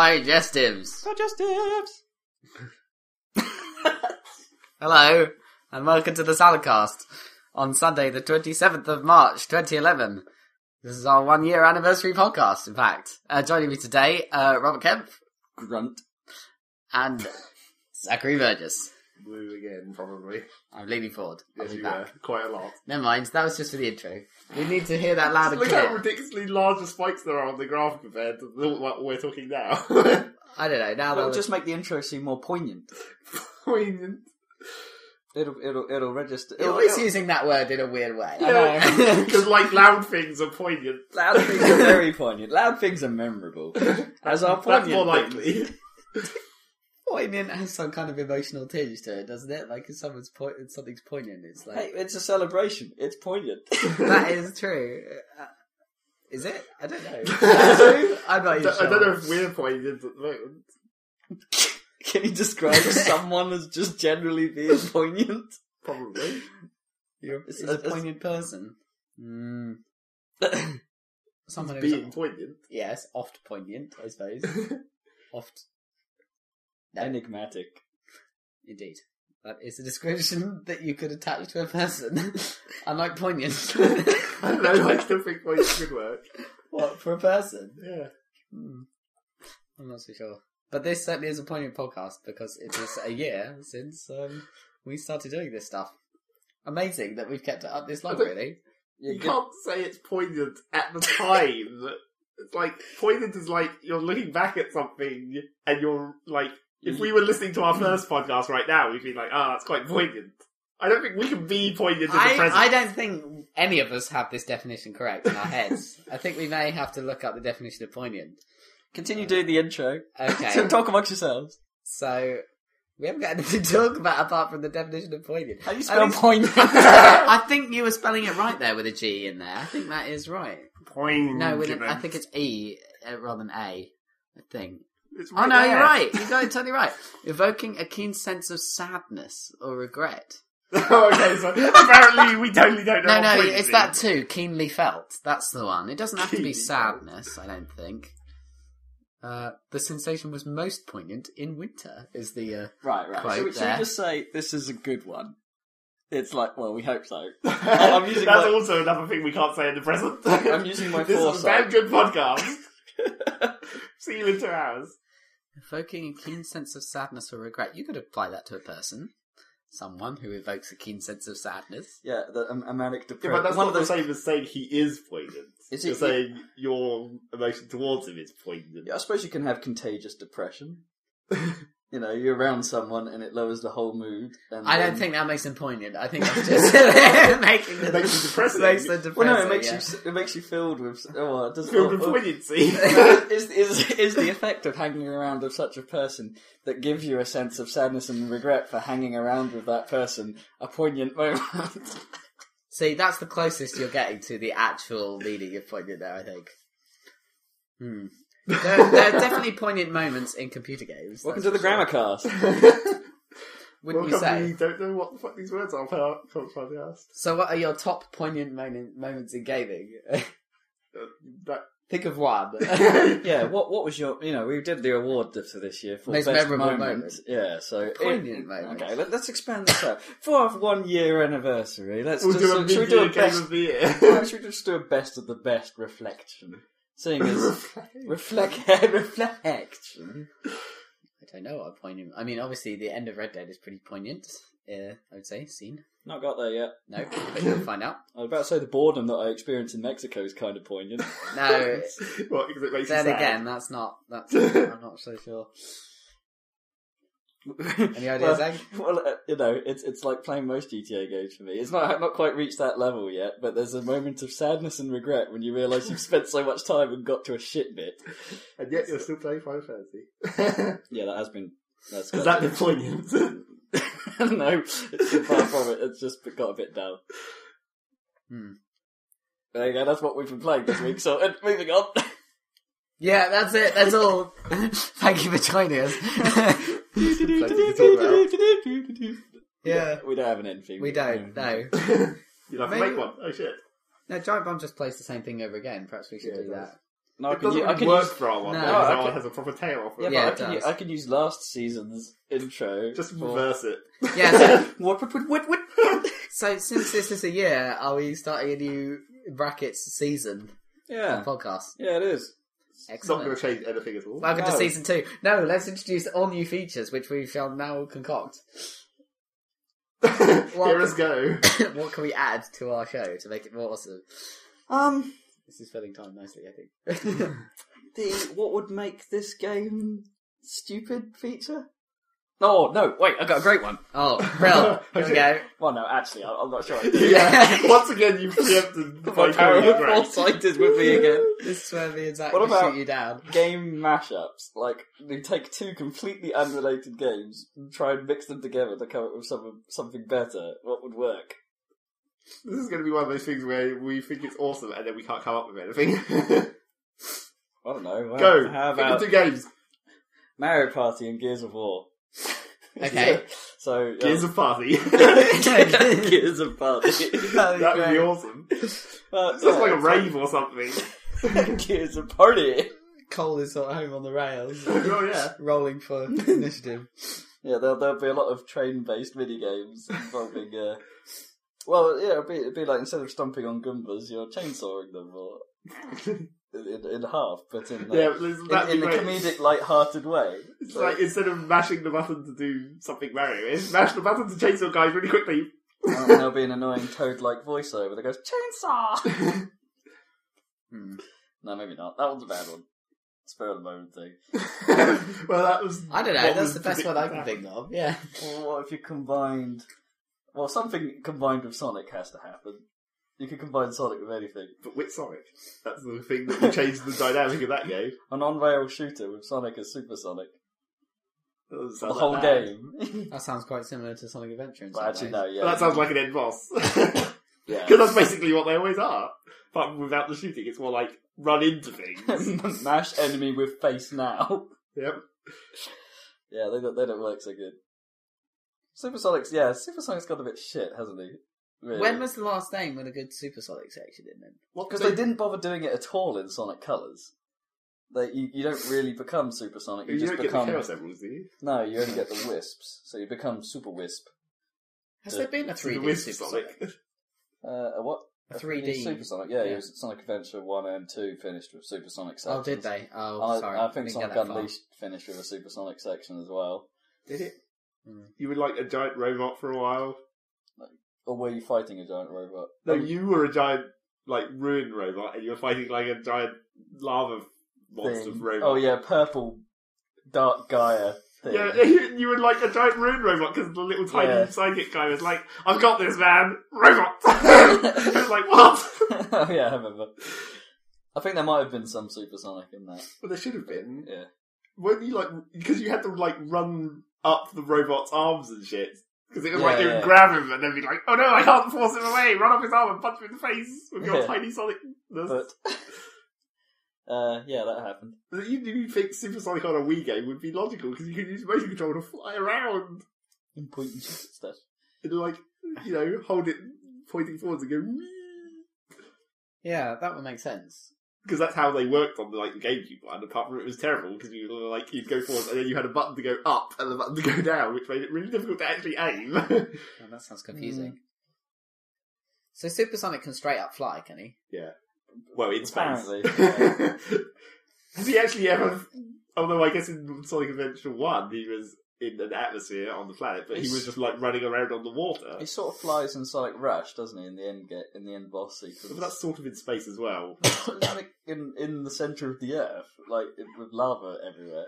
Suggestives. Digestives. Hello, and welcome to the Saladcast on Sunday, the 27th of March, 2011. This is our one year anniversary podcast, in fact. Uh, joining me today, uh, Robert Kemp Grunt. and Zachary Burgess. Blue again, probably. I'm leaning forward. I'll Yes, be you back. were. Quite a lot. Never mind, that was just for the intro. We need to hear that loud and Look how clear. ridiculously large the spikes there are on the graph compared to the- what we're talking now. I don't know, now It'll that just make the intro seem more poignant. Poignant. It'll it'll it'll register. you're It'll, always it'll, using that word in a weird way. know. Because, like, loud things are poignant. loud things are very poignant. Loud things are memorable. As are That's poignant. more things. likely. Poignant has some kind of emotional tinge to it, doesn't it? Like if someone's point, if something's poignant, it's like Hey, it's a celebration. It's poignant. that is true. Uh, Is it? I don't know. Is that true? I I'm not even sure. don't know if we're poignant at the moment. Can you describe someone as just generally being poignant? Probably. You're It's- a it's- poignant person. Mm. Someone who's Being poignant. yes, oft poignant, I suppose. oft, Enigmatic. indeed. That is a description that you could attach to a person. Unlike poignant. I don't know, I still think poignant could work. what, for a person? Yeah. Hmm. I'm not so sure. But this certainly is a poignant podcast because it is a year since um, we started doing this stuff. Amazing that we've kept it up this long, I think- really. You're you good- can't say it's poignant at the time. it's like, poignant is like you're looking back at something and you're like, If we were listening to our first podcast right now, we'd be like, ah, that's quite poignant. I don't think we can be poignant in the I, present. I don't think any of us have this definition correct in our heads. I think we may have to look up the definition of poignant. Continue doing the intro. Okay, Talk amongst yourselves. so we haven't got anything to talk about apart from the definition of poignant. How do you I spell mean- poignant? I think you were spelling it right there with a G in there. I think that is right. Poignant. No, with an, I think it's E uh, rather than A. I think. It's Oh no, there. you're right. You got it totally right. Evoking a keen sense of sadness or regret. okay, so apparently we totally don't know. No, what no, poignant it's is. that too. Keenly felt. That's the one. It doesn't have to be Keenly felt. sadness. I don't think. Uh, the sensation was most poignant in winter. Is the uh, Right, right. Quote Should we, should we there. just say this is a good one? It's like, well, we hope so. I'm using That's my- also another thing we can't say in the present. I'm using my this is a damn foresight. good podcast. See you in two hours. evoking a keen sense of sadness or regret. You could apply that to a person, someone who evokes a keen sense of sadness. Yeah, the, um, a manic Yeah, depression. but that's one of not those. the same as saying he is poignant. Is it- You're saying your emotion towards him is poignant. Yeah, I suppose you can have contagious depression. you know, you're around someone and it lowers the whole mood. And I don't then- think that makes them poignant. I think that's just making them It makes you depressing. Makes them depressing. Well, no, it makes yeah. you s- it makes you filled with oh, it doesn't. Filled with oh, oh. poignancy. is, is is the effect of hanging around with such a person that gives you a sense of sadness and regret for hanging around with that person a poignant moment? See, that's the closest you're getting to the actual meaning of poignant there, I think. Hmm. There, there are definitely poignant moments in computer games. Welcome that's to the for Grammar Cast. sure. Wouldn't you Welcome say? to You don't know what the fuck these words are for for podcast. So what are your top poignant moment, moments in gaming? Uh, that- Think of one. Yeah, what what was your you know we did the award for this year for Most best memorable moment. moment. Yeah, so Poignant moment. Okay, let, us expand this out for our one year anniversary. Let's we'll just do a should we do a video game best? of the year. Why should we just do a best of the best reflection? Seeing as reflect reflection. I don't know what a poignant. I mean, obviously the end of Red Dead is pretty poignant. Uh, I would say scene. Not got there yet. No, but you'll find out. I was about to say the boredom that I experienced in Mexico is kind of poignant. No, uh, What? Because it makes you then sad. again, that's not. That's. I'm not so sure. Any ideas, well, Zach? Well, uh, you know, it's it's like playing most GTA games for me. It's not not quite reached that level yet, but there's a moment of sadness and regret when you realise you've spent so much time and got to a shit bit. And yet you're still playing Final Fantasy. Yeah, that has been. That's Is got- that the poignant? no, it's too far from it. It's just got a bit down. Hmm. There you go. That's what we've been playing this week. So, uh, moving on. Yeah, that's it. That's all. Thank you for joining us. yeah, we don't have an end theme. we don't. No, You'll have to Maybe- make one. Oh shit. no. Giant Bomb just plays the same thing over again. Perhaps we should Yeah, it do that. does. No, I it can, doesn't u- I really can work use. for our one No, because I our can- one has a proper tail off it. Yeah, Yeah, but I it can, u- does. I can use last season's intro. Just for- reverse it. Yeah, so, what, what, what, what- so since this is a year, are we starting a new brackets season Yeah, podcast? yeah, it is. It's not going Excellent. to change anything at all. Welcome to No. season two. No, let's introduce all new features which we shall now concoct. Here us go. what can we add to our show to make it more awesome? Um, This is filling time nicely, I think. the what would make this game stupid feature? Oh no! Wait, I got a great one. oh, well, here we go. Well, no, actually, I- I'm not sure. yeah. Once again, you preempted My my power going of right. foresight is with me again. This is where me and Zach What can about- shoot you down. Game mashups, like they take two completely unrelated games and try and mix them together to come up with some, something better. What would work? This is going to be one of those things where we think it's awesome and then we can't come up with anything. I don't know. Well, go. How Pick the about two games. Mario Party and Gears of War? Okay. so um, yeah. Gears of Party. Gears of Party. that would be awesome. Uh, It sounds like a yeah, rave or something. Gears of Party. Cole is sort of home on the rails, oh yeah. rolling for initiative. Yeah, there'll, there'll be a lot of train-based mini games involving. Uh, well, yeah, it'd be, it'd be like instead of stomping on Goombas, you're chainsawing them or in, in, in half, but in like, Yeah, but isn't that in, in be a great? comedic, light-hearted way. It's So- like instead of mashing the button to do something Mario, it's mash the button to chainsaw guys really quickly. and oh, there'll be an annoying toad-like voiceover that goes chainsaw. Hmm. No, maybe not. That one's a bad one. Spur of the moment thing. well, that was. I don't know, what that's was the best one I can think of, yeah. Or what if you combined? Well, something combined with Sonic has to happen. You could combine Sonic with anything. But with Sonic, that's the thing that will change the dynamic of that game. An on-rail shooter with Sonic as Super Sonic. That doesn't The sound whole Oh, that bad. game. That sounds quite similar to Sonic Adventure in But some actually, ways. no. Yeah. Well, that sounds like an end boss. Because Yeah. that's basically what they always are. But without the shooting, it's more like run into things. Mash enemy with face now. yep. Yeah, they don't, they don't work so good. Supersonics, yeah, Supersonic's got a bit shit, hasn't he? Really. When was the last name with a good Super Sonic section in then? What Because they didn't bother doing it at all in Sonic Colors. They, you, you don't really become Supersonic. You, You just don't get the become Chaos Emeralds, do you? no. You only get the Wisps, so you become Super Wisp. Has The- there been a The 3D Wisp Super Sonic? Sonic. Uh, a what? A 3D. Supersonic. Yeah, Yeah. it was Sonic Adventure one and two finished with Supersonic Oh, sections. did they? Oh, I, sorry. I didn't think get Sonic that far. Unleashed finished with a Supersonic section as well. Did it? Mm. You were like a giant robot for a while. Or were you fighting a giant robot? No, Um, you were a giant, like, ruined robot, and you were fighting, like, a giant lava monster thing. robot. Oh yeah, purple dark Gaia Oh, thing. Yeah, you, you were like a giant rune robot because the little tiny Yeah. psychic guy was like, "I've got this, man, robot." I was like, "What?" oh yeah, I remember. I think there might have been some supersonic in that. Well, there should have been. Yeah. Weren't you like because you had to like run up the robot's arms and shit because it was like Yeah, you would yeah. grab him and then be like, "Oh no, I can't force him away! Run up his arm and punch him in the face with your Yeah. tiny Sonic." But uh, yeah, that happened. You do think Super Sonic on a Wii game would be logical because you could use motion control to fly around In point and shoot stuff. and like you know hold it pointing forwards and go. Yeah, that would make sense. because that's how they worked on the, like the GameCube one. Apart from it was terrible because you were like you'd go forward and then you had a button to go up and a button to go down, which made it really difficult to actually aim. Oh, that sounds confusing. So Super Sonic can straight up fly, can he? well, in space. Apparently. Has he actually ever? Although I guess in Sonic Adventure One he was in an atmosphere on the planet, but he He's- was just like running around on the water. He sort of flies in Sonic Rush, doesn't he? In the end, get in the end boss But sequence. that's sort of in space as well. Sonic in in the center of the earth, like it- with lava everywhere.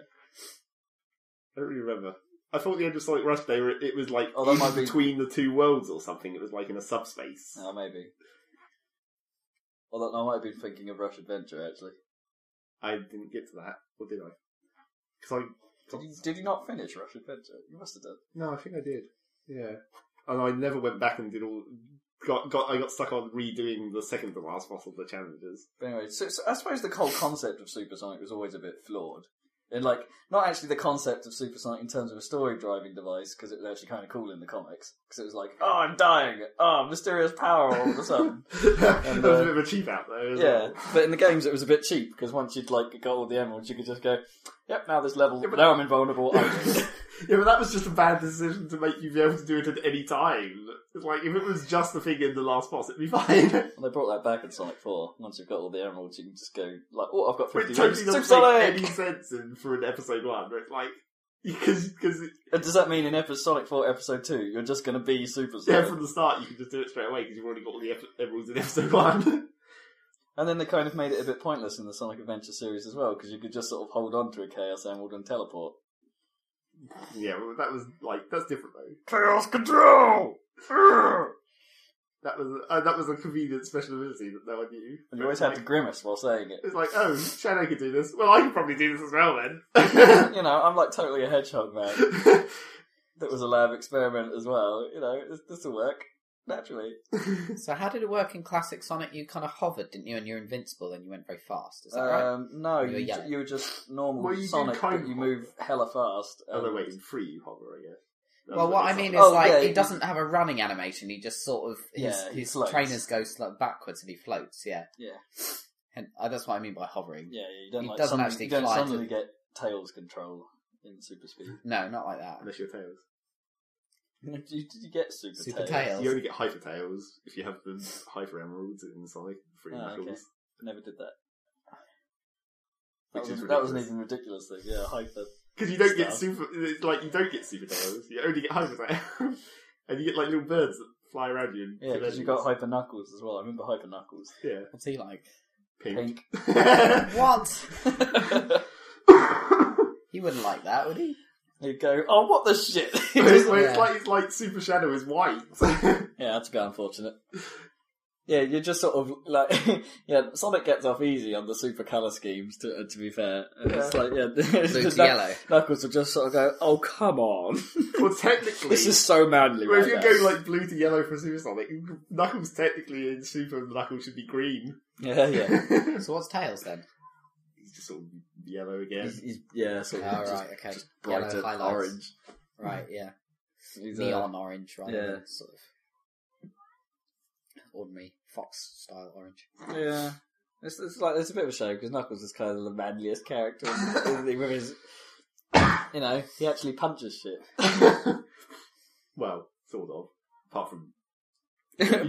I don't really remember. I thought the end of Sonic Rush they were it was like Oh, that in might be- between the two worlds or something. It was like in a subspace. Oh, maybe. Although I might have been thinking of Rush Adventure actually. I didn't get to that, or did I? Because I Did you, did you not finish Rush Adventure? You must have done. No, I think I did. Yeah, and I never went back and did all. Got got I got stuck on redoing the second to last boss of the challenges. But anyway, so, so I suppose the whole concept of Supersonic was always a bit flawed And like, not actually the concept of supersonic in terms of a story driving device, because it was actually kind of cool in the comics. Because it was like, oh, I'm dying. Oh, mysterious power all of a sudden. that uh, was a bit of a cheap out though. isn't yeah, it? but in the games it was a bit cheap because once you'd like got all the emeralds, you could just go, yep, now this level, Yeah, but- now I'm invulnerable. Oh, I just- yeah, but that was just a bad decision to make you be able to do it at any time. It's like if it was just the thing in the last boss, it'd be fine. Well, they brought that back in Sonic 4. Once you've got all the emeralds, you can just go, like, oh, I've got 50 Which totally rings. doesn't Supersonic! make any sense in for an episode one. But it's like because because And does that mean in episode Sonic 4 episode 2, you're just going to be Super yeah, Sonic? from the start you can just do it straight away because you've already got all the ep- emeralds in episode one. And then they kind of made it a bit pointless in the Sonic Adventure series as well, because you could just sort of hold on to a Chaos Emerald and teleport. yeah, well, that was like that's different though. Chaos Control! That was uh, that was a convenient special ability that no one knew. And you always had to grimace while saying it. It's like, oh, Shadow could do this. Well, I could probably do this as well then. You know, I'm like totally a hedgehog man. That was a lab experiment as well. You know, this, this will work. Naturally. So how did it work in classic Sonic? You kind of hovered, didn't you? And you're invincible, and you went very fast. Is that right? Um, no, You were you, yellow. you were just normal Well, you do Sonic, kind but you of- move hella fast. oh, no, and- wait, in free you hover, I guess. That Well, was what a I bit mean is something. Oh, like yeah, he he- doesn't have a running animation. He just sort of his Yeah, he his floats. trainers go sl- backwards and he floats. Yeah, Yeah. And uh, that's what I mean by hovering. Yeah, yeah, you don't He like doesn't suddenly, actually you don't fly to- suddenly get tails control in super speed. No, not like that. unless you're tails. Did you, did you get super, Super tails? tails. You only get hyper tails if you have the hyper emeralds in Sonic free Oh, metals. okay. Never did that. Which That, is was, that was an ridiculous. even ridiculous thing. Yeah, hyper. Because you don't get Stuff. super, it's like you don't get super tails. You only get hyper tails, and you get like little birds that fly around you. And Yeah, collect because you got hyper knuckles as well. I remember hyper knuckles. yeah, What's he like? pink. Pink. What? He'd he wouldn't like that, would he? go, oh, what the shit? Whereas- whereas, Yeah. like it's like Super Shadow is white. yeah, that's a bit unfortunate. Yeah, you're just sort of like, yeah, Sonic gets off easy on the super colour schemes, to, to be fair. And It's like, yeah, Blue the to Knuck- yellow. Knuckles will just sort of go, oh, come on. well, technically, This is so manly. Well, if right you're there. going like blue to yellow for Super Sonic, Knuckles technically in Super Knuckles should be green. yeah, yeah, He's So what's tails then? just sort of yellow again. he's, he's, yeah, sort of Oh, just, right, okay. just Yellow brighter highlights. orange. Right, yeah, He's, uh, neon orange, right? yeah. than sort of ordinary fox style orange. yeah, it's, it's like it's a bit of a shame because Knuckles is kind of the manliest character, isn't he? With his, you know, he actually punches shit. well, sort of. Apart from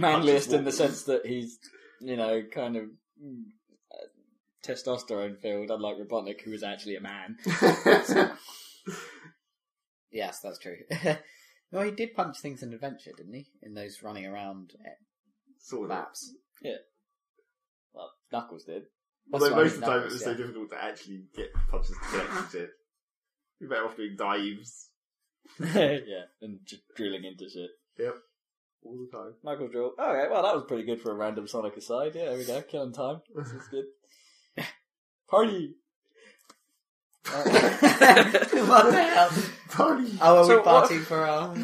manliest in the walls. sense that he's, you know, kind of. mm, uh, Testosterone filled, unlike Robotnik, who is actually a man. Yes, that's true. no, he did punch things in Adventure, didn't he? In those running around eh, sort of. maps. Well, Knuckles did. That's Although what I most mean, of the time it Knuckles, was yeah. so difficult to actually get punches to connect and shit. You're better off doing dives yeah, and just drilling into shit. all the time. Michael Drill. Okay, well, that was pretty good for a random Sonic aside. Yeah, there we go. Killing time. This is good. Party! what the hell? Party! Oh, are So we what- partying for our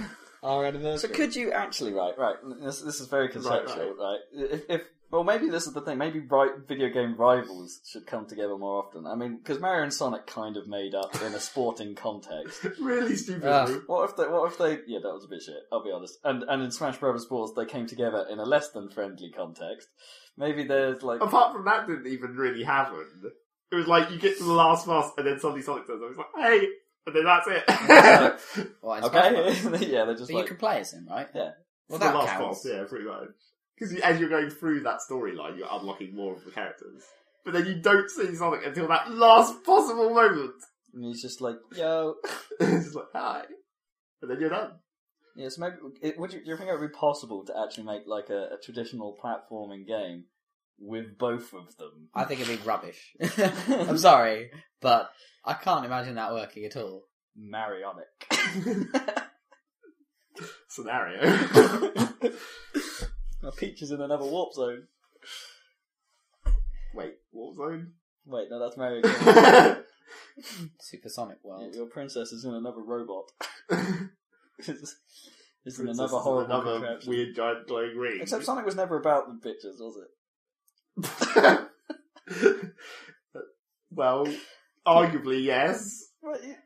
Oh, our So anniversary? could you actually, right, right, this, this is very conceptual, Right, right? If, if, well, maybe this is the thing, maybe right, video game rivals should come together more often. I mean, because Mario and Sonic kind of made up in a sporting context. really stupidly. Ah. What if they, what if they, yeah, that was a bit shit, I'll be honest. And, and in Smash Brothers Wars, they came together in a less than friendly context. Maybe there's like, Apart from that, didn't even really happen. It was like you get to the last boss, and then suddenly Sonic does. I was like, hey, and then that's it. Well, it's okay, Smash Bros. yeah, they're just But like, you can play as him, right? Yeah. Well, the that last counts. boss, yeah, pretty much. Because you, as you're going through that storyline, you're unlocking more of the characters. But then you don't see Sonic until that last possible moment. And he's just like, yo. it's just like, hi. And then you're done. Yeah, so maybe it, would you, do you think it would be possible to actually make like a, a traditional platforming game with both of them? I think it'd be rubbish. I'm sorry, but I can't imagine that working at all. Marionic. Scenario. My peach is in another warp zone. Wait, Warp Zone? Wait, no, that's Mario. Kart. Supersonic Yeah, world. Your princess is in another robot. is is in Princess another is horrible another contraption. weird giant glowing ring. Except Sonic was never about the bitches, was it? well, Arguably, yes. Well, you-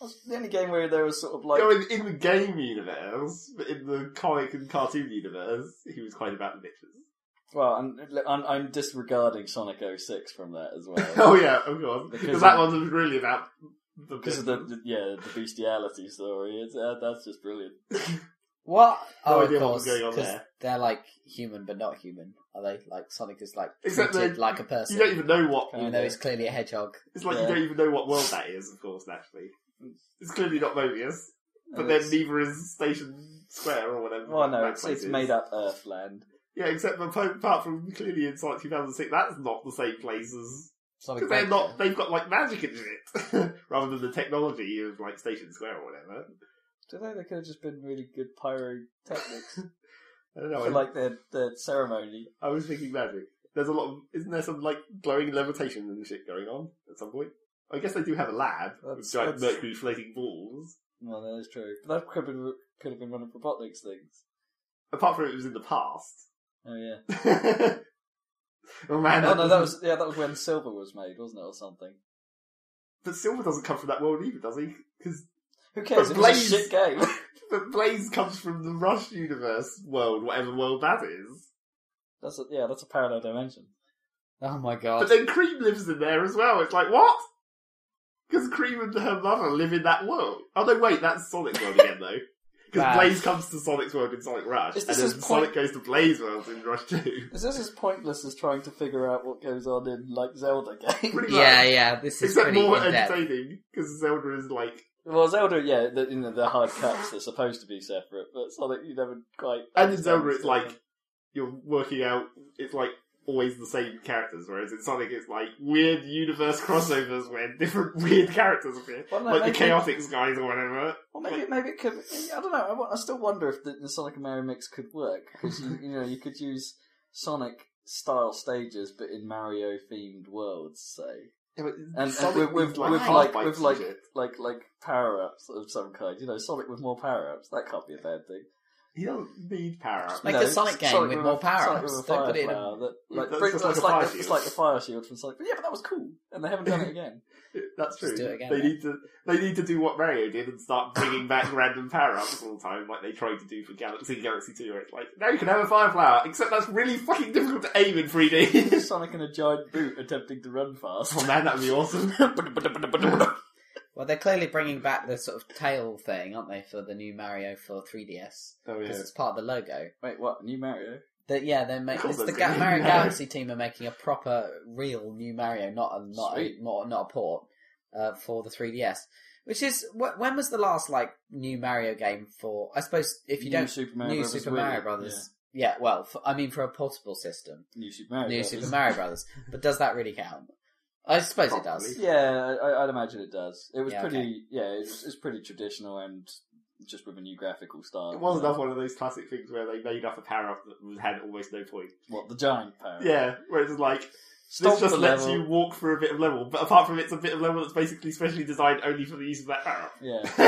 that's the only game where there was sort of like no, in, in the game universe, but in the comic and cartoon universe, he was quite about the bitches. well, I'm, I'm, I'm disregarding Sonic 06 from that as oh well yeah, of course. Because Because- that one was really about the because of the, the yeah the bestiality story. It's, uh, that's just brilliant. What? No oh, idea of what was course, going on 'cause there. they're like human but not human. Are they like Sonic is like Except treated they- like a person, You don't even know what. even Kinda. though he's clearly a hedgehog. It's like you Yeah. don't even know what world that is. Of course, naturally, it's clearly not Mobius, but And then it's- neither is Station Square or whatever. well, no, that it's, place it's is. made up Earthland. Yeah, except for, apart from clearly in Sonic 2006, that's not the same place as Sonic because they're not. Adventure. They've got like magic in it, rather than the technology of like Station Square or whatever. Do they? They could have just been really good pyrotechnics I don't know. for I, like their their ceremony. I was thinking magic. There's a lot of isn't there some like glowing levitation and shit going on at some point? I guess they do have a lab with That's- giant that's- mercury floating balls. No, that is true. But that could have been could have been one of Robotnik's things. Apart from it was in the past. Oh yeah. oh man, Oh no, that doesn't- was yeah, that was when silver was made, wasn't it, or something? But Silver doesn't come from that world either, does he? Because Who cares? It But was a Blaze- shit game. but Blaze comes from the Rush universe world, whatever world that is. That's a, yeah, that's a parallel dimension. Oh my But god! then Cream lives in there as well. It's like what? Because Cream and her mother live in that world. Oh no, wait, that's Sonic's world again though. Because Wow. Blaze comes to Sonic's world in Sonic Rush, Is and this then his Sonic point- goes to Blaze world in Rush Two. Is this as pointless as trying to figure out what goes on in like Zelda games? Pretty much. yeah, yeah, this is Except pretty more in depth. entertaining because Zelda is like well, Zelda, yeah, the, you know, the hard cuts they're supposed to be separate, but Sonic you never quite. And in Zelda, understand it's like you're working out. It's like always the same characters, whereas in Sonic, it's like weird universe crossovers where different weird characters appear, Well, no, like the maybe- Chaotix guys or whatever. Well, maybe maybe it could. I don't know. I, wa- I still wonder if the, the Sonic and Mario mix could work because you, you know you could use Sonic style stages, but in Mario themed worlds, say. and, and with, with, like with half like with like like like power ups of some kind. You know, Sonic with more power ups. That can't be a bad thing. he doesn't need power ups. Make No, a Sonic game with a- more power-ups. Sonic with a Don't fire put it in a- flower that, like, That's bring- just that's like a like fire the- it's shield. like the fire shield from Sonic. But yeah, but that was cool, and they haven't done it again. That's true. Just do it again, they then. need to they need to do what Mario did and start bringing back random power ups all the time, like they tried to do for Galaxy Galaxy Two. Where it's like now you can have a fire flower, except that's really fucking difficult to aim in 3D. Sonic in a giant boot attempting to run fast. oh man, that would be awesome. Well, they're clearly bringing back the sort of tail thing, aren't they, for the new Mario for 3DS? Oh Because it's part of the logo. Wait, what? New Mario? That yeah, they're Of making course it's the they're Ga- doing Mario it. Galaxy team are making a proper, real new Mario, not a not a, Sweet. not, not a port uh, for the 3DS. Which is wh- when was the last like new Mario game for? I suppose if you New don't Super Mario new Brothers Super Wii. Mario Brothers. Yeah, well, for, I mean for a portable system, New Super Mario. new Brothers. Super Mario Brothers. But does that really count? I suppose it Probably. does. Yeah, I, I'd imagine it does. It was Yeah, pretty. okay. Yeah, it's, it's pretty traditional and just with a new graphical style. Uh, It was another one of those classic things where they made up a power up that was- had almost no point. What the giant power? Yeah, where it's like Stop this just the lets level. you walk through a bit of level, but apart from it's a bit of level that's basically specially designed only for the use of that power up. Yeah,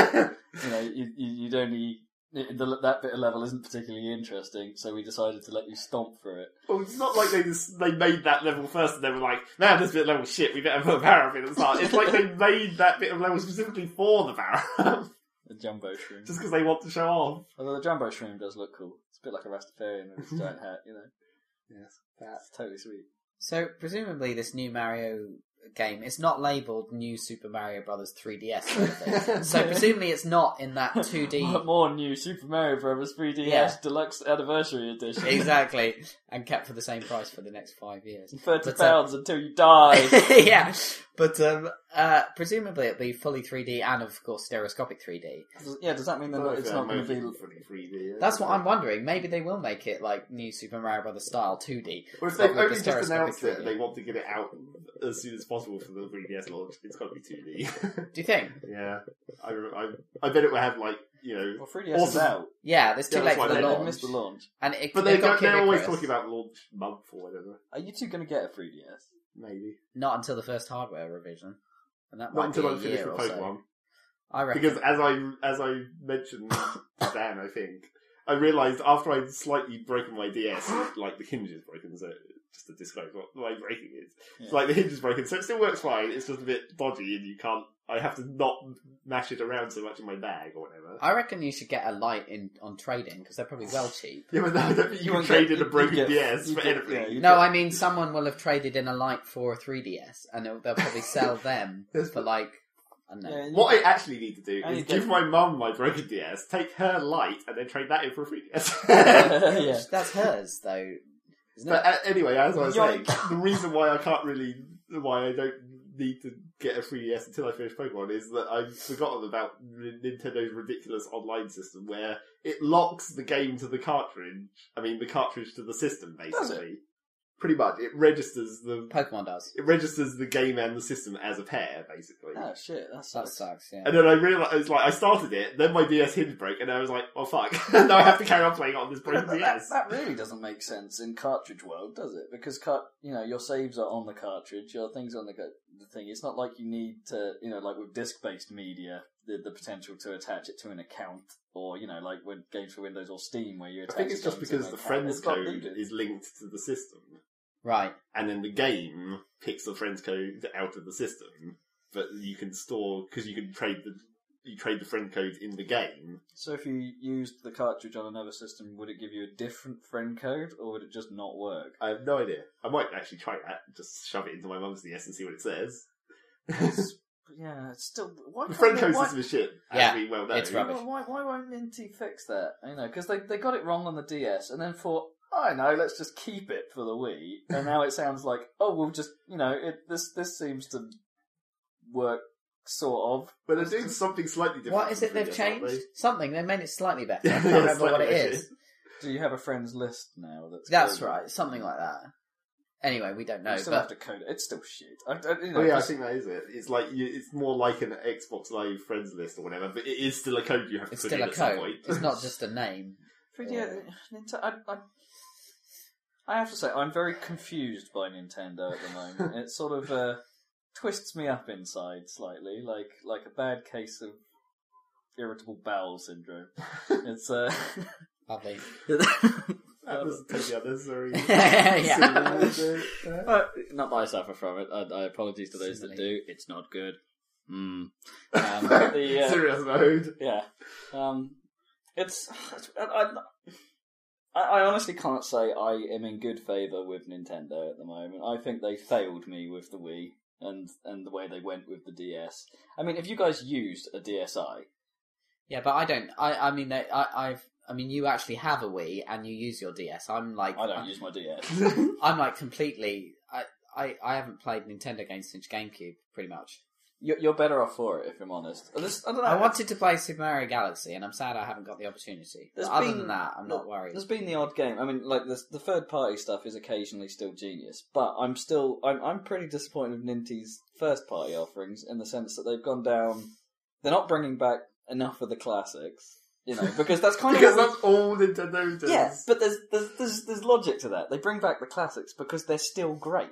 you know, you, you, you'd only it, the, that bit of level isn't particularly interesting, so we decided to let you stomp through it. well, it's not like they just, they made that level first and they were like, man, this bit of level shit, we better put a power up in at the start. It's like they made that bit of level specifically for the power up, The jumbo shroom. just because they want to show off. Although the jumbo shroom does look cool. It's a bit like a Rastafarian with his giant hat, you know. Yes, That's totally sweet. So presumably this new Mario game it's not labeled new Super Mario Brothers 3DS. sort of thing. so presumably it's not in that 2D What more new Super Mario Bros. 3DS Yeah. Deluxe Anniversary Edition. exactly, and kept for the same price for the next five years. Thirty But, uh, pounds until you die. yeah, but um, uh, presumably it'll be fully 3D and of course stereoscopic 3D. Does- yeah, does that mean that it's not going to be? That's what I'm wondering. Maybe they will make it like new Super Mario Brothers style 2D. Or if Like with they've only the just announced stereoscopic it, and they want to get it out as soon as possible for the 3DS launch. It's got to be 2D. Do you think? yeah, I, I, I bet it will have like you know. Well, 3DS is Awesome. out. Yeah, there's too Yeah, late that's for why the They, they- launch. missed the launch. And it, But they've they go, got Kid they're always Icarus. talking about launch month or whatever. Are you two going to get a 3DS? Maybe not until the first hardware revision, and that not might until be I a finish year with or so. Pokemon. I reckon. Because as I as I mentioned, to Dan, I think I realised after I'd slightly broken my DS, like the hinge is broken, so just to disclose what the way breaking is. Yeah. It's like the hinge is broken, so it still works fine. It's just a bit dodgy, and you can't. I have to not mash it around so much in my bag or whatever. I reckon you should get a light in on trading because they're probably well cheap. Yeah, but no, I don't think you, You can won't trade get- in a broken you get- DS you for get- anything. yeah, you No, get- I mean someone will have traded in a light for a 3DS, and they'll, they'll probably sell them There's- for like I don't know. Yeah, you- What I actually need to do I is need to- give my mum my broken DS, take her light, and then trade that in for a free DS. yeah. That's hers though, isn't it? But uh, anyway, as I was saying, Yoink. the reason why I can't really, why I don't need to get a 3DS until I finish Pokemon is that I've forgotten about N- Nintendo's ridiculous online system where it locks the game to the cartridge. I mean, the cartridge to the system, Does it? basically. Pretty much, it registers the Pokemon does. it registers the game and the system as a pair, basically. Oh shit, that's That sucks. Yeah. And then I realized, like, I started it, then my DS hinge broke, and I was like, "Oh fuck!" now I have to carry on playing on this broken That, that, DS. that really doesn't make sense in cartridge world, does it? Because cart, you know, your saves are on the cartridge, your things on the, ca- the thing. It's not like you need to, you know, like with disc-based media, the, the potential to attach it to an account, or you know, like with games for Windows or Steam, where you I attach. think it's it just onto an because the account. friends It's not code needed. is linked to the system, Right. and then the game picks the friends code out of the system, but you can store because you can trade the you trade the friend codes in the game. So if you used the cartridge on another system, would it give you a different friend code, or would it just not work? I have no idea. I might actually try that. Just shove it into my mum's DS and see what it says. It's- yeah, it's still. Why The can't friend they- code why- system is shit. Yeah, as we well know. it's rubbish. Well, why, why won't Minty fix that? You know, because they, they got it wrong on the DS and then thought, I know, let's just keep it for the Wii. And now it sounds like, oh, we'll just, you know, it, this this seems to work sort of. But they're doing something slightly different. What is from it they've 3DS, aren't changed? they? Something they made it slightly better. I Yeah, can't remember slightly what it better. is. Do you have a friends list now? That's That's called- right. Something like that. Anyway, we don't You know. still have But to code it. It's still shit. I, I, you know, Oh yeah, I just- think that is it. It's like you, it's more like an Xbox Live friends list or whatever, but it is still a code you have to it's put still in a at some code. point. It's not just a name. 3D, Nintendo. I, I, I have to say, I'm very confused by Nintendo at the moment. it sort of uh, twists me up inside slightly, like like a bad case of irritable bowel syndrome. it's uh, Lovely. that was totally unnecessary. yeah. not that I suffer from it. I, I apologies to those that Similarly. do. It's not good. Mm. Um, the, uh, Serious mode. Yeah. Um, it's. I, I- I, I honestly can't say I am in good favour with Nintendo at the moment. I think they failed me with the Wii and and the way they went with the DS. I mean, have you guys used a DSi? yeah, but I don't. I, I mean, they- I, I've. I mean, you actually have a Wii and you use your DS. I'm like, I don't use my DS. I'm like completely. I, I, I haven't played Nintendo games since GameCube, pretty much. You're, you're better off for it, if I'm honest. I, just- I don't know. I wanted to play Super Mario Galaxy, and I'm sad I haven't got the opportunity. But There's other been- than that, I'm not worried. There's been the odd game. I mean, like the the third party stuff is occasionally still genius, but I'm still I'm I'm pretty disappointed with Ninty's first party offerings in the sense that they've gone down. They're not bringing back enough of the classics, you know, because that's kind because of that's all Nintendo does. yeah. But there's, there's there's there's logic to that. They bring back the classics because they're still great.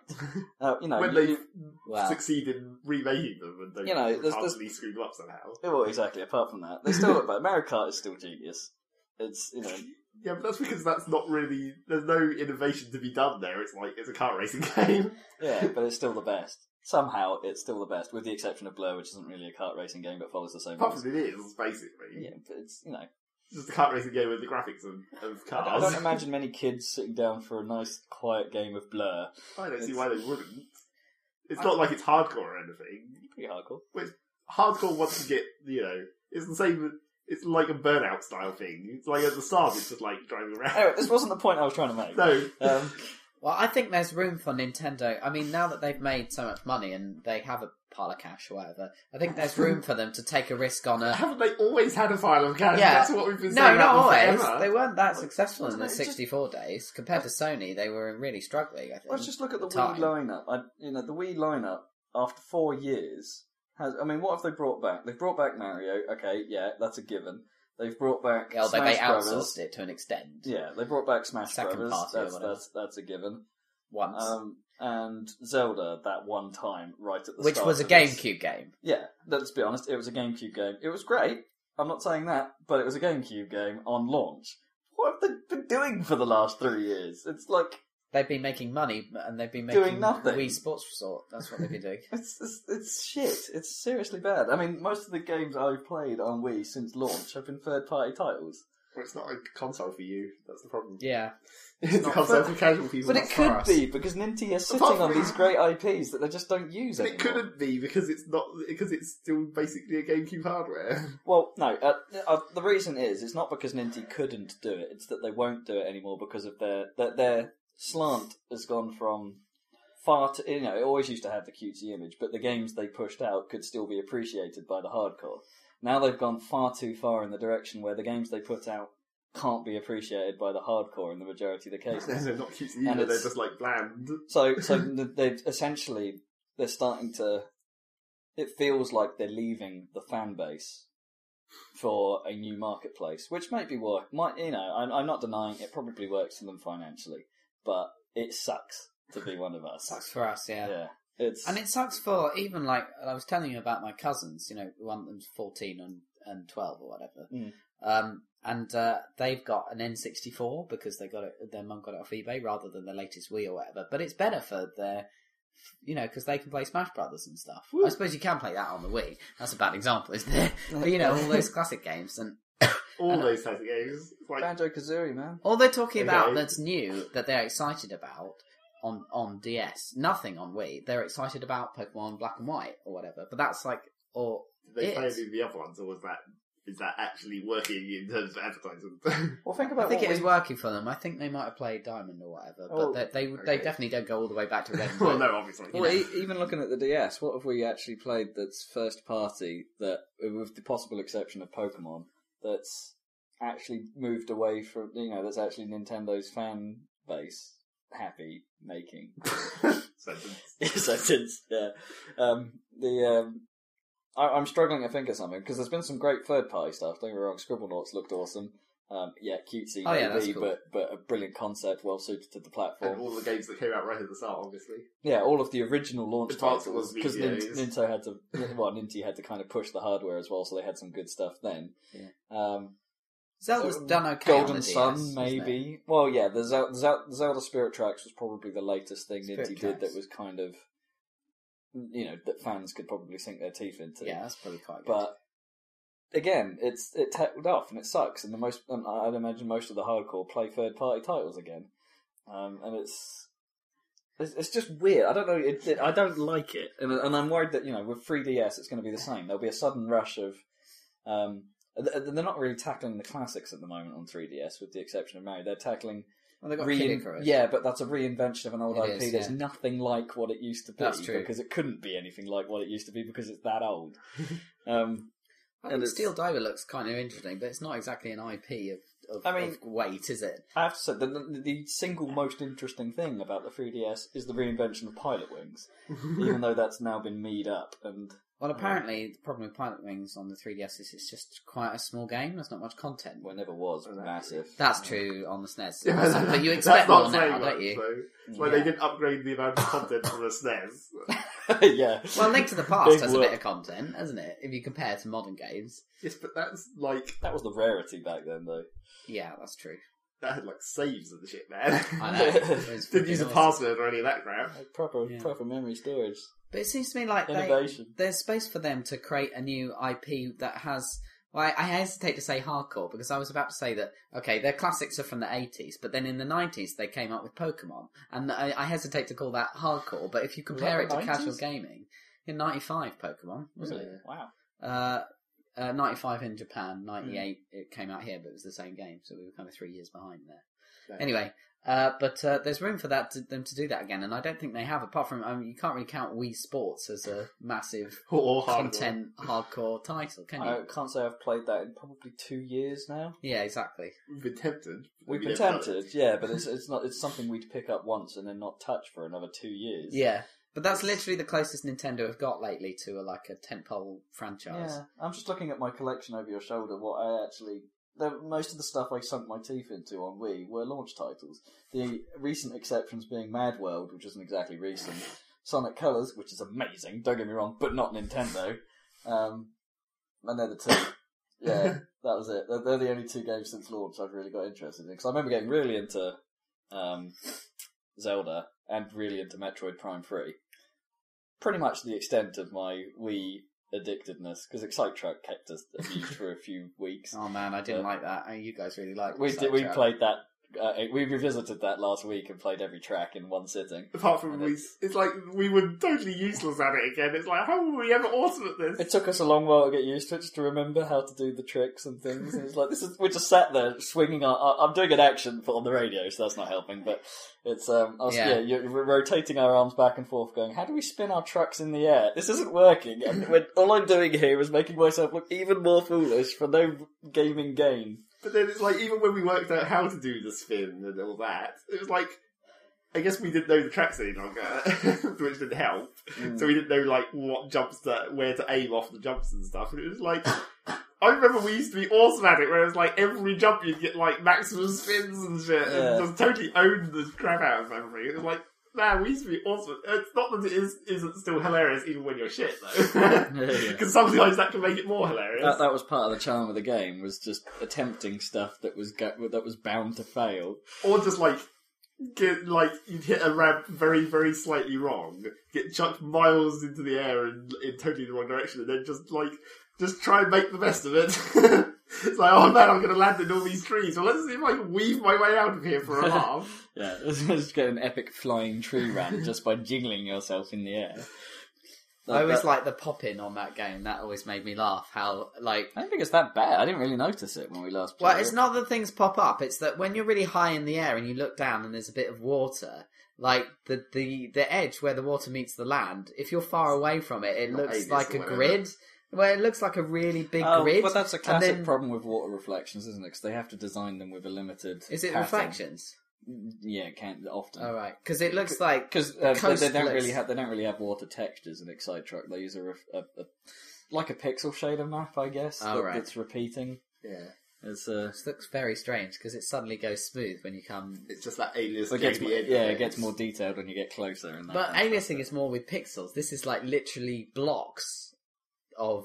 Uh, you know, when you- they you- Well. succeed in remaking them and they You know, there's- there's- hardly screw them up somehow. well, exactly. Apart from that, they still look bad. Mario Kart is still genius. It's you know Yeah, but that's because that's not really. There's no innovation to be done there. It's like it's a car racing game. Yeah, but it's still the best. Somehow, it's still the best, with the exception of Blur, which isn't really a kart racing game but follows the same Apart rules. from it is basically Yeah, but it's you know, it's just a car racing game with the graphics of, of I cars. don't, I don't imagine many kids sitting down for a nice, quiet game of Blur. I don't see It's- why they wouldn't. It's not like it's hardcore or anything. Pretty hardcore. Hardcore wants to get, you know, it's the same, it's like a burnout style thing. It's like at the start, it's just like driving Anyway, around. this wasn't the point I was trying to make. No, Um, Well, I think there's room for Nintendo. I mean, now that they've made so much money and they have a pile of cash or whatever, I think there's room for them to take a risk on a. haven't they always had a file of cash? Yeah. That's what we've been No, not saying about them always. forever. They weren't that successful in Well, the it's just- 64 days compared to Sony. They were really struggling. I think. let's just look at the Time. Wii lineup. I, you know, the Wii lineup after four years has. I mean, what have they brought back? They've brought back Mario. Okay, yeah, that's a given. They've brought back Yeah, although Smash they Brothers. outsourced it to an extent Yeah, they brought back Smash Second Brothers. party or that's, whatever. that's that's a given. once, Um, and Zelda that one time right at the which start was a of this. GameCube game. Yeah, let's be honest, it was a GameCube game. It was great. I'm not saying that, but it was a GameCube game on launch. What have they been doing for the last three years? It's like They've been making money and they've been making Doing nothing. Wii Sports Resort. That's what they've been doing. It's, it's it's shit. It's seriously bad. I mean, most of the games I've played on Wii since launch have been third party titles. Well, it's not a console for you. That's the problem. yeah. it's a not- console but- for casual people. But not it for could us. be because Nintendo are sitting Apart on from- these great IPs that they just don't use But anymore. it couldn't be because it's not because it's still basically a GameCube hardware. Well, no. Uh, uh, the reason is it's not because Ninty couldn't do it; it's that they won't do it anymore because of their that their slant has gone from far to you know it always used to have the cutesy image, but the games they pushed out could still be appreciated by the hardcore. Now they've gone far too far in the direction where the games they put out can't be appreciated by the hardcore in the majority of the cases. they're not cute And either. They're it's- just like bland. So, so th- they've essentially they're starting to. It feels like they're leaving the fan base for a new marketplace, which might be work. Might you know? I'm, I'm not denying it probably works for them financially, but it sucks to be one of us. Sucks for us, yeah. Yeah, it's And it sucks for even like I was telling you about my cousins, you know, one of them's fourteen and, and twelve or whatever. Mm. Um, and uh, they've got an N sixty four because they got it. Their mum got it off eBay rather than the latest Wii or whatever. But it's better for their, you know, because they can play Smash Brothers and stuff. Woo. I suppose you can play that on the Wii. That's a bad example, isn't it? but you know, all those classic games and All those types of games. It's Like Banjo Kazooie, man. all they're talking about Okay. that's new that they're excited about on on DS. Nothing on Wii. They're excited about Pokemon Black and White or whatever. But that's like or did they play Yes. any of the other ones, or was that is that actually working in terms of advertising? Well, think I about think what it is we- working for them. I think they might have played Diamond or whatever, but Oh, they they, okay. they definitely don't go all the way back to Red. and well, Blue. no, obviously. Well, e- even looking at the DS, what have we actually played that's first party that, with the possible exception of Pokemon, that's actually moved away from, you know, that's actually Nintendo's fan base happy making Sentence. sentence? Yeah. Um, the, um, I, I'm struggling to think of something because there's been some great third party stuff. Don't get me wrong, Scribblenauts looked awesome. Um, yeah, cutesy, Oh, yeah, maybe, that's cool. but, but a brilliant concept, well suited to the platform. and all the games that came out right at the start, obviously. Yeah, all of the original launch Advanced titles Wars because videos. Nintendo had to, well, Ninty had to kind of push the hardware as well, so they had some good stuff then. Yeah. Um, Zelda's so- done okay. on Um, Golden the Sun, DS, isn't it? maybe. Well, yeah, the Zelda, Zelda Spirit Tracks was probably the latest thing Spirit Ninty did Tracks. that was kind of, you know, that fans could probably sink their teeth into. Yeah, that's probably quite good. But again, it's it tailed off and it sucks. And the most, and I'd imagine most of the hardcore play third party titles again, um, and it's. It's it's just weird. I don't know. It, it, I don't like it, and, and I'm worried that you know with 3DS it's going to be the same. There'll be a sudden rush of. Um, th- they're not really tackling the classics at the moment on 3DS, with the exception of Mario. They're tackling well, they've got rein- Kid Icarus. yeah, but that's a reinvention of an old It IP. is, There's yeah. nothing like what it used to be That's true. because it couldn't be anything like what it used to be because it's that old. um, I and think it's- Steel Diver looks kind of interesting, but it's not exactly an IP of, of, I mean- of weight, is it? I have to say, the, the, the single most interesting thing about the 3DS is the reinvention of Pilot Wings, even though that's now been mead up. And Well, apparently the problem with Pilot Wings on the 3DS is it's just quite a small game. There's not much content. well, it never was Exactly. massive. That's true on the E SNES, Yeah, but that- but you that's expect not more now, saying much, don't you? though. It's like Yeah. they didn't upgrade the amount of content from the SNES. yeah. Well, Link to the Big Past has a work. bit of content, hasn't it? If you compare to modern games, Yes, but that's like That was the rarity back then, though. yeah, that's true. that had like saves and shit, man. I know. It was Didn't use a freaking awesome. password or any of that crap. Like, proper, Yeah. proper memory storage. But it seems to me like they, Innovation. there's space for them to create a new IP that has. Well, I, I hesitate to say hardcore because I was about to say that okay, their classics are from the 80s, but then in the 90s they came up with Pokemon, and I, I hesitate to call that hardcore. But if you Was compare that it the to casual 90s? gaming, in 95 Pokemon wasn't Really? Wow. it? Uh, uh, 95 in Japan, 98 Hmm. it came out here, but it was the same game, so we were kind of three years behind there. No. Anyway, uh, but uh, there's room for that to, them to do that again, and I don't think they have. Apart from, I mean, you can't really count Wii Sports as a massive Or hardcore. content hardcore title, can you? I can't say I've played that in probably two years now. yeah, exactly. We've been tempted. but We've we been never done tempted, it. yeah, but it's it's not it's something we'd pick up once and then not touch for another two years. Yeah, but that's literally the closest Nintendo have got lately to a, like a tentpole franchise. yeah. I'm just looking at my collection over your shoulder. What I actually, the, most of the stuff I sunk my teeth into on Wii were launch titles. The recent exceptions being Mad World, which isn't exactly recent, Sonic Colors, which is amazing. Don't get me wrong, but not Nintendo. Um, and they're the two. Yeah, that was it. They're, they're the only two games since launch I've really got interested in because I remember getting really into um, Zelda, and really into Metroid Prime 3. Pretty much the extent of my Wii addictiveness, because Excite Truck kept us amused for a few weeks. Oh man, I didn't Yeah. like that. Oh, you guys really liked We it, did, we Sidetrack. played that. Uh, we revisited that last week and played every track in one sitting. Apart from And we, it's like we were totally useless at it again. It's like how were we ever awesome at this? It took us a long while to get used to it, just to remember how to do the tricks and things. And it's like this is we just sat there swinging our. our- I'm doing an action for on the radio, so that's not helping. But it's um, I was, Yeah. yeah, you're, we're rotating our arms back and forth, going, "How do we spin our trucks in the air? This isn't working." And when, all I'm doing here is making myself look even more foolish for no gaming gain. But then it's like even when we worked out how to do the spin and all that, it was like I guess we didn't know the tracks any longer, uh, which didn't help. So we didn't know like what jumps to where to aim off the jumps and stuff. And it was like I remember we used to be awesome at it, where it was like every jump you'd get like maximum spins and shit, Yeah. and just totally owned the crap out of everything. It was like. Man, we used to be awesome. It's not that it is, isn't still hilarious even when you're shit, though. Because sometimes that can make it more hilarious. That, that was part of the charm of the game was just attempting stuff that was go- that was bound to fail. or just like get like you'd hit a ramp very very slightly wrong, get chucked miles into the air and in totally the wrong direction, and then just like just try and make the best of it. it's like, oh man, I'm gonna land in all these trees. Well, let's see if I can weave my way out of here for a laugh. Yeah, just get an epic flying tree run just by jiggling yourself in the air. I always That- like the pop in on that game. That always made me laugh. How like I don't think it's that bad. I didn't really notice it when we last played. Well, it's it. not that things pop up. It's that when you're really high in the air and you look down and there's a bit of water, like the the the edge where the water meets the land. If you're far away from it, it Not looks Hades like or a whatever. grid. Well, it looks like a really big Oh, grid. but that's a and classic then- problem with water reflections, isn't it? Because they have to design them with a limited. Is it Oh, pattern. reflections? Yeah, can often. All right, because it looks like because uh, they- they Coast don't looks- really have they don't really have water textures in Excite Truck. They use a, ref- a, a like a pixel shader map, I guess. Oh, that- right. That's repeating. yeah, It's uh, it looks very strange because it suddenly goes smooth when you come. it's just that alias. it gets more, yeah, it gets more detailed when you get closer. And that But kind of aliasing is more with pixels. This is like literally blocks of.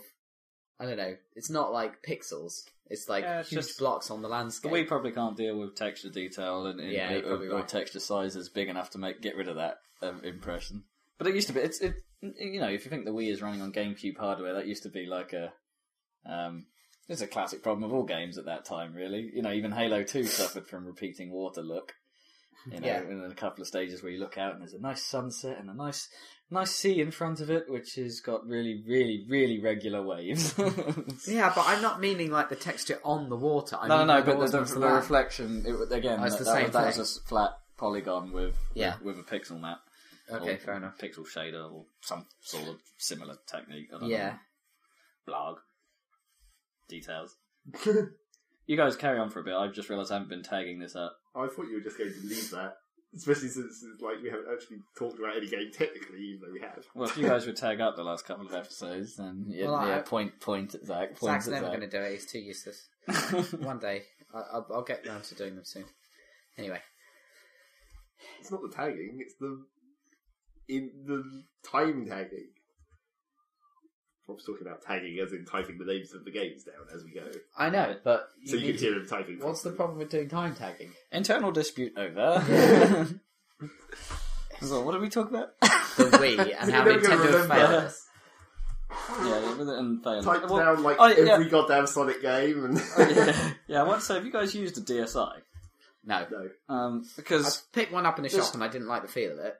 I don't know. It's not like pixels. It's like Yeah, it's huge just- blocks on the landscape. But we probably can't deal with texture detail and, and Yeah, you're or, probably or right. texture sizes big enough to make get rid of that um, impression. But it used to be. It's it. You know, if you think the Wii is running on GameCube hardware, that used to be like a. Um, it's a classic problem of all games at that time, really. You know, even Halo Two suffered from repeating water look. You know, Yeah. and then a couple of stages where you look out and there's a nice sunset and a nice, nice sea in front of it, which has got really, really, really regular waves. Yeah, but I'm not meaning like the texture on the water. I no, mean, no, like, but the, water the, onto the land. reflection it, was- again. Oh, it's that, the that same was, that was thing. a s- flat polygon with Yeah. with, with a pixel map. Okay, or fair enough. Pixel shader or some sort of similar technique. I don't Yeah. know. Blarg. Details. You guys carry on for a bit. I've just realised I haven't been tagging this up. I thought you were just going to leave that, especially since like we haven't actually talked about any game technically, even though we have. Well, if you guys would tag up the last couple of episodes, then yeah, Well, yeah I- point point at Zach. Point Zach's never going to at do it. He's too useless. Zach. One day, I, I'll, I'll get round to doing them soon. Anyway, It's not the tagging; it's the in the time tagging. Rob's talking about tagging as in typing the names of the games down as we go, I know, but so you need can to- hear him typing. What's the properly. problem with doing time tagging? Internal dispute over. so, what did we talk about? The Wii and how You're never gonna Nintendo remember. failed us. yeah, with it and fail. Type Well, down like oh, yeah. Oh, every goddamn Sonic game and yeah, yeah, I want to say, have you guys used a DSI? No, no. Um, I because picked one up in a There's- shop and I didn't like the feel of it,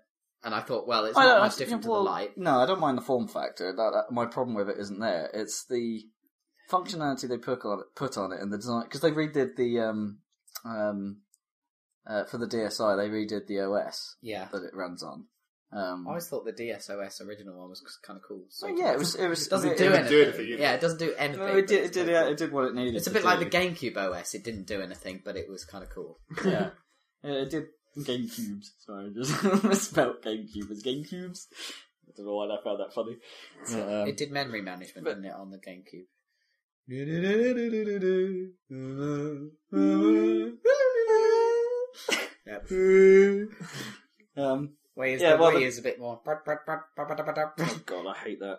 and I thought, well, it's I not don't- much I- different well, to the light. No, I don't mind the form factor. That, that- my problem with it isn't there. It's the functionality they put on it, put on it, and the design because they redid the um, um, uh, for the DSI they redid the OS Yeah, that it runs on. Oh, I Um, always thought the DSOS original one was kind of cool. so sort Oh, yeah, of. it was it was It doesn't it, do it, anything. anything. Yeah, it doesn't do anything. No, but it did it it's did quite yeah, cool. it did what it needed. It's a to bit like do. the GameCube OS. It didn't do anything, but it was kind of cool. Yeah. Yeah, Uh, it did GameCubes. Sorry, I just misspelled GameCube as GameCubes. I don't know why I found that funny. But, um, It did memory management, But- didn't it, on the GameCube? Yep. um, Whereas Yeah, the well, Wii the- is a bit more. oh god, I hate that.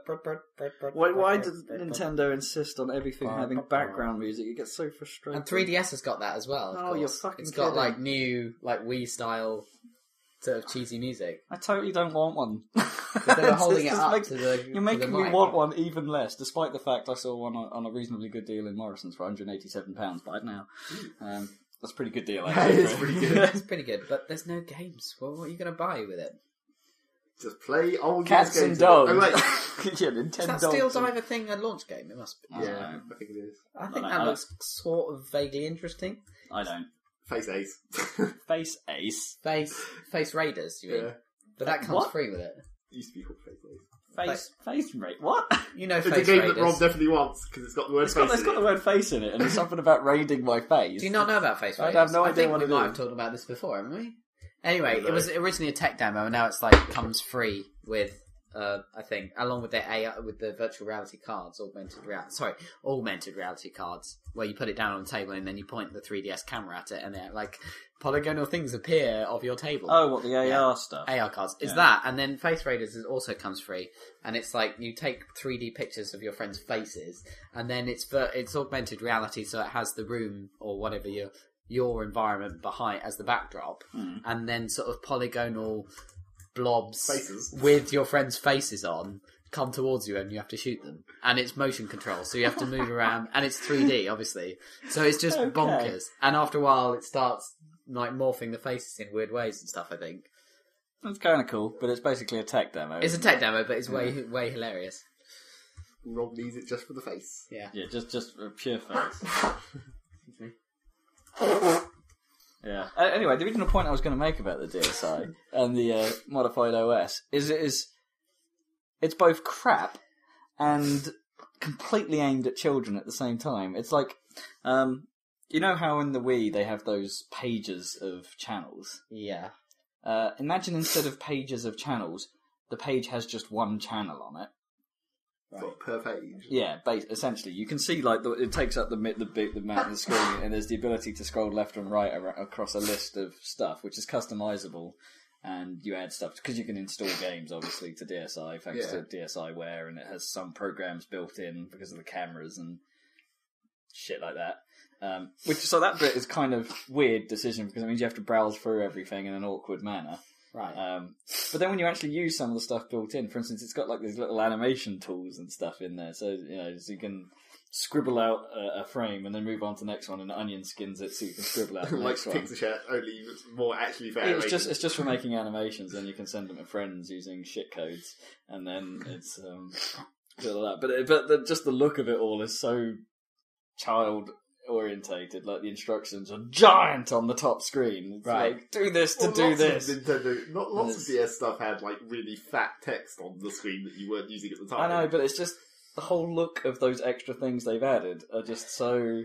Why, why did Nintendo insist on everything having background music? It gets so frustrating. And 3DS has got that as well. Of Oh, you're course. fucking It's got kidding. like new, like Wii style sort of cheesy music. I totally don't want one. But they were This holding it just up makes- to the. You're to making the me mic. want one even less, despite the fact I saw one on, on a reasonably good deal in Morrison's for 187 pounds. But now, um, that's a pretty good deal. That actually. is pretty good. It's pretty good, but there's no games. Well, what are you going to buy with it? Just play old Cats games and Oh, dogs. wait. yeah, Nintendo. Is that Steel Diver thing a launch game? It must be. I don't yeah, know. I think it is. I think no, that I- looks sort of vaguely interesting. I don't. Face Ace. Face Ace. Face Face Raiders, you mean? yeah, But that comes What? free with it. used to be called Face Ace. Face Face Rate. What? You know, It's Face a game Raiders. that Rob definitely wants because it's got the word It's face. got, it's in got it. the word face in it, and it's something about raiding my face. Do you not know about Face I Raiders? have no idea think what we it might is. have talked about this before, haven't we? Anyway, No. it was originally a tech demo, and now it's like comes free with, uh, I think, along with their AI, with the virtual reality cards, augmented reality, sorry, augmented reality cards, where you put it down on a table and then you point the 3DS camera at it, and they're like polygonal things appear off your table. Oh, what the AR Yeah. stuff? AR cards. Is Yeah. that, and then Face Raiders is also comes free, and it's like you take 3D pictures of your friends' faces, and then it's ver- it's augmented reality, so it has the room or whatever your your environment behind as the backdrop, Hmm. and then sort of polygonal blobs Faces. with your friends' faces on come towards you and you have to shoot them and it's motion control so you have to move around and it's 3d obviously so it's just Okay. bonkers and after a while it starts like morphing the faces in weird ways and stuff i think That's kind of cool, but it's basically a tech demo. it's a tech demo, but it's way way hilarious. Rob needs it just for the face. Yeah. Yeah, just just a pure face. yeah. Uh, anyway, the original point I was going to make about the DSi and the uh, modified OS is it is it's both crap and completely aimed at children at the same time. It's like um, you know how in the Wii they have those pages of channels. Yeah. Uh, imagine instead of pages of channels, the page has just one channel on it. Sort of per page. Yeah, bas essentially, you can see like the, it takes up the mid, the big, the map of the screen, and there's the ability to scroll left and right ar- across a list of stuff, which is customizable, and you add stuff because you can install games obviously to DSi thanks Yeah. to DSiWare, and it has some programs built in because of the cameras and shit like that. Um, which so that bit is kind of weird decision because it means you have to browse through everything in an awkward manner. Right. Um, but then when you actually use some of the stuff built in, for instance, it's got like these little animation tools and stuff in there, so you know, so you can scribble out a, a frame and then move on to the next one, and Onion skins it so you can scribble out the like next one. Pixar shirt, only it's more actually fair. It's just rated. it's just for making animations, and you can send them to friends using shit codes, and then it's um, bit like that. But it- but the, just the look of it all is so child orientated. Like the instructions are giant on the top screen. It's Right. like, do this to Well, do lots this. Of Nintendo, not lots Yes. of DS stuff had like really fat text on the screen that you weren't using at the I time. know, but it's just the whole look of those extra things they've added are just so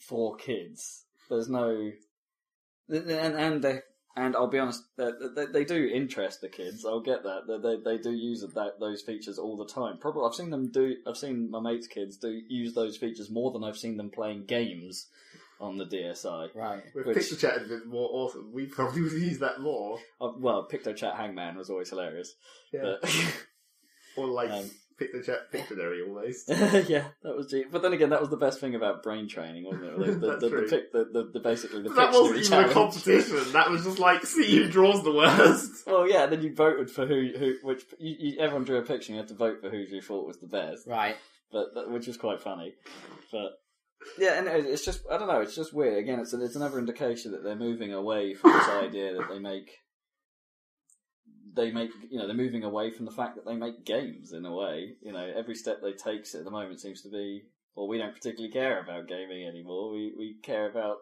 for kids. There's no, and and they and I'll be honest, they, they, they do interest the kids. I'll get that. They they, they do use that those features all the time. Probably I've seen them do. I've seen my mates' kids do use those features more than I've seen them playing games on the DSi. right. With which- Pixar chat had been more awesome, we probably would use that more. Uh, well, PictoChat Hangman was always hilarious. Yeah. But- Or like Um, Picture Chat Pictionary almost. yeah, that was genius. But then again, that was the best thing about brain training, wasn't it? The, the, That's the, the, true. pic, the, the, the basically the that wasn't Pictionary even a challenge. competition. That was just like, see who draws the worst. Well, yeah, then you voted for who, who which you, you, everyone drew a picture. and You had to vote for who you thought was the best, Right. but that, which was quite funny. But yeah, and it- it's just I don't know. It's just weird. Again, it's it's another indication that they're moving away from this idea that they make they make you know they're moving away from the fact that they make games in a way. You know, every step they takes at the moment seems to be well, we don't particularly care about gaming anymore. We we care about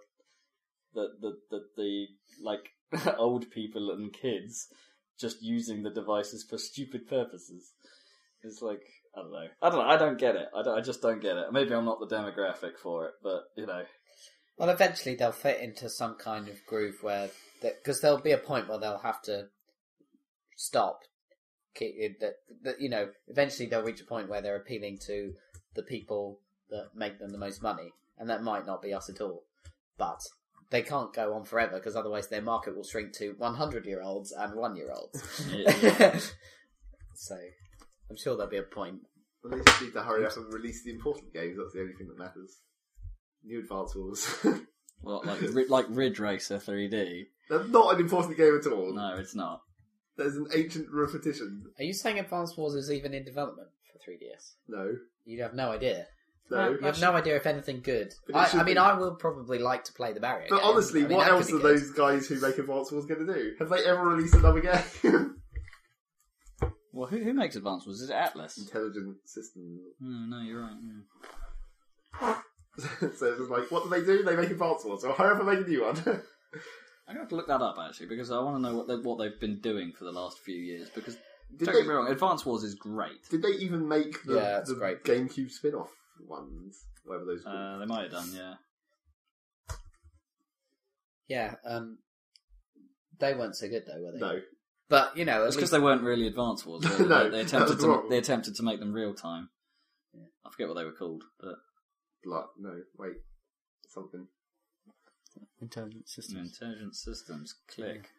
the the the, the like old people and kids just using the devices for stupid purposes. It's like I don't know. I don't know. I don't get it. I, don't, I just don't get it. Maybe I'm not the demographic for it, but you know, Well, eventually they'll fit into some kind of groove where, because there'll be a point where they'll have to stop. Keep, it- that, that you know, eventually they'll reach a point where they're appealing to the people that make them the most money, and that might not be us at all. But they can't go on forever because otherwise their market will shrink to 100 year olds and one year olds. so I'm sure there'll be a point. Well, they just need to hurry up and release the important games. That's the only thing that matters. New Advance Wars. What, like ri- like Ridge Racer 3D? That's not an important game at all. No, it's not. There's an ancient repetition. Are you saying Advanced Wars is even in development for 3DS? No. You have no idea. No. You have no idea if anything good. But it I, should I mean, be. I will probably like to play the barrier. But game. honestly, I mean, what that else could are be good. those guys who make Advance Wars going to do? Have they ever released another game? Well, who who makes Advance Wars? Is it Atlas? Intelligent system. Hmm, no, you're right. yeah. so it's just like, what do they do? They make Advance Wars, or however make a new one. I'm gonna have to look that up actually because I want to know what they, what they've been doing for the last few years. Because did, don't they, get me wrong, Advance Wars is great. did they even make the, Yeah, it's the great. GameCube spin-off ones? Whatever those were. Uh, they might have done, yeah. Yeah, um, they weren't so good though, were they? no. But you know, at It's because least they weren't really Advance Wars. were They, No, they, they that attempted was to wrong. they attempted to make them real time. I forget what they were called, but Like, no, wait. Something. intelligent systems. Intelligent Systems. Click.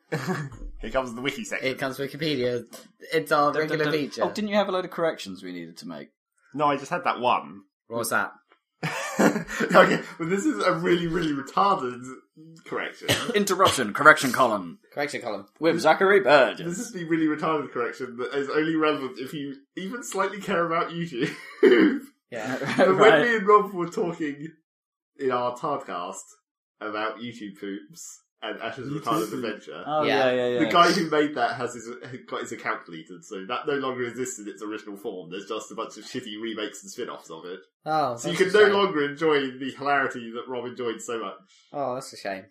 Here comes the wiki section. Here comes Wikipedia. It's our regular feature. Oh, didn't you have a load of corrections we needed to make? No, I just had that one. What was that? okay, well, this is a really, really retarded correction. Interruption. Correction column Correction column. with Zachary Burgess. This is the really retarded correction that is only relevant if you even slightly care about YouTube. but Yeah. when right. me and Rob were talking in our Tardcast about YouTube poops and Ash's retarded adventure, Oh yeah, yeah, yeah. the guy who made that has his got his account deleted, so that no longer exists in its original form. There's just a bunch of shitty remakes and spin-offs of it, Oh, so you that's a can no shame. longer enjoy the hilarity that Rob enjoyed so much. Oh, that's a shame.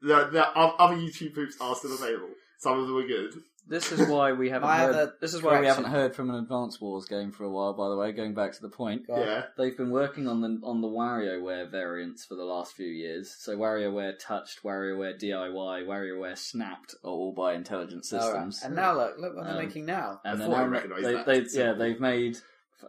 The, the o- other YouTube poops are still available. Some of them are good. This is why we haven't. My heard, other this is why we correction- haven't heard from an Advance Wars game for a while. By the way, going back to the point, God. Yeah. they've been working on the on the WarioWare variants for the last few years. So WarioWare Touched, WarioWare DIY, WarioWare Snapped are all by Intelligent All right. Systems. And now look, look what they're Um, making now. and I then thought I now recognised they, that. they, yeah, they've made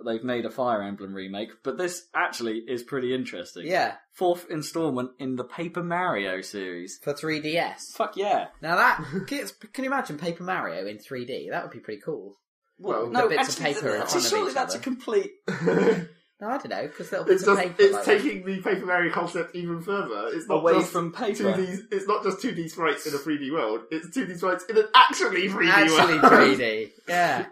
they've made a Fire Emblem remake, but this actually is pretty interesting. Yeah, fourth installment in the Paper Mario series. for 3DS. Fuck yeah! Now that gets, can you imagine Paper Mario in 3D? That would be pretty cool. Well, The bits of paper in front of surely each that's other. a complete. No, I don't know because little bits it's of just paper. it's like that. taking the Paper Mario concept even further. It's not Away just from paper. 2D. It's not just 2D sprites in a 3D world. It's 2D sprites in an actually 3D actually world. 3D. Yeah.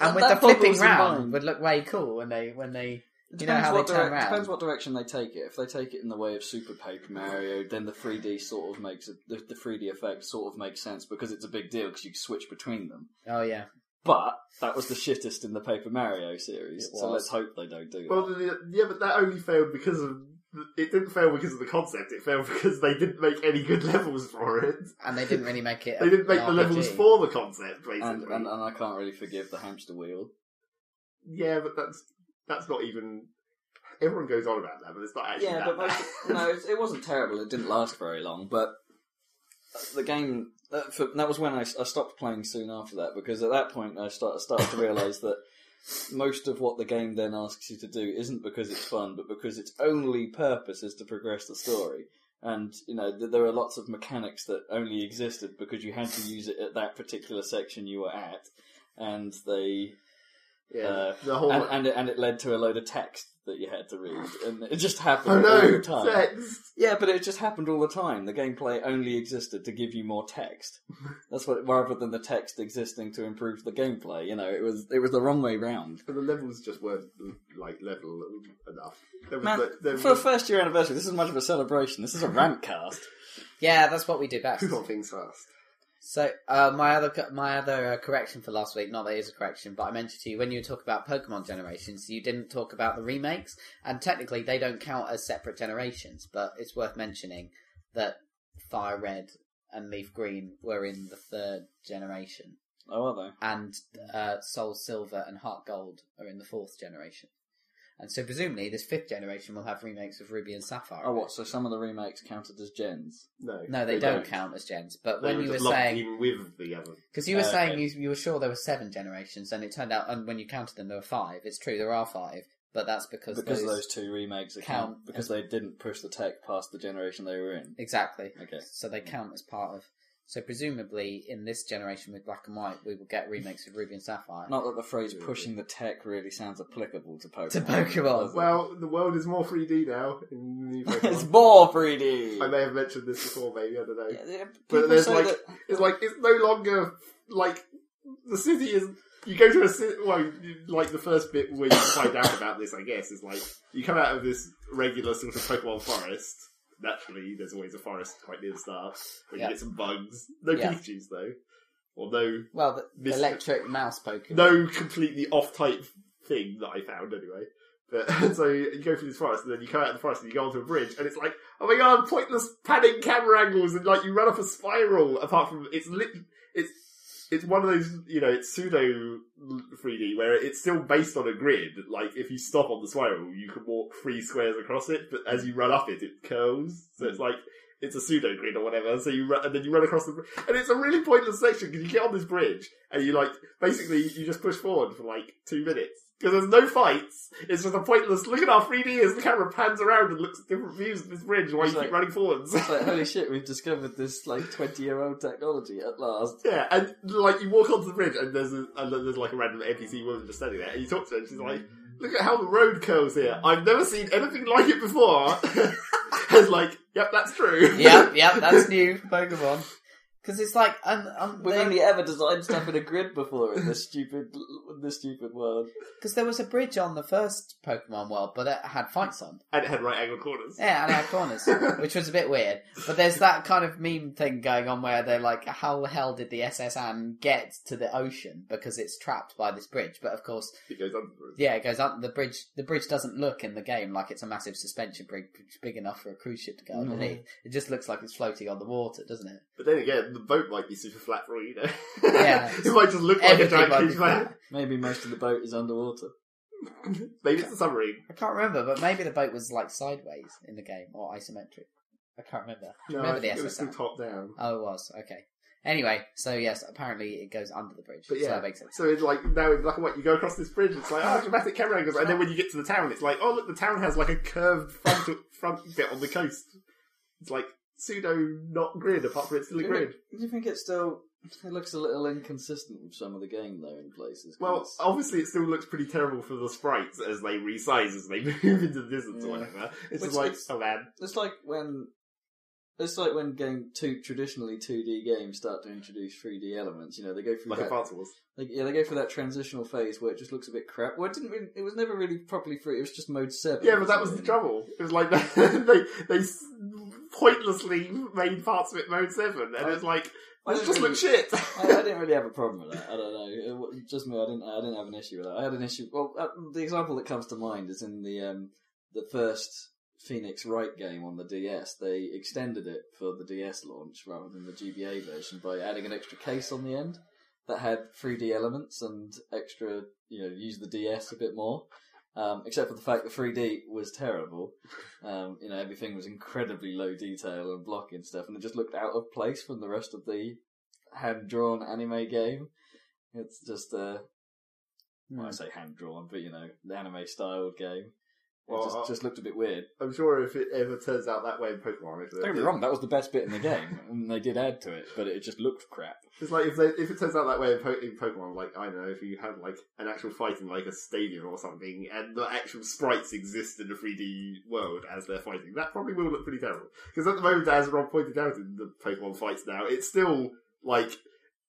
and with the flipping round but would look way cool when they when they you know depends how what they turn direc- around. Depends what direction they take it. If they take it in the way of Super Paper Mario, then the 3D sort of makes it, the, the 3D effect sort of makes sense because it's a big deal because you switch between them. Oh yeah. But that was the shittest in the Paper Mario series, It so was. let's hope they don't do that. Well, the- yeah, but that only failed because of it didn't fail because of the concept. It failed because they didn't make any good levels for it. And they didn't really make it. They didn't make an the levels RPG. for the concept, basically. and, and, and I can't really forgive the hamster wheel. yeah, but that's that's not even. Everyone goes on about that, but it's not actually. Yeah, that but most, bad. no, it, it wasn't terrible. It didn't last very long, but the game uh, for, that was when I, I stopped playing soon after that because at that point I start, started to realise that most of what the game then asks you to do isn't because it's fun, but because its only purpose is to progress the story. And you know th- there are lots of mechanics that only existed because you had to use it at that particular section you were at, and they yeah, uh, the whole. and, and, it, and it led to a load of text that you had to read, and it just happened oh all the no! time. Sex. Yeah, but it just happened all the time. The gameplay only existed to give you more text. That's what, rather than the text existing to improve the gameplay. You know, it was it was the wrong way round. But the levels just weren't like level enough. There was Man, no- there was for a no- first year anniversary, this is much of a celebration. This is a rant cast. Yeah, that's what we do best. Put on things first. So uh, my other co- my other uh, correction for last week, not that it is a correction, but I mentioned to you when you were talking about Pokemon generations, you didn't talk about the remakes, and technically they don't count as separate generations, but it's worth mentioning that Fire Red and Leaf Green were in the third generation, Oh, are and uh, Soul Silver and Heart Gold are in the fourth generation, and so presumably this fifth generation will have remakes of Ruby and they? Sapphire. Oh, what? So some of the remakes counted as gens. No, No, they, They don't, don't. count as gens. But They when were you were just lumped saying in with the other. Because you were Uh, saying okay. you, you were sure there were seven generations, and it turned out, and when you counted them, there were five. It's true, there are five, but that's because, Because those... those two remakes are count count because they didn't push the tech past the generation they were in. Exactly. Okay. So they count as part of. So presumably, in this generation with black and white, we will get remakes with Ruby and Sapphire. Not that the phrase pushing the tech really sounds applicable to Pokemon. To Pokemon. does it? Well, the world is more 3D now. In the new it's Pokemon. more I 3D! may have mentioned this before, maybe, I don't know. Yeah, yeah, But people there's say like- that- It's like, it's no longer, like, the city is, you go to a city, well, you- like the first bit where you find out about this, I guess, is like, you come out of this regular sort of Pokemon forest. Naturally, there's always a forest quite near the start, where Yeah. you get some bugs. No Yeah. Pikachu's, though. Or no, Well, the This- electric mouse Pokemon. no completely off type thing that I found anyway. But so you go through this forest and then you come out of the forest and you go onto a bridge and it's like, oh my god, pointless panning camera angles and like you run up a spiral apart from it's lit it's it's one of those, you know, it's pseudo 3D where it's still based on a grid. Like, if you stop on the spiral, you can walk three squares across it, but as you run up it, it curls. So Hmm. it's like, it's a pseudo grid or whatever. So you run, and then you run across the, br- and it's a really pointless section because you get on this bridge and you like, basically, you just push forward for like two minutes. Because there's no fights, it's just a pointless. Look at our 3D as the camera pans around and looks at different views of this bridge while It's you like- keep running forwards. It's like, holy shit, we've discovered this, like, 20 year old technology at last. Yeah, and like you walk onto the bridge, and there's a, and there's like a random NPC woman just standing there, and you talk to her, and she's like, "Look at how the road curves here. I've never seen anything like it before." it's like, "Yep, that's true." yep, yep, that's new for Pokemon. Because it's like, um, um, We've only ever designed stuff in a grid before in this stupid, in this stupid world. because there was a bridge on the first Pokemon world, but it had fights on. and it had right angle corners. Yeah, and it had corners, which was a bit weird. But there's that kind of meme thing going on where they're like, how the hell did the SSN get to the ocean? Because it's trapped by this bridge. But of course, It goes under. the bridge. yeah, it goes up the bridge. The bridge doesn't look in the game like it's a massive suspension bridge big enough for a cruise ship to go No. underneath. It just looks like it's floating on the water, doesn't it? But then again, the boat might be super flat for all you know. Yeah. it might just look like a Everything giant might be cruise flat. flat. Maybe most of the boat is underwater. Maybe it's a submarine. I can't remember, but maybe the boat was like sideways in the game or isometric. I can't remember. No, Remember I the think it was still SSN. top down. Oh, it was okay. Anyway, so yes, apparently it goes under the bridge. But so yeah. that makes sense. So it's like now in black and white, you go across this bridge. It's like oh, dramatic camera angles, and then when you get to the town, it's like oh look, the town has like a curved front front bit on the coast. It's like pseudo not grid, apart from it's still a Do you think- grid. Do you think it's still? It looks a little inconsistent with some of the game though in places. 'cause Well, it's- obviously, it still looks pretty terrible for the sprites as they resize as they move into the distance or Yeah. whatever. It's Which just like it's- oh man, it's like when it's like when game two traditionally two D games start to introduce three D elements. You know, they go through like that, Advance Wars. they, yeah, they go through that transitional phase where it just looks a bit crap. Well, it didn't. Really, it was never really properly free. It was just mode seven. Yeah, but that was wasn't the it? trouble. It was like they they s- pointlessly made parts of it mode seven, and it's like I this don't just really- looks shit. I, I didn't really have a problem with that. I don't know. It, wa- just me. I didn't. I didn't have an issue with that. I had an issue. Well, uh, the example that comes to mind is in the um, the first Phoenix Wright game on the DS. They extended it for the DS launch rather than the GBA version by adding an extra case on the end that had 3D elements and extra. You know, use the DS a bit more. Um, except for the fact that 3D was terrible. Um, you know, everything was incredibly low detail and blocking and stuff, and it just looked out of place from the rest of the hand drawn anime game. It's just uh, well, Hmm. I say hand drawn, but you know, the anime styled game. It Well, just, I- just looked a bit weird. I'm sure if it ever turns out that way in Pokemon, if Don't get me if- wrong, that was the best bit in the game, and they did add to it, but it just looked crap. It's like if they, if it turns out that way in, po- in Pokemon, like I don't know, if you had like an actual fight in like a stadium or something, and the actual sprites exist in the 3D world as they're fighting, that probably will look pretty terrible. Because at the moment, as Rob pointed out in the Pokemon fights now, it's still like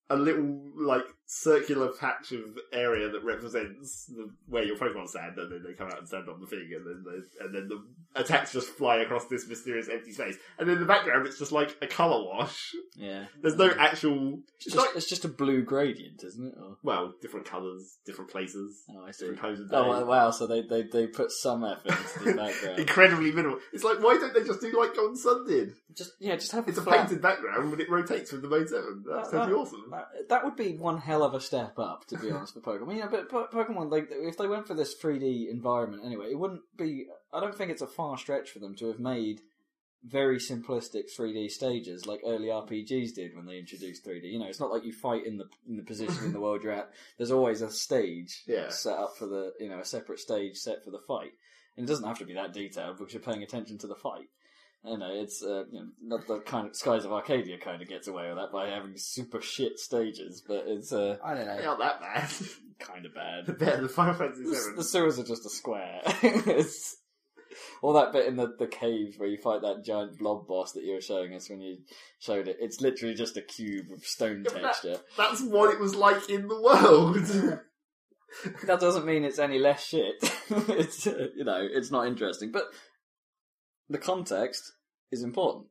a little like circular patch of area that represents the, where your Pokemon stand, and then they come out and stand on the thing, and then they, and then the attacks just fly across this mysterious empty space, and in the background, it's just like a color wash. Yeah, There's no actual. It's It's just, like it's just a blue gradient, isn't it? Or, well, different colours, different places, oh, I see. different times of day. Oh wow- wow! So they, they, they put some effort into the background. Incredibly minimal. It's like why don't they just do like Golden Sun did? just yeah, just have It's a flat. painted background, but it rotates with the mode seven. That's totally awesome. That, that would be one hell of a step up, to be honest, for Pokemon. You know, but Po- Pokemon, like, if they went for this 3D environment anyway, it wouldn't be. I don't think it's a far stretch for them to have made very simplistic 3D stages like early RPGs did when they introduced 3D. You know, it's not like you fight in the in the position in the world you're at. There's always a stage Yeah. set up for the you know a separate stage set for the fight, and it doesn't have to be that detailed because you're paying attention to the fight. you know, it's uh, you know, not the kind of Skies of Arcadia kind of gets away with that by having super shit stages, but it's uh, I don't know. Not that bad. kind of bad. Better than Final Fantasy The, VII. the sewers are just a square. it's all that bit in the, the cave where you fight that giant blob boss that you were showing us when you showed it. It's literally just a cube of stone Yeah, but that- texture. That's what it was like in the world. that doesn't mean it's any less shit. it's uh, you know, it's not interesting, but the context is important.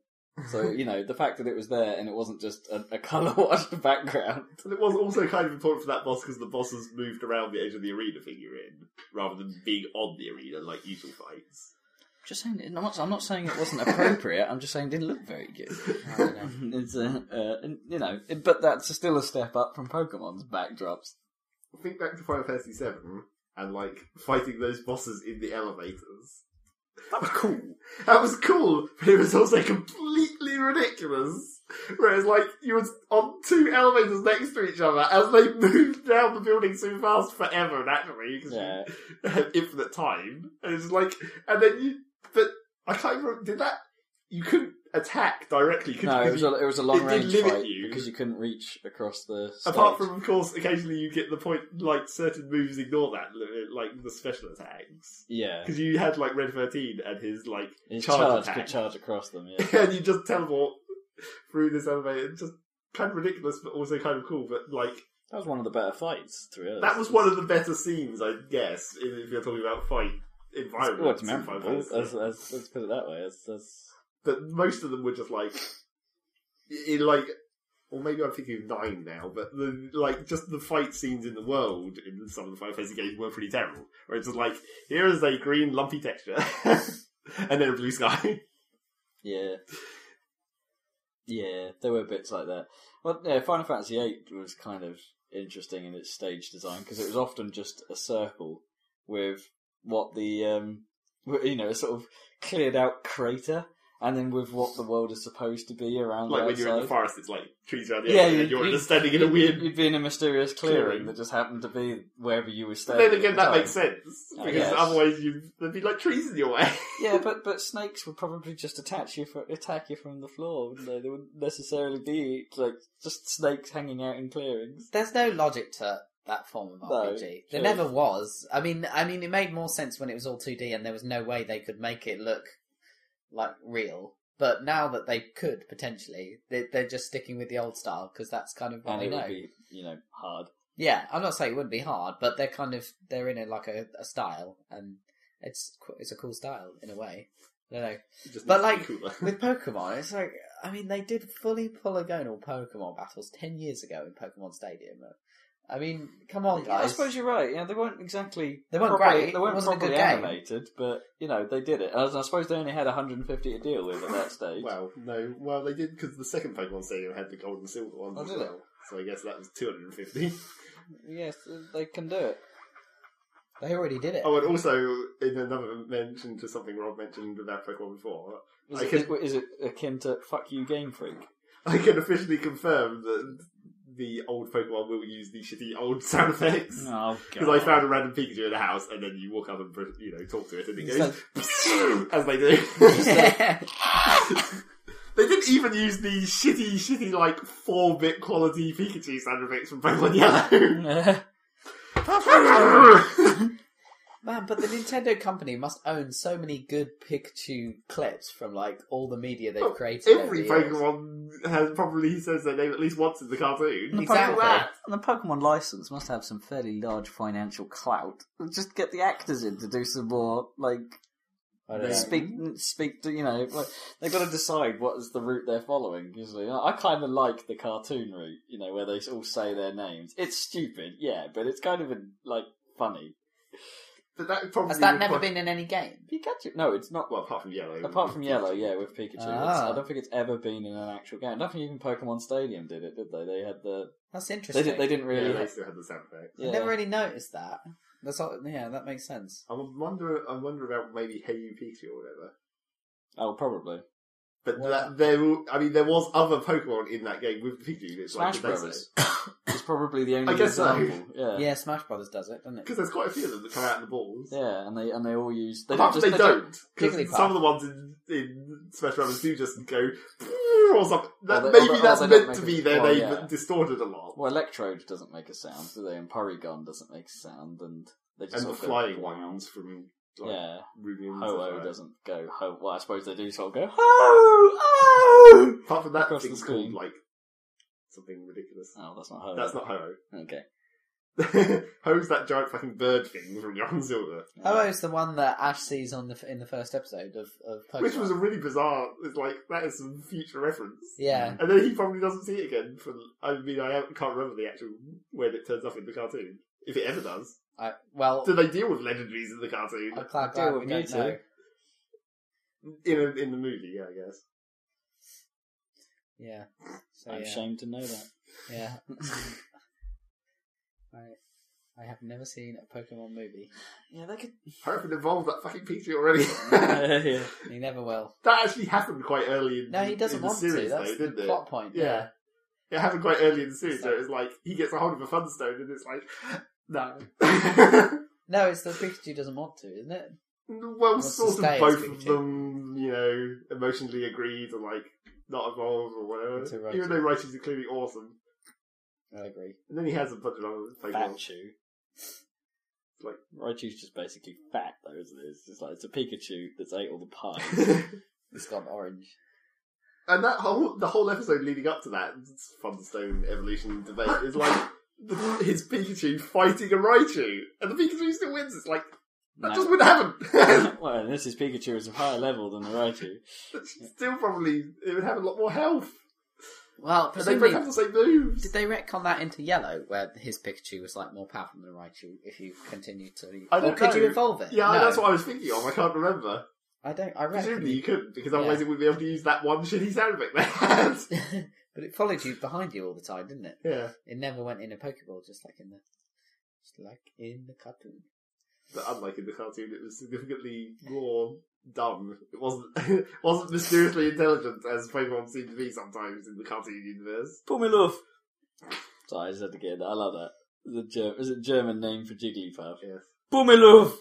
So you know, the fact that it was there and it wasn't just a, a color washed background. And it was also kind of important for that boss because the boss has moved around the edge of the arena thing you're in, rather than being on the arena like usual fights. Just saying, I'm not, I'm not saying it wasn't appropriate. I'm just saying it didn't look very good. I don't know. it's a, uh, and, you know, it- but that's still a step up from Pokemon's backdrops. Think back to Final Fantasy VII and like fighting those bosses in the elevators. That was cool. That was cool, but it was also completely ridiculous. Whereas, like, you were on two elevators next to each other as they moved down the building so fast forever, naturally, because Yeah, you had infinite time. And it's like, and then you, but I can't remember, did that, you couldn't attack directly, could no, you? it was a, it was a long range limit fight you. because you couldn't reach across the. Stage. Apart from, of course, occasionally you get the point, like, certain moves ignore that, li- like the special attacks. yeah, Because you had, like, Red 13 and his, like, his charge charge attack. could charge across them. Yeah. and you just teleport through this elevator. It's just kind of ridiculous, but also kind of cool. But like, That was one of the better fights, to be honest. that was one of the better scenes, I guess, if if you're talking about fight It's- environments. well, it's in memorable. Final Fantasy. Let's, let's- let's put it that way. It's, it's- But most of them were just like, in like, or maybe I'm thinking of nine now. But the like, just the fight scenes in the world in some of the Final Fantasy games were pretty terrible. Where it's just like, here is a green lumpy texture, and then a blue sky. yeah, yeah. There were bits like that. Well, yeah, Final Fantasy VIII was kind of interesting in its stage design because it was often just a circle with what the um, w- you know, a sort of cleared out crater, and then with what the world is supposed to be around. like the when you're in the outside. forest, it's like trees around the Yeah, yeah, you- and you're you- just standing in a weird You'd be in a mysterious clearing, Clearing. that just happened to be wherever you were But staying. then at again, the that time. makes sense I because guess. otherwise you'd there'd be like trees in your way. Yeah, but but snakes would probably just attach you for, attack you from the floor, wouldn't they? They wouldn't necessarily be like just snakes hanging out in clearings. There's no logic to that form of No, RPG. there true. never was. I mean, I mean, it made more sense when it was all 2D, and there was no way they could make it look like real. But now that they could potentially, they, they're just sticking with the old style because that's kind of what And we it know. would be, you know, hard. Yeah, I'm not saying it wouldn't be hard, but they're kind of they're in a, like a, a style, and it's qu- it's a cool style in a way. I don't know. Just But, like, makes it cooler. With Pokemon, it's like I mean they did fully polygonal Pokemon battles ten years ago in Pokemon Stadium. I mean, come on, Yeah, I Oh, guys. suppose you're right. Yeah, they weren't exactly They weren't properly- great. They weren't It wasn't a properly good game. animated, but you know they did it. And I suppose they only had 150 to deal with at that stage. well, no, well they did because the second Pokemon Stadium had the gold and silver ones Oh, as did it? well. So I guess that was two hundred and fifty. Yes, uh, they can do it. They already did it. oh, and also in another mention to something Rob mentioned about Pokemon before, Is I it, can- is it akin to "fuck you, Game Freak"? I can officially confirm that the old Pokemon will use the shitty old sound effects. Oh Because I found a random Pikachu in the house, and then you walk up and you know talk to it, and it It's goes as they do. They didn't even use the shitty, shitty, like, 4-bit quality Pikachu sound effects from Pokemon Yellow. Man, but the Nintendo company must own so many good Pikachu clips from like all the media they've Oh, created. over Every the years. Pokemon has probably says their name at least once in the cartoon. Exactly. And the Pokemon license must have some fairly large financial clout. Just get the actors in to do some more, like I don't know. speak, speak to you know. Like, they've got to decide what is the route they're following. Usually, I kind of like the cartoon route, you know, where they all say their names. It's stupid, yeah, but it's kind of like funny. But that probably... Has that would never pro- been in any game? Pikachu? No, it's not. Well, apart from Yellow. Apart from Yellow, yeah, with Pikachu, it's, Ah. I don't think it's ever been in an actual game. I don't think even Pokemon Stadium did it, did they? They had the That's they interesting. did, they didn't Yeah, really. they still had the sound effect. I never really noticed that. That's all, yeah, that makes sense. I wonder, I wonder about maybe Hey You Pikachu or whatever. Oh, probably. But Well- that, there, will- I mean, there was other Pokemon in that game with Pikachu. It's Smash like, the best- Brothers. It's probably the only I guess so. example. Yeah. yeah. Yeah, Smash Brothers does it, doesn't it? Because there's quite a few of them that come out in the balls. and they and they all use They they Apart don't from just they, they don't- don't. Because Jigglypuff. some of the ones in, in Smash Brothers do just go or something. That, Or they- or maybe they- or that's they don't meant make to a- be their well, name, yeah. but distorted a lot. Well, Electrode doesn't make a sound, do they? And Porygon doesn't make a sound, and they just and all the go- flying ones from like, Yeah, Ruby and Ho Sapphire. Oh doesn't go Ho. Well, I suppose they do sort of go Ho Oh. Apart from that, Across the thing's called screen. like something ridiculous. Oh, that's not Ho. That's not Ho. okay. Ho's that giant fucking bird thing from Young Silver, Oh, it's the one that Ash sees on the f- in the first episode of of Pokemon. which was a really bizarre. It's like that is some future reference. yeah. And then he probably doesn't see it again. For I mean, I haven't- can't remember the actual when it turns up in the cartoon, if it ever does. I, well, Do they deal with legendaries in the cartoon I'm glad, Deal glad we with don't Mewtwo. know. in a, in the movie? Yeah, I guess. Yeah. So I'm yeah. ashamed to know that. Yeah. I I have never seen a Pokemon movie. Yeah, they could. Hope it involved that fucking Pikachu already. yeah. He never will. that actually happened quite early in No, he doesn't in the want series, to. That's though, didn't the it? plot point. Yeah. Yeah. It happened quite early in the series, so So- it's like he gets a hold of a Thunderstone and it's like, no. No, it's the Pikachu doesn't want to, isn't it? well, Wants to sort stay of as both of Pikachu. them, you know, emotionally agreed and like not evolved or Into whatever. Raichu. Even though Raichu's clearly awesome. I agree. And then he has a bunch of other Pokemon. Pikachu. Like- Raichu's just basically fat, though, isn't it? It's just like it's a Pikachu that's ate all the pie. It's gone orange. and that whole the whole episode leading up to that Thunderstone evolution debate is like the, his Pikachu fighting a Raichu, and the Pikachu still wins. It's like that No. just wouldn't happen. well, and this is Pikachu is a higher level than the Raichu. But she's still probably it would have a lot more health. Well, Because they both have presumably, the same moves. did they retcon that into yellow, where his Pikachu was like more powerful than Raichu if you continued to? I or don't could know. you evolve it? Yeah, No. that's what I was thinking of. I can't remember. I don't. I reckon. Presumably you- you couldn't, because otherwise Yeah. it would be able to use that one shitty sound effect they had. but it followed you behind you all the time, didn't it? yeah. It never went in a Pokeball, just like in the, just like in the cartoon. But unlike in the cartoon, it was significantly more dumb. It wasn't it wasn't mysteriously intelligent as Pokemon seem to be sometimes in the cartoon universe. Pull me love. Sorry, I just had to get in there. I love that. The Ger- is it German name for Jigglypuff? Yes. Pull me love.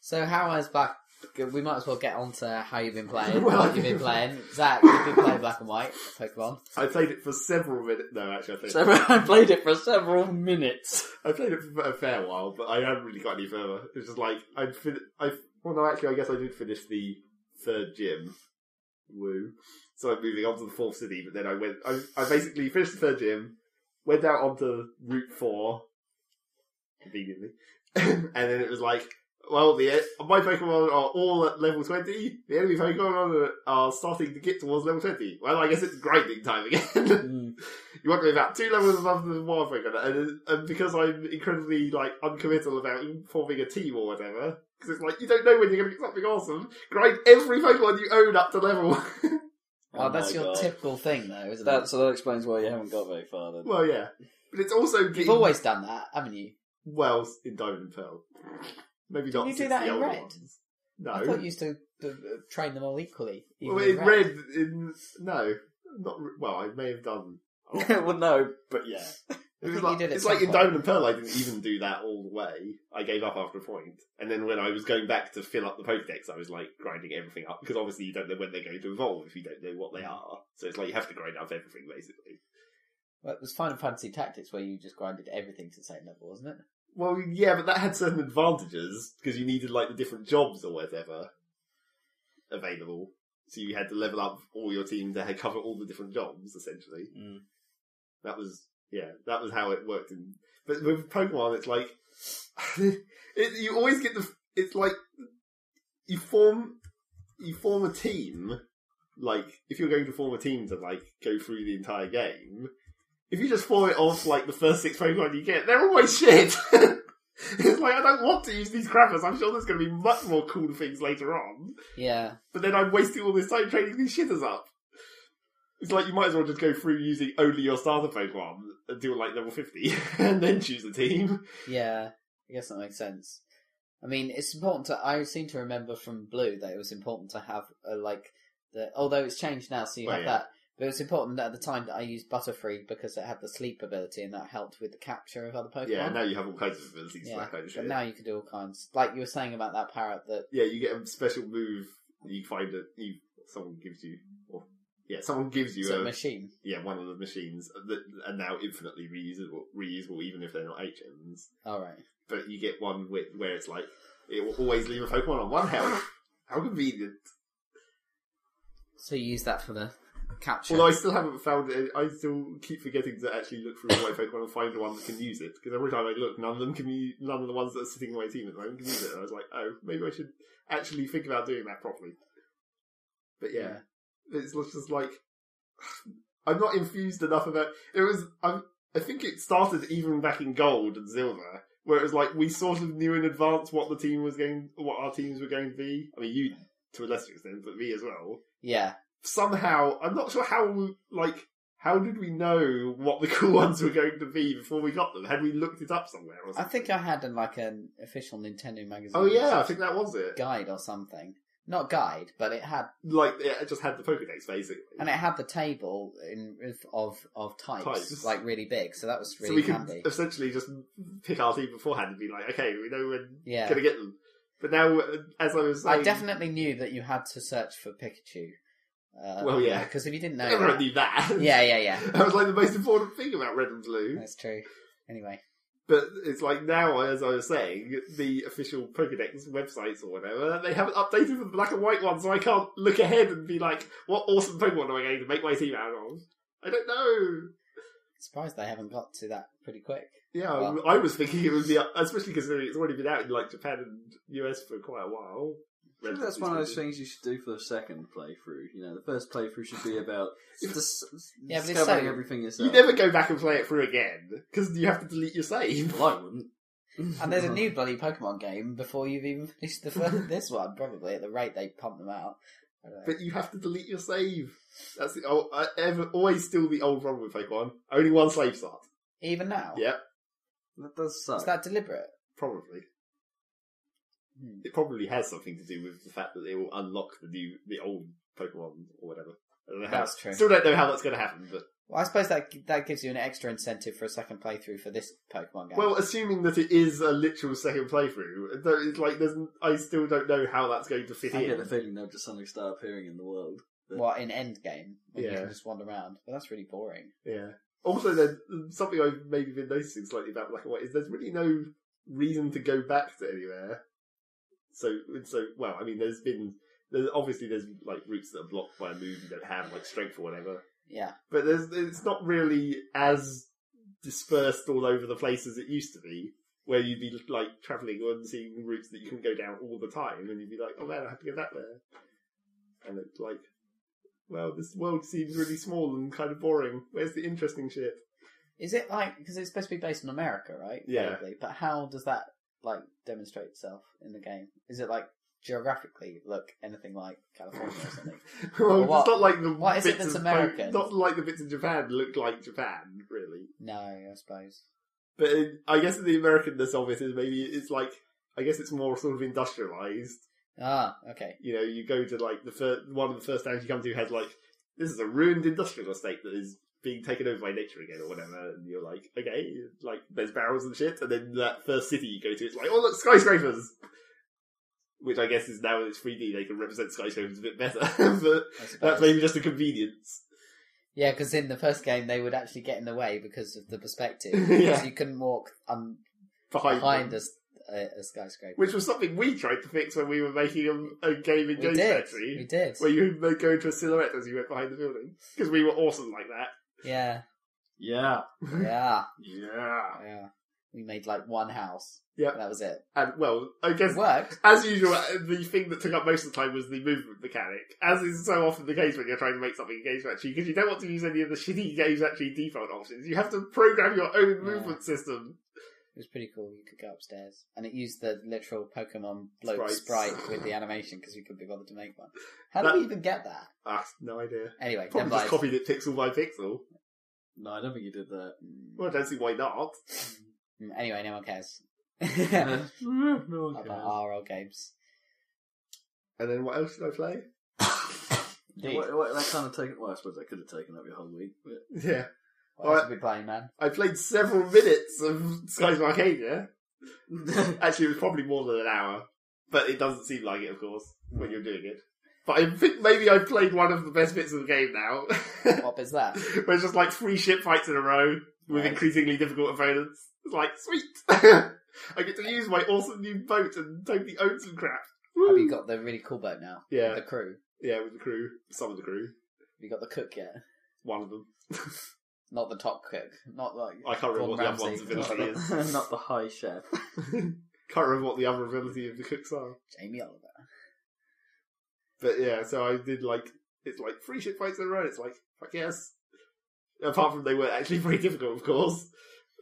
So how has Black? We might as well get on to how you've been playing. Well, what you've been playing, Zach? You've been playing Black and White Pokemon. I played it for several minutes. No, actually, I played, So I played it for several minutes. I played it for a fair while, but I haven't really got any further. It's just like I'd fin- I well, no, actually, I guess I did finish the third gym. Woo! So I'm moving on to the fourth city, but then I went. I, I basically finished the third gym, went out onto Route Four, conveniently, and then it was like, well, the e- my Pokemon are all at level twenty. The enemy Pokemon are, are starting to get towards level twenty. Well, I guess it's grinding time again. Mm. You want to be about two levels above the wild Pokemon, and, and because I'm incredibly like uncommittal about forming a team or whatever, because it's like you don't know when you're going to get something awesome. Grind every Pokemon you own up to level. Well, Oh that's my your God. typical thing, though, isn't That it? so that explains why you haven't got very far then. well, yeah, but it's also You've getting always done that, haven't you? well in Diamond and Pearl. Maybe not. you do since that the in older Red? ones. No, I thought you used to uh, train them all equally. even well, in in Red, in no, not re- well. I may have done. well, no, but yeah. It I was think like, you did at it's some like in point. Diamond and Pearl, I didn't even do that all the way. I gave up after a point. And then when I was going back to fill up the Pokedex, I was like grinding everything up. Because obviously you don't know when they're going to evolve if you don't know what they Mm. are. So it's like you have to grind up everything, basically. Well, it was Final Fantasy Tactics where you just grinded everything to the same level, wasn't it? Well, yeah, but that had certain advantages. Because you needed like the different jobs or whatever available. So you had to level up all your team to cover all the different jobs, essentially. Mm. That was yeah, that was how it worked. In, but with Pokemon, it's like it, you always get the. It's like you form you form a team. Like if you're going to form a team to like go through the entire game, if you just form it off like the first six Pokemon you get, they're always shit. it's like I don't want to use these crappers. I'm sure there's going to be much more cool things later on. Yeah. But then I'm wasting all this time training these shitters up. It's like you might as well just go through using only your starter Pokemon until like level 50 and then choose a team. Yeah, I guess that makes sense. I mean, it's important to. I seem to remember from Blue that it was important to have a, like the. Although it's changed now, so you Well, have yeah. that. But it's important that at the time that I used Butterfree because it had the sleep ability and that helped with the capture of other Pokemon. Yeah, now you have all kinds of abilities Yeah, for that kind of but shit. now you can do all kinds. Like you were saying about that parrot that yeah, you get a special move you find that you someone gives you, or yeah, someone gives you it's a a machine. yeah one of the machines that are now infinitely reusable, reusable even if they're not HMs. All right. But you get one with where it's like it will always leave a Pokemon on one health. How convenient! So you use that for the capture. Although I still haven't found it, I still keep forgetting to actually look through all my Pokemon and find the one that can use it. Because every time I look, none of them can use, none of the ones that are sitting in my team at the moment can use it. And I was like, oh, maybe I should actually think about doing that properly. But yeah, it's just like I'm not infused enough about it. Was I? I think it started even back in Gold and Silver, where it was like we sort of knew in advance what the team was going, what our teams were going to be. I mean, you to a lesser extent, but me as well yeah. somehow I'm not sure how like how did we know what the cool ones were going to be before we got them? Had we looked it up somewhere or I something? think I had in like an official Nintendo magazine. Oh yeah, I think that was it. guide or something. Not guide, but it had Like it just had the Pokédex basically. and it had the table in of of types, Types. like really big. So that was so really we handy. could essentially just pick our team beforehand and be like, okay, we know we're Yeah. gonna get them. But now, uh, as I was saying, I definitely knew that you had to search for Pikachu. Uh, Well, yeah. because if you didn't know, everyone that- knew that. yeah, yeah, yeah, that was like the most important thing about Red and Blue. that's true. Anyway, But it's like now, as I was saying, the official Pokedex websites or whatever, they haven't updated the black and white one, so I can't look ahead and be like, what awesome Pokemon am I going to make my team out of? I don't know. surprised they haven't got to that pretty quick. Yeah, Well- I was thinking it would be, especially considering it's already been out in like Japan and US for quite a while. Maybe that's one of those things you should do for the second playthrough. You know, the first playthrough should be about dis- Yeah, but it's discovering so- everything yourself. You never go back and play it through again because you have to delete your save. Well, I wouldn't. And there's a new bloody Pokemon game before you've even finished the first, this one, probably at the rate they pump them out. I don't know. But you have to delete your save. That's the old, uh, ever, always still the old problem with Pokemon. Only one save slot. Even now, Yeah. That does suck. is that deliberate? Probably. Hmm. It probably has something to do with the fact that they will unlock the new, the old Pokemon or whatever. I don't know how, That's true. Still don't know how that's going to happen, but Well, I suppose that that gives you an extra incentive for a second playthrough for this Pokemon game. well, assuming that it is a literal second playthrough, though it's like there's, I still don't know how that's going to fit I get in. the feeling they'll just suddenly start appearing in the world. what in Endgame when you Yeah. can just wander around, but that's really boring. Yeah. Also, then something I've maybe been noticing slightly about Black and White is there's really no reason to go back to anywhere. So, so well, I mean, there's been there's obviously there's like routes that are blocked by a move you don't have, like strength or whatever. Yeah, but there's, it's not really as dispersed all over the place as it used to be, where you'd be like traveling and seeing routes that you can go down all the time, and you'd be like, oh man, I have to go that there, and it's like, well, this world seems really small and kind of boring. Where's the interesting shit? is it like because it's supposed to be based on America, right? Yeah. Probably. But how does that like demonstrate itself in the game? Is it like geographically look anything like California or something? well, what- it's not like the what is it bits that's of- American? Not like the bits in Japan look like Japan, really. No, I suppose. But in, I guess the Americanness of it is maybe it's like I guess it's more sort of industrialized. Ah, okay. you know, you go to like the first one of the first towns you come to has like this is a ruined industrial estate that is being taken over by nature again or whatever, and you're like, okay, like there's barrels and shit, and then that first city you go to, it's like, oh look, skyscrapers, which I guess is now in it's 3D they can represent skyscrapers a bit better, but I suppose. that's maybe just a convenience. Yeah, because in the first game they would actually get in the way because of the perspective. Yeah. so you couldn't walk un- Behind, behind them. a, s- a- a skyscraper. which was something we tried to fix when we were making a, a game We in Game did. Factory, We did. where you would go into a silhouette as you went behind the building because we were awesome like that. Yeah, Yeah. yeah, Yeah. yeah. We made like one house. Yeah. that was it. And well, I guess It worked. as usual, uh, the thing that took up most of the time was the movement mechanic, as is so often the case when you're trying to make something in Games Factory, because you don't want to use any of the shitty Games Factory default options. You have to program your own Yeah. movement system. It was pretty cool. You could go upstairs, and it used the literal Pokemon bloke Sprites. sprite with the animation because we couldn't be bothered to make one. How That- did we even get that? Ah, no idea. Anyway, never Probably just mind. copied it pixel by pixel. No, I don't think you did that. Well, I don't see why not. Mm, Anyway, no one cares Yeah. about our old games. And then what else did I play? Indeed. What, what, that kind of taken. Well, I suppose that could have taken up your whole week. But Yeah. What else have we playing, man? I played several minutes of Skies of Arcadia. Actually, it was probably more than an hour, but it doesn't seem like it, of course, when you're doing it. But I think maybe I played one of the best bits of the game now, What is that? where it's just like three ship fights in a row with Right. increasingly difficult opponents. It's like sweet. I get to use my awesome new boat and totally own some crap. Have you Woo. got the really cool boat now? Yeah. The crew. Have Yeah, with the crew, some of the crew, you got the cook yet? one of them. Not the top cook. Not like. I can't remember Gordon what the Ramsay. other one's ability is. not the high chef. Can't remember what the other ability of the cooks are. Jamie Oliver. But yeah, so I did like it's like three ship fights in a row. It's like fuck yes. Apart from they were actually very difficult, of course.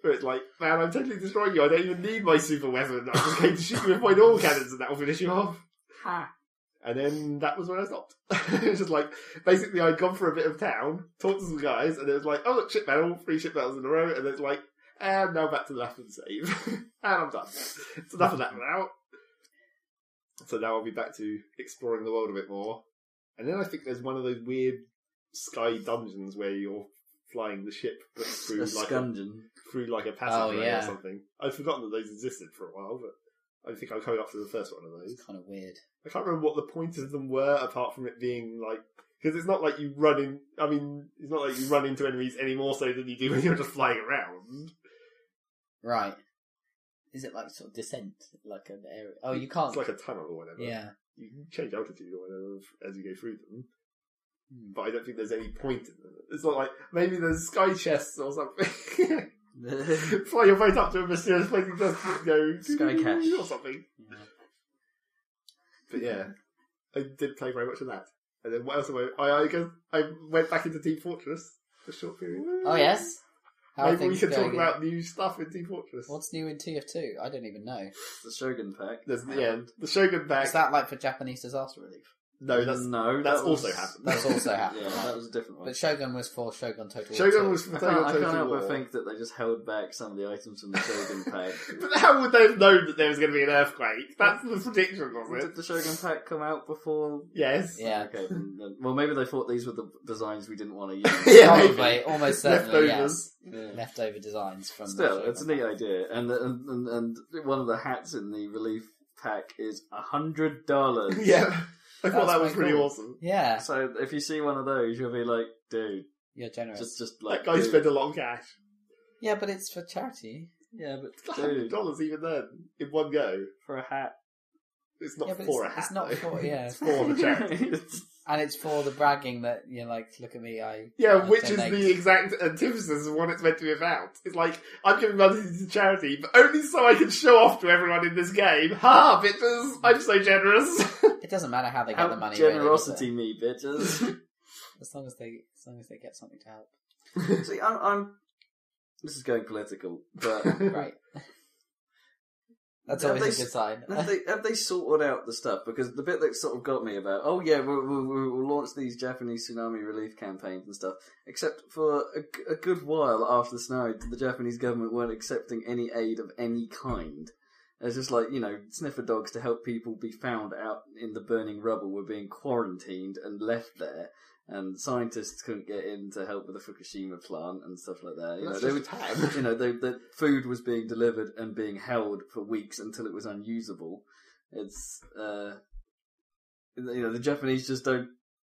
But it's like, man, I'm totally destroying you. I don't even need my super weapon. I'm just going to shoot you with my normal cannons, and that will finish you off. And then that was when I stopped. it was just like basically I'd gone for a bit of town, talked to some guys, and it was like, oh look, ship metal, three ship metals in a row, and it's like, and now back to the left and save, and I'm done. It's enough of that now. So now I'll be back to exploring the world a bit more. And then I think there's one of those weird sky dungeons where you're flying the ship but A through like a, scungeon. through like a passageway yeah. or something. I'd forgotten that those existed for a while, but I think I'm coming up to the first one of those. It's kind of weird. I can't remember what the point of them were, apart from it being like because it's not like you run in. I mean, it's not like you run into enemies any more so than you do when you're just flying around. Right. Is it like sort of descent? Like an area? Oh, you can't. It's like a tunnel or whatever. yeah. you can change altitude or whatever as you go through them. Hmm. But I don't think there's any point in them. It's not like maybe there's sky chests or something. Fly your boat up to a mysterious place and just go Sky cache. or something. Yeah. But yeah, I did play very much of that. And then what else? Am I I I, go, I went back into Team Fortress for a short period. Oh yes. How are Maybe we things can talk going in- about new stuff in Team Fortress. what's new in TF2. I don't even know. The Shogun pack. There's the end. The Shogun Is back. that like for Japanese disaster relief? No, that's no. that's that was- also happened. That's also happened. Yeah, that was a different one. But Shogun was for Shogun Total. War Shogun too. was I for can't, Total I can't help War. but think that they just held back some of the items from the Shogun pack. But how would they have known that there was going to be an earthquake? That's the prediction, wasn't Did it? the Shogun pack come out before? Yes. Yeah. Okay. then- then- Well, maybe they thought these were the designs we didn't want to use. Yeah, maybe. Probably, almost certainly, yes. Leftovers. Yeah. Leftover designs from. the Still, Shogun it's a neat Pack. idea, and, the, and and and one of the hats in the relief pack is a hundred dollars. Yeah. I That's thought that was quite pretty cool. awesome. Yeah, So if you see one of those, you'll be like, dude, you're generous. just just like that guy dude. spent a lot of cash. Yeah, but it's for charity. yeah, It's but hundred dude, dollars even then in one go. for a hat, It's not yeah, but for it's, a hat. it's not though. for yeah, it's for the charity. and it's for the bragging that you know, like, look at me, I Yeah, I'll which is donate. the exact antithesis of what it's meant to be about. It's like, I'm giving money to charity, but only so I can show off to everyone in this game. Ha, bitches! I'm so generous! It doesn't matter how they get Out the money. really, does it? generosity, me bitches. as long as they, as long as they get something to help. see, I'm, I'm. This is going political, but Right. That's Yeah, always they a good s- sign. Have they, have they sorted out the stuff? Because the bit that sort of got me about, oh yeah, we'll, we'll, we'll launch these Japanese tsunami relief campaigns and stuff. Except for a, g- a good while after the snow, the Japanese government weren't accepting any aid of any kind. It's just like, you know, sniffer dogs to help people be found out in the burning rubble were being quarantined and left there. And scientists couldn't get in to help with the Fukushima plant and stuff like that. You know, That's they just were time. you know, the, the food was being delivered and being held for weeks until it was unusable. It's, uh, you know, the Japanese just don't,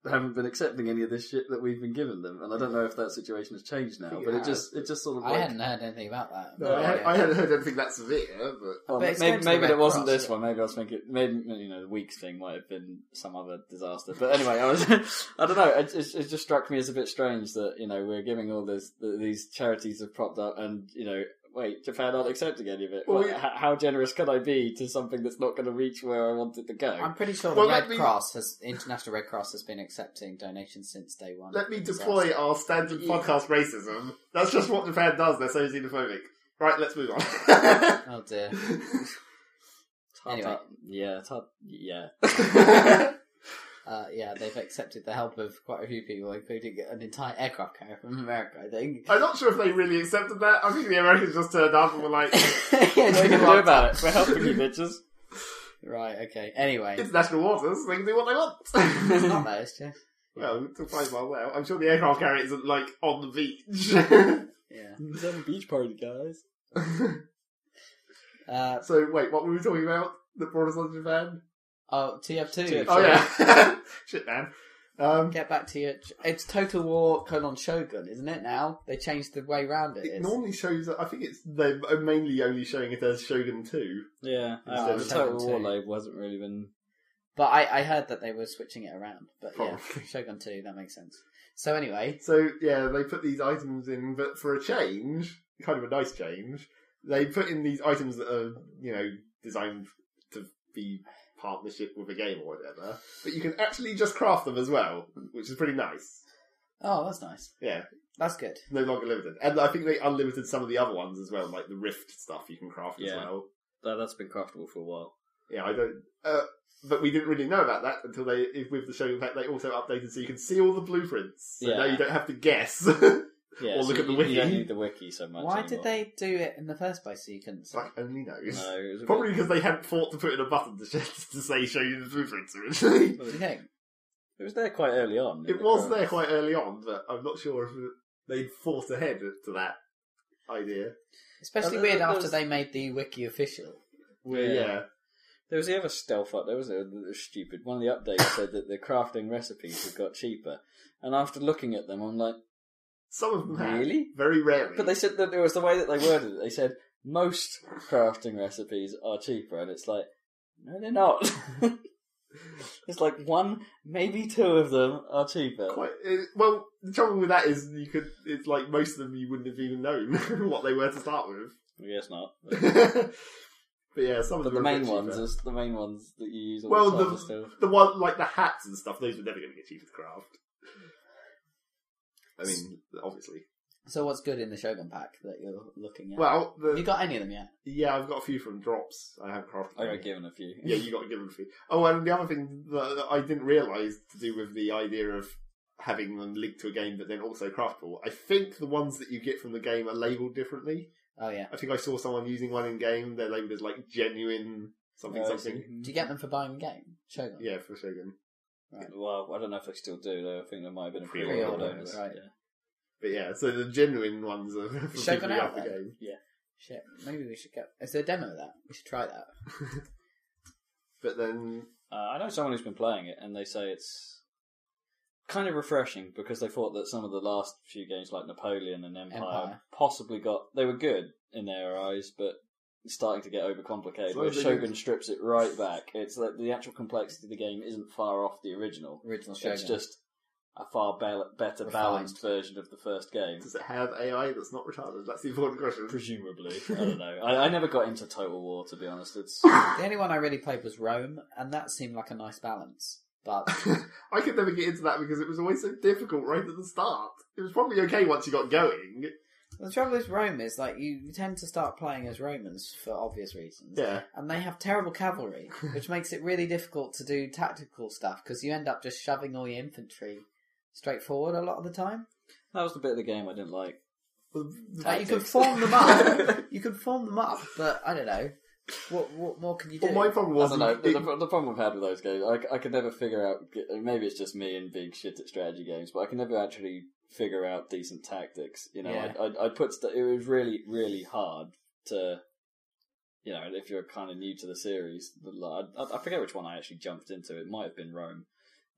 haven't been accepting any of this shit that we've been giving them. And I don't know if that situation has changed now, It but it has. just, it just sort of I like, hadn't heard anything about that. No, I, I hadn't heard anything that severe, but well, But it's going maybe, to Oh, the maybe it Red wasn't Cross, this yeah. one. Maybe I was thinking, maybe, you know, the weeks thing might have been some other disaster. But anyway, I was, I don't know. It, it, it just struck me as a bit strange that, you know, we're giving all this, that these charities have propped up and, you know, wait, Japan aren't accepting any of it. Well, Well, we- h- how generous can I be to something that's not going to reach where I want it to go? I'm pretty sure Well, the let Red me- Cross has International Red Cross has been accepting donations since day one. let me Disaster. deploy our standard podcast racism. That's just what Japan does, they're so xenophobic. Right, let's move on. Oh dear. It's Anyway, hard- yeah, it's hard, yeah. uh, yeah, they've accepted the help of quite a few people, including an entire aircraft carrier from America, I think. I'm not sure if they really accepted that. I think the Americans just turned up and were like, Yeah, What are no you going to do one- about it? We're helping you, bitches. Right, okay. Anyway, it's national waters, they can do what it's they not want. though, it's just Well, to find my well, I'm sure the aircraft carrier isn't like on the beach. Yeah. Let's have a beach party, guys. Uh, so wait, what were we talking about that brought us on to Japan? oh, TF2. Oh yeah, shit, man. Um, Get back to your. It's Total War colon Shogun, isn't it? Now they changed the way round it it is. normally shows. I think it's they're mainly only showing it as Shogun Two. Yeah, Oh, uh, the it's Total Tekken War two. label hasn't really been. But I, I heard that they were switching it around. But yeah, Probably. Shogun 2, that makes sense. So anyway, So yeah, they put these items in, but for a change, kind of a nice change, they put in these items that are you know designed to be partnership with a game or whatever. But you can actually just craft them as well, which is pretty nice. oh, that's nice. Yeah, That's good. no longer limited, and I think they unlimited some of the other ones as well, like the rift stuff you can craft as Yeah. well. That, that's been craftable for a while. Yeah, I don't. Uh, but we didn't really know about that until they, if- with the show pack, they also updated so you can see all the blueprints. So Yeah. now you don't have to guess. Yeah, Or look so at the you- You don't wiki. need the wiki so much. Why did anymore. they do it in the first place so you couldn't see? It's like only knows. No, it was a Probably bit- because they hadn't thought to put in a button to, sh- to say show you the blueprints originally. Do you think? It was there quite early on. it was there quite early on, but I'm not sure if they'd thought ahead to that idea. Especially Uh, weird there after was- they made the wiki official. Where, yeah. There was the other stealth up there, was there? That was stupid. One of the updates said that the crafting recipes had got cheaper. And after looking at them, I'm like, Some of them had. really? Very rarely. But they said that it was the way that they worded it. They said, most crafting recipes are cheaper. And it's like, no, they're not. it's like one, maybe two of them are cheaper. Quite, it, well, the trouble with that is you could, it's like most of them you wouldn't have even known what they were to start with. I guess not. But, but yeah, some of but them the are a main bit ones, cheaper. is the main ones that you use all Well, the time the- are still. the one like the hats and stuff. Those were never going to get cheap as craft. I mean, obviously. So what's good in the Shogun pack that you're looking at? Well, have you the, got any of them yet? yeah, I've got a few from drops. I have crafted. I them. got given a few. Yeah, you got given a few. Oh, and the other thing that that I didn't realise to do with the idea of having them linked to a game, but then also craftable. I think the ones that you get from the game are labelled differently. Oh yeah. I think I saw someone using one in game. They're labelled as like genuine something Uh, something. Do you get them for buying the game? Shogun. Yeah, for Shogun. uh, Well, I don't know if they still do. Though. I think there might have been a Pre-order, pre-order. yes. Right. Yeah. But yeah, so the genuine ones are for Shogun people who love out the then. game. Shit. Maybe we should get. Is there a demo of that? We should try that. But then, Uh, I know someone who's been playing it, and they say it's kind of refreshing because they thought that some of the last few games, like Napoleon and Empire, Empire. possibly got they were good in their eyes, but it's starting to get overcomplicated. So Where they- Shogun strips it right back. It's that the actual complexity of the game isn't far off the original. Original Shogun. It's just a far bal better Refined. balanced version of the first game. does it have AI that's not retarded? That's the important question. Presumably, I don't know. I, I never got into Total War to be honest. It's The only one I really played was Rome, and that seemed like a nice balance. But I could never get into that because it was always so difficult right at the start. It was probably okay once you got going. the trouble with Rome is like you, you tend to start playing as Romans for obvious reasons, Yeah, and they have terrible cavalry, which makes it really difficult to do tactical stuff because you end up just shoving all your infantry straight forward a lot of the time. that was the bit of the game I didn't like. Like, you can Tactics. form them up, you can form them up, but I don't know. What what more can you do? but my problem I was don't know. The, it- the, the problem I've had with those games, I, I could never figure out. Maybe it's just me and being shit at strategy games, but I can never actually figure out decent tactics. You know, Yeah. I, I, I put st- it was really, really hard to, you know, if you're kind of new to the series. the la- I, I forget which one I actually jumped into. It might have been Rome.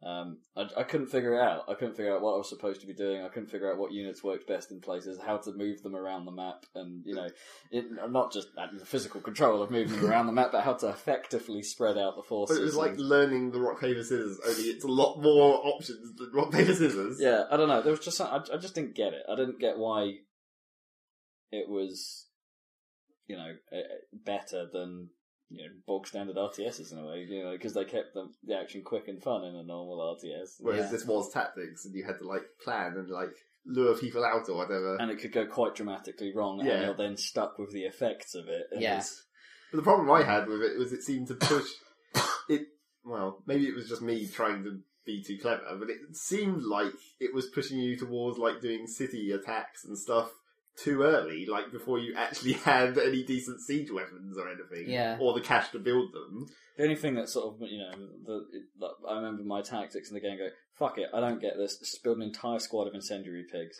Um, I, I couldn't figure it out. I couldn't figure out what I was supposed to be doing. I couldn't figure out what units worked best in places, how to move them around the map, and you know, it, not just that, the physical control of moving them around the map, but how to effectively spread out the forces. it was like and- learning the rock paper scissors. Only it's a lot more options than rock paper scissors. yeah, I don't know. There was just some, I, I just didn't get it. I didn't get why it was, you know, eh, eh, better than you know bog standard RTSs in a way, you know, because they kept the, the action quick and fun in a normal RTS. Whereas Yeah. this was tactics, and you had to like plan and like lure people out or whatever. and it could go quite dramatically wrong, and Yeah. you're then stuck with the effects of it. And Yeah. it's- But the problem I had with it was it seemed to push it. Well, maybe it was just me trying to be too clever, but it seemed like it was pushing you towards like doing city attacks and stuff too early, like before you actually had any decent siege weapons or anything, Yeah. or the cash to build them. The only thing that sort of, you know, the, it, like, I remember my tactics in the game going, fuck it, I don't get this. Just build an entire squad of incendiary pigs.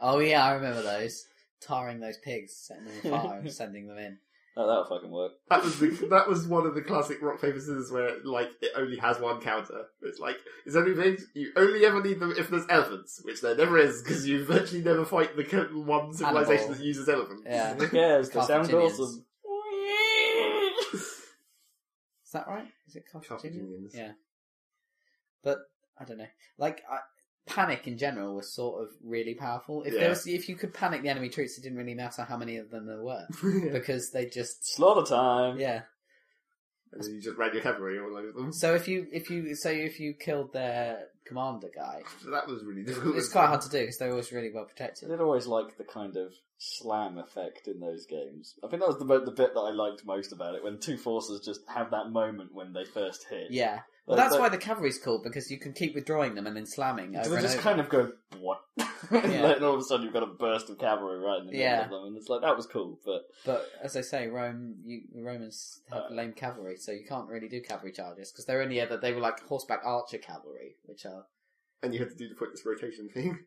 Oh yeah, I remember those. Tarring those pigs, setting them on fire and sending them in. Oh, that'll fucking work. That was the, that was one of the classic rock paper scissors where like it only has one counter. It's like is only big. You only ever need them if there's elephants, which there never is because you virtually never fight the co- one civilization Hannibal. that uses elephants. Yeah. Who cares? They sound Carthaginians. awesome. Is that right? Is it Carthaginian? Carthaginians. Yeah. But I don't know. Like I, panic in general was sort of really powerful. If Yeah. there was, if you could panic the enemy troops, it didn't really matter how many of them there were and because they just Slaughter time. yeah. then you just ran your cavalry all over them. So if you if you so if you killed their commander guy, So that was really difficult. it's quite hard to do because they're always really well protected. I did always like the kind of slam effect in those games. I think that was the, mo- the bit that I liked most about it, when two forces just have that moment when they first hit. Yeah, well, Like, that's they- why the cavalry's cool because you can keep withdrawing them and then slamming So over they and just over. kind of go, what? and Yeah. then all of a sudden you've got a burst of cavalry right in the middle Yeah. of them, and it's like, that was cool, but But as I say, Rome, you, the Romans have Uh, lame cavalry, so you can't really do cavalry charges because they're only ever they were like horseback archer cavalry, which are and you had to do the pointless rotation thing.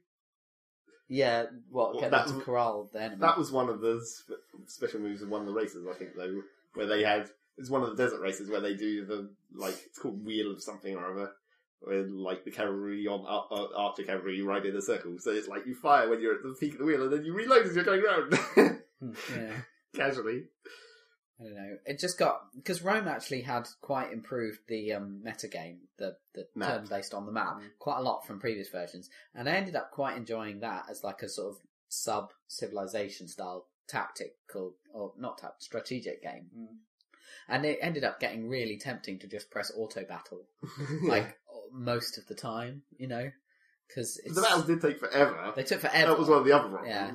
yeah, what Well, get them that- to corral the enemy. That was one of the sp- special moves of one of the races, I think, though, where they had. It's one of the desert races where they do the like it's called wheel of something or other, where like the cavalry on ar- ar- archer cavalry you ride in a circle. So it's like you fire when you're at the peak of the wheel, and then you reload as you're going round Hmm, yeah, casually. I don't know. It just got because Rome actually had quite improved the um, metagame, the the Map. Mm. turn based on the map, quite a lot from previous versions, and I ended up quite enjoying that as like a sort of sub civilization style tactical or not tact strategic game. Mm. And it ended up getting really tempting to just press auto battle like most of the time, you know, because the battles did take forever. they took forever. That was one of the other problems. Yeah.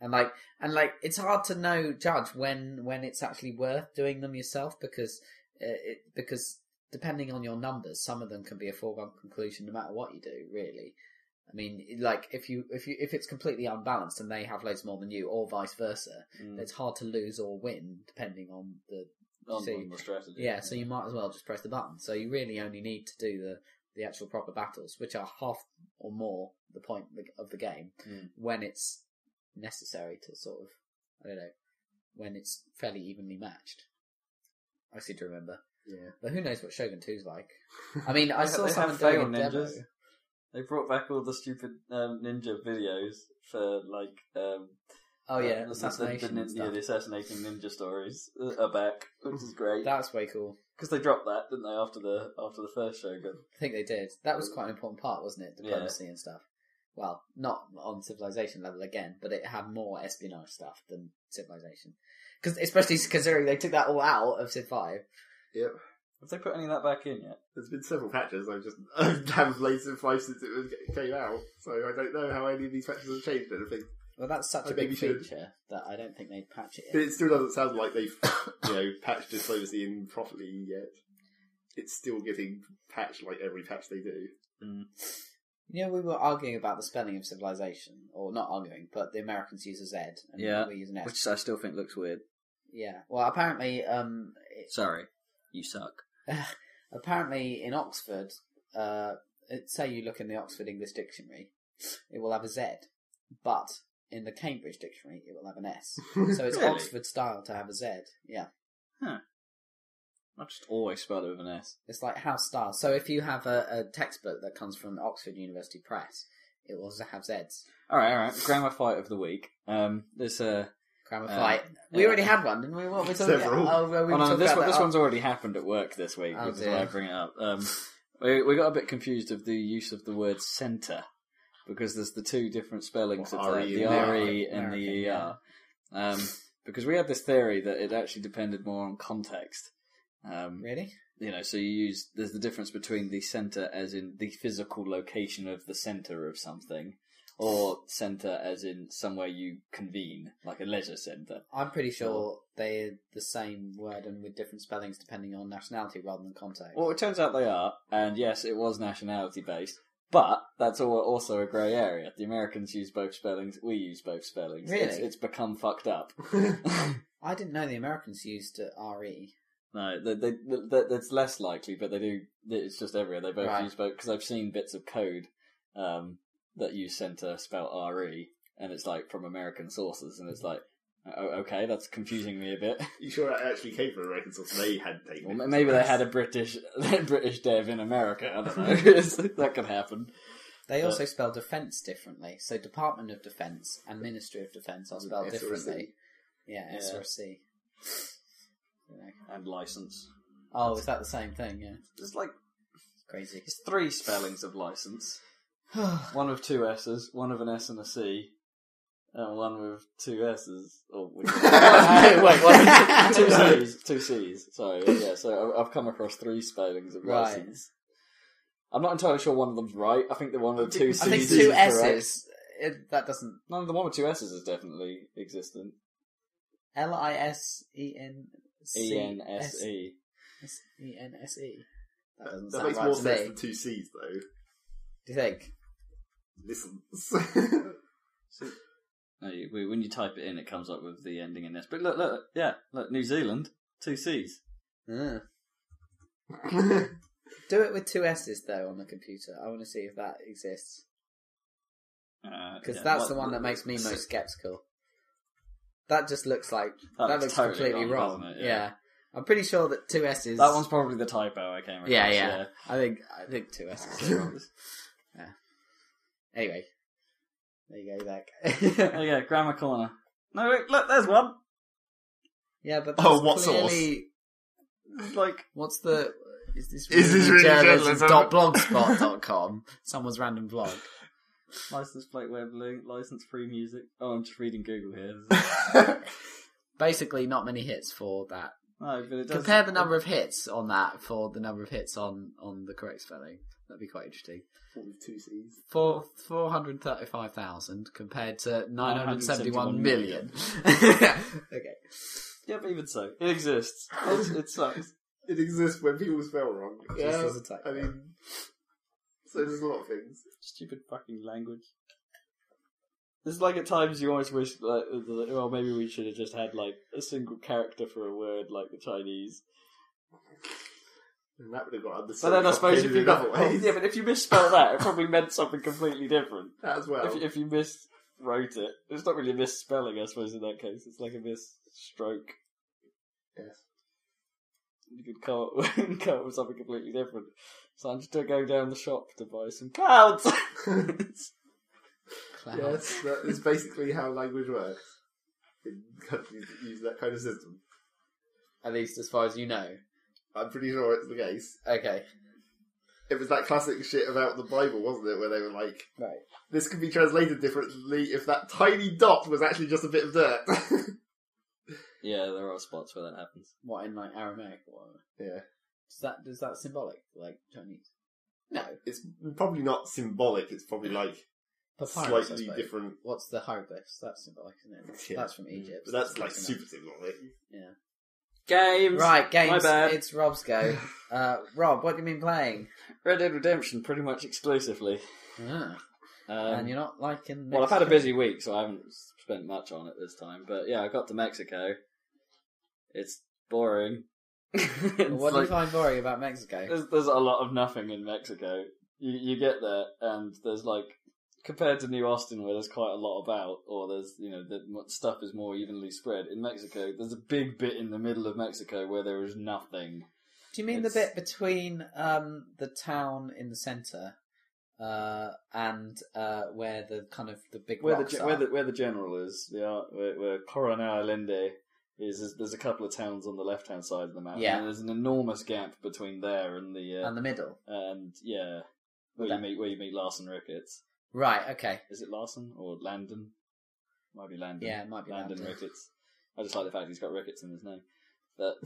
And like, and like, it's hard to know, judge when when it's actually worth doing them yourself because uh, it, because depending on your numbers, some of them can be a foregone conclusion no matter what you do. Really, I mean, like if you if you if it's completely unbalanced and they have loads more than you, or vice versa, mm, Hmm. it's hard to lose or win depending on the on, see. on the strategy. yeah. So you might as well just press the button. So you really only need to do the the actual proper battles, which are half or more the point of the game Mm. when it's necessary to sort of I don't know when it's fairly evenly matched. I seem to remember, Yeah. but who knows what Shogun Two's like? I mean, I They ha- saw they someone have fail doing a demo. ninjas. They brought back all the stupid um, ninja videos for like um, Oh yeah, the, assassination the, and the, yeah, stuff. Mm. the assassinating ninja stories uh, are back, which is great That's way cool. because they dropped that, didn't they? After the after the first Shogun, I think they did. That was quite an important part, wasn't it? Yeah. Diplomacy and stuff. Well, not on civilization level again, but it had more espionage stuff than civilization. Because especially considering they took that all out of Civ Five. Yep. have they put any of that back in yet? There's been several patches. I've just I haven't played Civ Five since it was, came out, so I don't know how any of these patches have changed anything. Well, that's such I a big think you should. feature that I don't think they'd patch it. But In. it still doesn't sound like they've you know patched diplomacy in properly yet. It's still getting patched like every patch they do. You know, we were arguing about the spelling of civilization, or not arguing, but the Americans use a Z and Yeah. we use an S. Which I still think looks weird. Yeah. Well, apparently, um, it- Sorry, you suck. apparently in Oxford, uh, it- say you look in the Oxford English Dictionary, it will have a Z, but in the Cambridge Dictionary, it will have an S. So it's Really? Oxford style to have a Z. Yeah, I just always spell it with an S. it's like house style. So if you have a, a textbook that comes from Oxford University Press, it will also have Zs. All right, all right. Grammar fight of the week. Um, there's a Grammar Uh, fight. We yeah. already had one, didn't we? What were we talking Several. about? Oh, well, we oh, were no, talking this about one, this that- one's already happened at work this week, Oh, which is why I dear. bring it up. Um, we, we got a bit confused of the use of the word centre because there's the two different spellings Well, of that, RE the and RE and E American, the ER. Um, because we had this theory that it actually depended more on context. Um, Oh, Really? you know, so you use there's the difference between the center as in the physical location of the center of something, or center as in somewhere you convene, like a leisure center. I'm pretty sure they're the same word and with different spellings depending on nationality rather than context. Well, it turns out they are, and yes, it was nationality based, But that's all also a grey area. The Americans use both spellings. We use both spellings. It's, Really? it's become fucked up. I didn't know the Americans used uh, RE. No, they, they, they, that's less likely, but they do. It's just everywhere. They both Right. use both because I've seen bits of code um, that use center spelled re, E, and it's like from American sources, and it's like, oh, okay, that's confusing me a bit. you sure that actually came from American source? They had taken. Well, it. m- maybe they had a British British dev in America. I don't know. that could happen. They Uh, also spell defense differently. So Department of Defense and Ministry of Defense are spelled S or a C. differently. Yeah, S Yeah. or a C. You know. And license. Oh, is that the same thing? Yeah, There's like it's crazy. it's three spellings of license. One with two S's, one with an S and a C, and one with two S's. Oh, Or with Wait, wait, one with two C's. Two C's. Sorry, yeah. So I- I've come across three spellings of Right. license. I'm not entirely sure one of them's right. I think the one with two C's I think is two correct. S's. It, that doesn't. No, the one with two S's is definitely existent. L I S E N C E N S E. S E N S E. That That, doesn't that sound makes right more to sense me. than two C's though. Do you think? Listens. No, you- we- when you type it in, it comes up with the ending in S. But look, look, yeah, look, New Zealand, two C's. Uh. Do it with two S's though on the computer. I want to see if that exists Uh, because that's the one that makes me most skeptical. That just looks like that, looks completely wrong. Yeah. I'm pretty sure that two S's. That one's probably the typo I came across. Yeah, yeah. I think I think two S's. are wrong. yeah. Anyway, there you go, Zach. There you go, Oh, grammar corner. No, wait, look, there's one. yeah, but Oh, that's what sauce? clearly like what's the is this Is this really journalism? dot blogspot.com? Someone's random blog. License plate web link, license free music. Oh, I'm just reading Google here. Basically, not many hits for that. no, but it does. Compare the number of hits on that for the number of hits on on the correct spelling. That'd be quite interesting. two C's. Four four hundred thirty five thousand compared to nine hundred seventy one 971 million. okay. Yeah, but even so, it exists. It's, it sucks. It exists when people spell wrong. Just Yeah, as a type, I yeah. mean, so there's a lot of things. Stupid fucking language. It's like at times you always wish, like, well, maybe we should have just had like a single character for a word, like the Chinese. And that would have got But understood. then I suppose if you oh, another way. yeah, but if you misspell that, it probably meant something completely different. that as well. If, if you miswrote it, it's not really a misspelling, I suppose. In that case, it's like a misstroke. Yes. You could come up with, come up with something completely different. So I'm just going down the shop to buy some clouds. Clown. Yes, that is basically how language works in countries that use that kind of system. At least as far as you know. I'm pretty sure it's the case. Okay. It was that classic shit about the Bible, wasn't it? Where they were like, Right. this could be translated differently if that tiny dot was actually just a bit of dirt. yeah, there are spots where that happens. What in like Aramaic or yeah. is that is that symbolic like Chinese? No. It's probably not symbolic, it's probably like Papyrus, I slightly suppose. different. What's the hieroglyphs? That's symbolic, isn't it? Yeah. That's from Egypt. But that's That's like close enough. super symbolic. Games. Right, games. My bad. It's Rob's go. Uh, Rob, what do you mean playing? Red Dead Redemption, pretty much exclusively. Ah, Um, and you're not liking. well, I've had a Mexico? busy week, so I haven't spent much on it this time. But yeah, I got to Mexico. It's boring. It's What do you like- find boring about Mexico? There's, there's a lot of nothing in Mexico. You you get there and there's like compared to New Austin where there's quite a lot about, or there's you know the m- stuff is more evenly spread. In Mexico, there's a big bit in the middle of Mexico where there is nothing. Do you mean the it's- bit between um, the town in the centre uh, and uh, where the kind of the big Where the, rocks ge- are? where the where the general is, the ar- where, where Coronel Allende is, is, there's a couple of towns on the left hand side of the map. Yeah. and there's an enormous gap between there and the uh, and the middle? and yeah, where That- you meet where you meet Larson Ricketts. Right. Okay. Is it Larson or Landon? Might be Landon. Yeah, it might be Landon Landon. Ricketts. I just like the fact he's got Ricketts in his name. But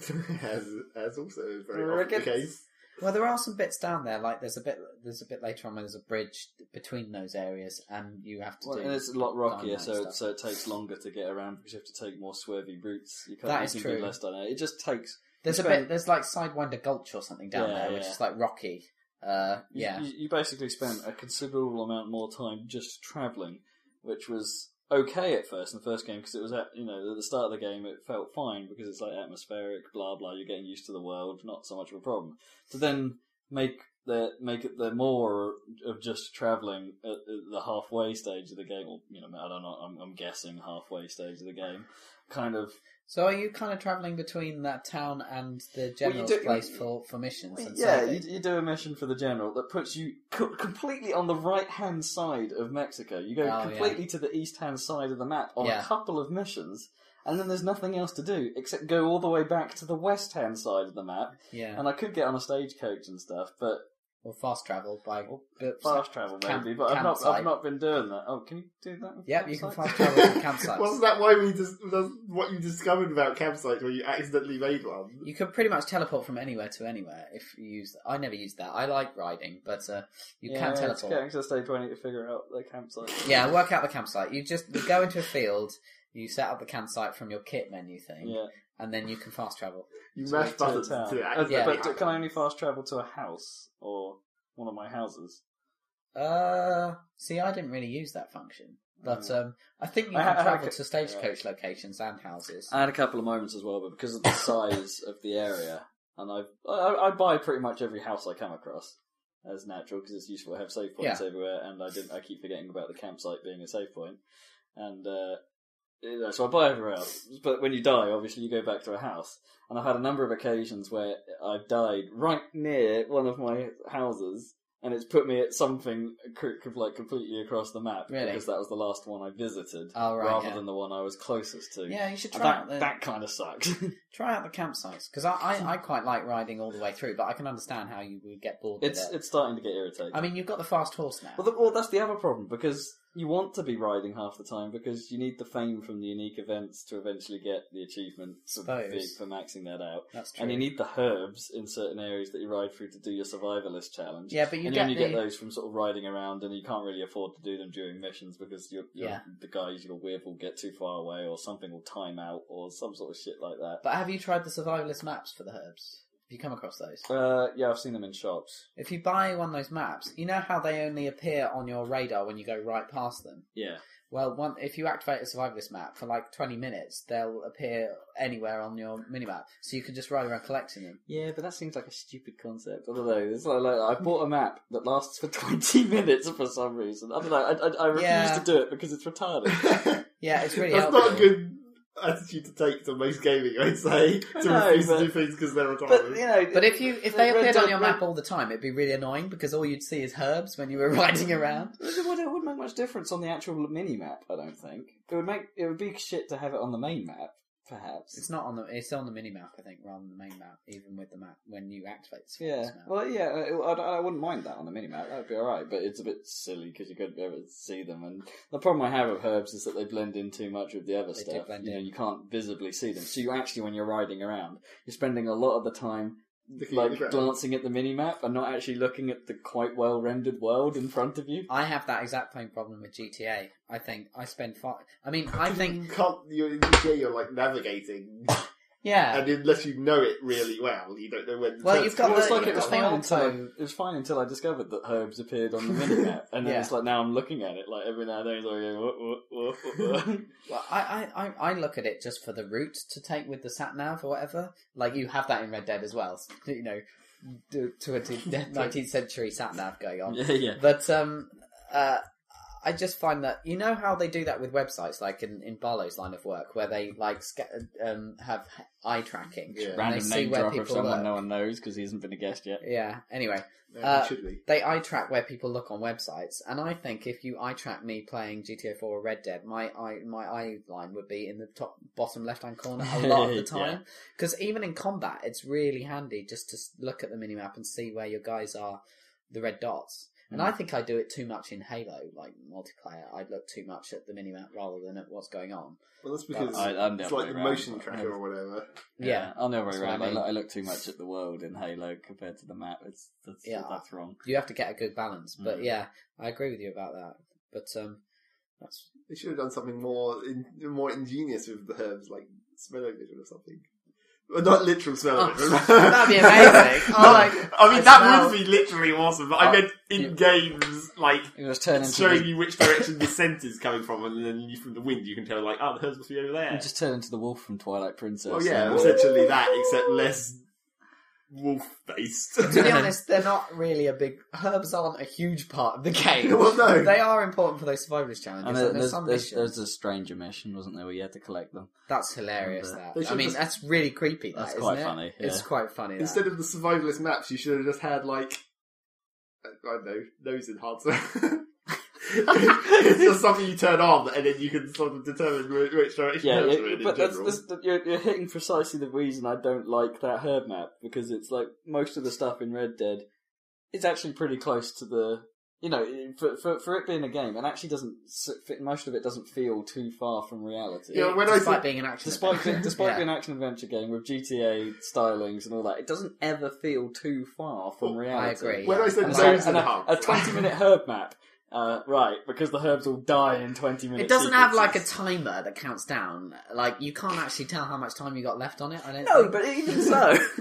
as, as also is very often the Rickets. case. Well, there are some bits down there. Like there's a bit. There's a bit later on where there's a bridge between those areas, and you have to well, do. and it's a lot rockier, dynamite so stuff. it, so it takes longer to get around because you have to take more swervy routes. You can't That you is can true. do less dynamic. It just takes There's a It's very- bit. There's like Sidewinder Gulch or something down Yeah, Mm-hmm. there, which yeah. is like rocky, Uh, You- yeah. You, you basically spent a considerable amount more time just traveling, which was okay at first in the first game because it was at you know at the start of the game it felt fine because it's like atmospheric blah blah you're getting used to the world not so much of a problem to then make the make it the more of just traveling at, at the halfway stage of the game or you know I don't know I'm, I'm guessing halfway stage of the game kind of So are you kind of travelling between that town and the general's do- place for, for missions? And Yeah, saving? you, you do a mission for the general that puts you co- completely on the right hand side of Mexico. You go Oh, completely to the east hand side of the map on Yeah. a couple of missions, and then there's nothing else to do except go all the way back to the west hand side of the map. yeah. And I could get on a stagecoach and stuff, but Or fast travel by but- Oh, fast travel Camp- maybe. But I've not, campsite. I've not been doing that. Oh, can you do that? with Yep, you can campsites? fast travel to campsites. Wasn't that why we dis- that's what you discovered about campsites when you accidentally made one? You could pretty much teleport from anywhere to anywhere if you use. I never use that. I like riding, but uh, you yeah, can it's teleport. Getting to the stage when I need to figure out the campsite. Yeah, work out the campsite. You just you go into a field, you set up the campsite from your kit menu thing, Yeah, and then you can fast travel. You to- mashed to the buttons town. to Uh, accidentally Yeah. But can I only fast travel to a house or one of my houses? Uh, see, I didn't really use that function, but um, I think you Mm. I Uh, can ha- I travel could- to stagecoach locations and houses. I had a couple of moments as well, but because of the size of the area, and I've, I I buy pretty much every house I come across as natural because it's useful. I have save points everywhere, and I didn't. I keep forgetting about the campsite being a save point, and uh, you know, so I buy everywhere else. But when you die, obviously you go back to a house, and I've had a number of occasions where I've died right near one of my houses. And it's put me at something cr- cr- like completely across the map Really? because that was the last one I visited, Oh, right, rather yeah. than the one I was closest to. yeah, you should And try out that, the that kind of sucked. try out the campsites because I, I I quite like riding all the way through, but I can understand how you would get bored. it's with it. it's starting to get irritating. I mean, you've got the fast horse now. well, th well, that's the other problem because you want to be riding half the time because you need the fame from the unique events to eventually get the achievement for, Suppose. for maxing that out, That's true. and you need the herbs in certain areas that you ride through to do your survivalist challenge. yeah, but you and get you only the get those from sort of riding around, and you can't really afford to do them during missions because you're, you're, Yeah. the guys you're with will get too far away, or something will time out, or some sort of shit like that. But have you tried the survivalist maps for the herbs? Have you come across those? Uh, yeah, I've seen them in shops. If you buy one of those maps, you know how they only appear on your radar when you go right past them. Yeah, Well, one, if you activate a survivalist map for like twenty minutes, they'll appear anywhere on your minimap, so you can just ride around collecting them. Yeah, but that seems like a stupid concept. I don't know. It's like, like I bought a map that lasts for twenty minutes for some reason. I don't know. I, I, I refuse Yeah. to do it because it's retarded. Yeah, it's really That's helpful. not a good attitude to take to most gaming, I'd say. I To know, refuse but- to do things because they're but retarded. you know, But if you if they Red appeared on Dead your Red- map all the time, it'd be really annoying because all you'd see is herbs when you were riding around. it would, it would make much difference on the actual mini map. I don't think it would make it would be shit to have it on the main map, perhaps. It's not on the it's on the minimap, I think, rather than the main map. Even with the map, when you activate the Yeah. survivalist map. Well, yeah. I, I, I wouldn't mind that on the mini map. That'd be all right. But it's a bit silly because you couldn't be able to see them. And the problem I have with herbs is that they blend in too much with the other They do stuff. blend you know, in. you can't visibly see them. So you actually, when you're riding around, you're spending a lot of the time Looking at the like ground. glancing at the mini map and not actually looking at the quite well rendered world in front of you. I have that exact same problem with GTA. I think I spend five. I mean, I think you can't. You're in GTA, you're like navigating, yeah. and unless you know it really well, you don't know when. To Well, turn. you've got Well, it's the- uh, like it was got the fine until I, auto- it was fine until I discovered that herbs appeared on the mini map, and then Yeah. it's like now I'm looking at it like every now and then. It's like, whoa, whoa, whoa, whoa. Well, I, I, I, I look at it just for the route to take with the sat nav or whatever. Like you have that in Red Dead as well. You know, to to a nineteenth century sat nav going on. yeah, yeah. But um, uh, I just find that you know how they do that with websites, like in, in Barlow's line of work, where they like sca- um have eye tracking. Yeah. and they Random see name where drop of people someone work. no one knows because he hasn't been a guest yet. Yeah. Anyway, Yeah, uh, it should be. they eye track where people look on websites, and I think if you eye track me playing GTA 4 or Red Dead, my eye my eye line would be in the top bottom left hand corner a lot of the Yeah. time. Because even in combat, it's really handy just to s- look at the minimap and see where your guys are, the red dots. And Mm. I think I do it too much in Halo, like multiplayer. I would look too much at the minimap rather than at what's going on. Well, that's because I, I'm the it's other like way the around. motion tracker or whatever. Yeah. I'm the other way That's what I around. I, mean. look, I look too much at the world in Halo compared to the map. It's that's, Yeah. that's wrong. You have to get a good balance. But Mm. yeah, I agree with you about that. But um, that's They should have done something more in, more ingenious with the herbs, like smelling vision or something. Well, not literal smell of it. Oh, That'd be amazing. Oh, Not- like, I mean, I that smell- would be literally awesome, but I Oh, meant in games, like, It was turning into showing the, you which direction the scent is coming from, and then you, from the wind you can tell, like, oh, the hers must be over you there. just uh, turn into the wolf from Twilight Princess. Well, yeah, Like, essentially that, except less wolf-based. to be honest, they're not really a big. Herbs aren't a huge part of the game. Well, no. They are important for those survivalist challenges. And And there, there's there's, some there's, missions. there's a stranger mission, wasn't there, where you had to collect them? That's hilarious. But- They That I should mean, just- that's really creepy. that, That's isn't quite it? funny, It's yeah. quite funny. that. Instead of the survivalist maps, you should have just had like I don't know nose enhancer. it's just something you turn on, and then you can sort of determine whi- which direction. Yeah, herbs yeah, are in, in but that's, general. that's, that- you're, you're hitting precisely the reason I don't like that herb map because it's like most of the stuff in Red Dead is actually pretty close to the you know for for, for it being a game, it actually doesn't s- fit- most of it doesn't feel too far from reality. Yeah, when I despite said, being an action, Despite being, adventure. despite Yeah. being an action adventure game with GTA stylings and all that, it doesn't ever feel too far from Well, I reality. agree. when yeah. Oh, I said And It's it's like- nose like- and a, enhancer, a twenty-minute herb map, uh, right? Because the herbs all die in twenty minutes. It doesn't have like a timer that counts down. Like you can't actually tell how much time you got left on it. I don't. no, think. but even so.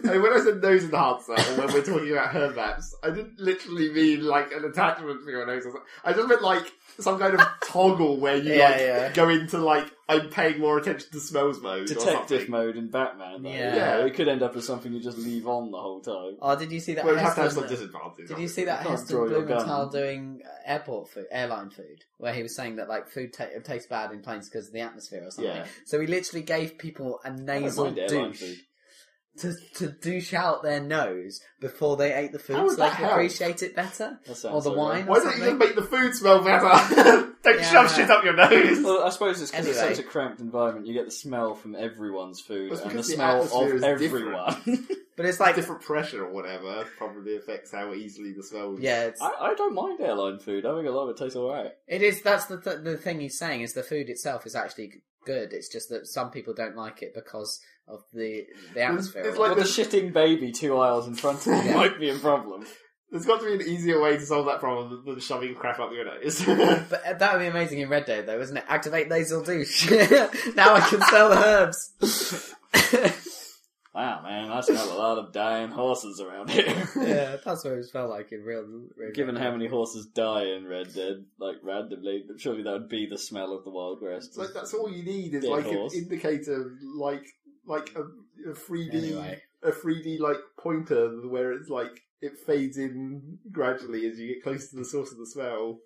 I mean, when I said nose enhancer, or when we're talking about herb maps, I didn't literally mean like an attachment for your nose. Or something. I just meant like some kind of toggle where you Yeah, like yeah. go into like I'm paying more attention to smells mode. or detective something. mode in Batman. Though. Yeah. Yeah. it could end up as something you just leave on the whole time. Oh, did you see that? Well, it has to have Heston- some disadvantages. Did you see that You can't Heston draw your Blumenthal gun. doing uh, airport food, airline food, where he was saying that like food ta- tastes bad in planes because of the atmosphere or something? Yeah. So he literally gave people a I don't nasal mind airline douche food. to to douche out their nose before they ate the How food, Oh, would so they that could help? appreciate it better. That sounds Or the so wine. Why or don't you something. just make the food smell better? don't Yeah. shove shit up your right. nose. Well, I suppose it's because Anyway. it's such a cramped environment. You get the smell from everyone's food It's and the because the smell of atmosphere is everyone. But it's like, Different pressure or whatever probably affects how easily the smell. yeah, it's, I, I don't mind airline food. I think a lot of it tastes alright. it is. That's the th- the thing he's saying is the food itself is actually good. It's just that some people don't like it because of the the atmosphere. it's or like But the shitting baby two aisles in front of you Yeah. might be a problem. There's got to be an easier way to solve that problem than shoving crap up your nose. That's But uh, that would be amazing in Red Dead, though, isn't it? Activate nasal douche. now I can sell the herbs. Wow, Ah, man, I smell a lot of dying horses around here. yeah, that's what it felt like in real. real Given how many horses die in Red Dead, like randomly, surely that would be the smell of the Wild West. like that's all you need is Dead like horse. an indicator, like like a, a 3D Anyway, a 3D like pointer where it's like it fades in gradually as you get close to the source of the smell.